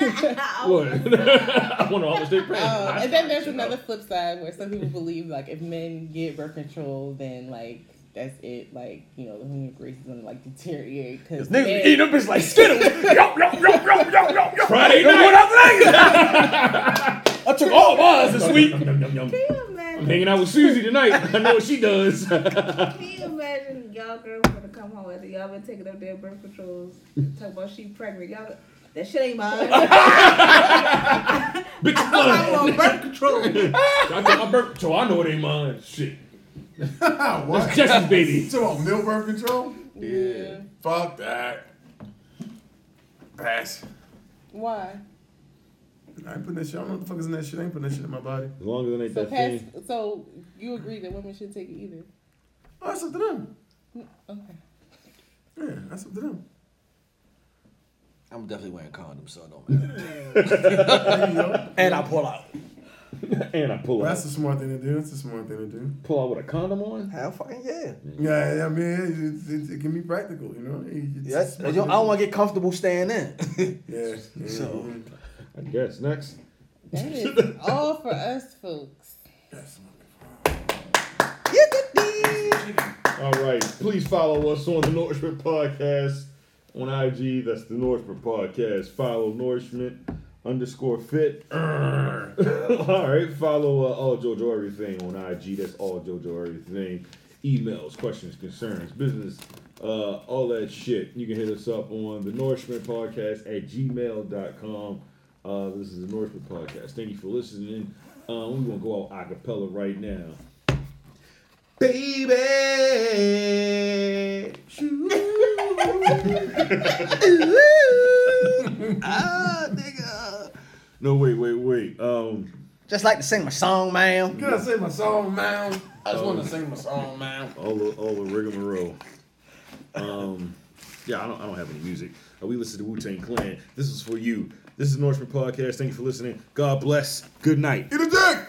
Speaker 4: I want to how much they paying.
Speaker 14: Um, and then there's another flip side where some people believe like if men get birth control, then like that's it. Like you know the human race is gonna like deteriorate because
Speaker 12: Niggas be eating them bitch like Skittles. Yup, yup, yup, yup, yup, yup, yup.
Speaker 4: Friday
Speaker 12: You know what
Speaker 4: night.
Speaker 12: I'm thinking? I took
Speaker 4: Oh,
Speaker 12: all mine this week.
Speaker 4: I'm hanging out with Susie tonight. I know what she does.
Speaker 11: Can you imagine y'all girlfriend to come home after y'all been taking up their birth controls, talk about she pregnant? Y'all, that shit ain't mine.
Speaker 4: Bitch, I want birth control. I got my birth control. I know it ain't mine. Shit. That's Jesse's baby.
Speaker 10: So on milk birth control?
Speaker 14: Yeah.
Speaker 10: Fuck that. Pass.
Speaker 14: Why?
Speaker 10: I ain't putting that shit. I don't know what the fuck is in that shit. I ain't putting that shit in my body.
Speaker 4: As long as it ain't
Speaker 14: So pass, so you agree that women should take it either? Mm,
Speaker 10: Oh, that's up to them.
Speaker 14: Okay.
Speaker 10: Yeah, that's up to them.
Speaker 12: I'm definitely wearing condoms, so it don't matter. and I pull out.
Speaker 4: and I pull
Speaker 10: Well,
Speaker 4: out.
Speaker 10: that's the smart thing to do. That's the smart thing to do.
Speaker 4: Pull out with a condom on?
Speaker 12: Hell fucking yeah.
Speaker 10: Yeah, yeah, I mean, it, it, it can be practical, you know. It- it's-
Speaker 12: Yes, I don't want to get comfortable staying in.
Speaker 10: yeah, yeah.
Speaker 12: So
Speaker 4: I guess next.
Speaker 14: That is all for us, folks.
Speaker 4: All right. Please follow us on the Nourishment Podcast on IG. That's the Nourishment Podcast. Follow Nourishment underscore fit. all right. Follow uh, All JoJo Everything on IG. That's All JoJo Everything. Emails, questions, concerns, business, uh, all that shit. You can hit us up on the Nourishment Podcast at gmail.com. Uh, this is the Nourishment Podcast. Thank you for listening. Uh, we're going to go out a cappella right now.
Speaker 12: baby. ah, nigga.
Speaker 4: No, wait, wait, wait. Um,
Speaker 12: Just like to sing my song, man.
Speaker 10: Can I sing my song, man? I just
Speaker 4: Oh.
Speaker 10: want to sing my song, man.
Speaker 4: all the all the rigmarole. Um, yeah, I don't I don't have any music. Uh, we listen to Wu Tang Clan. This is for you. This is Norseman Podcast. Thank you for listening. God bless. Good night.
Speaker 17: Thief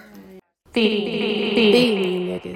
Speaker 17: niggas.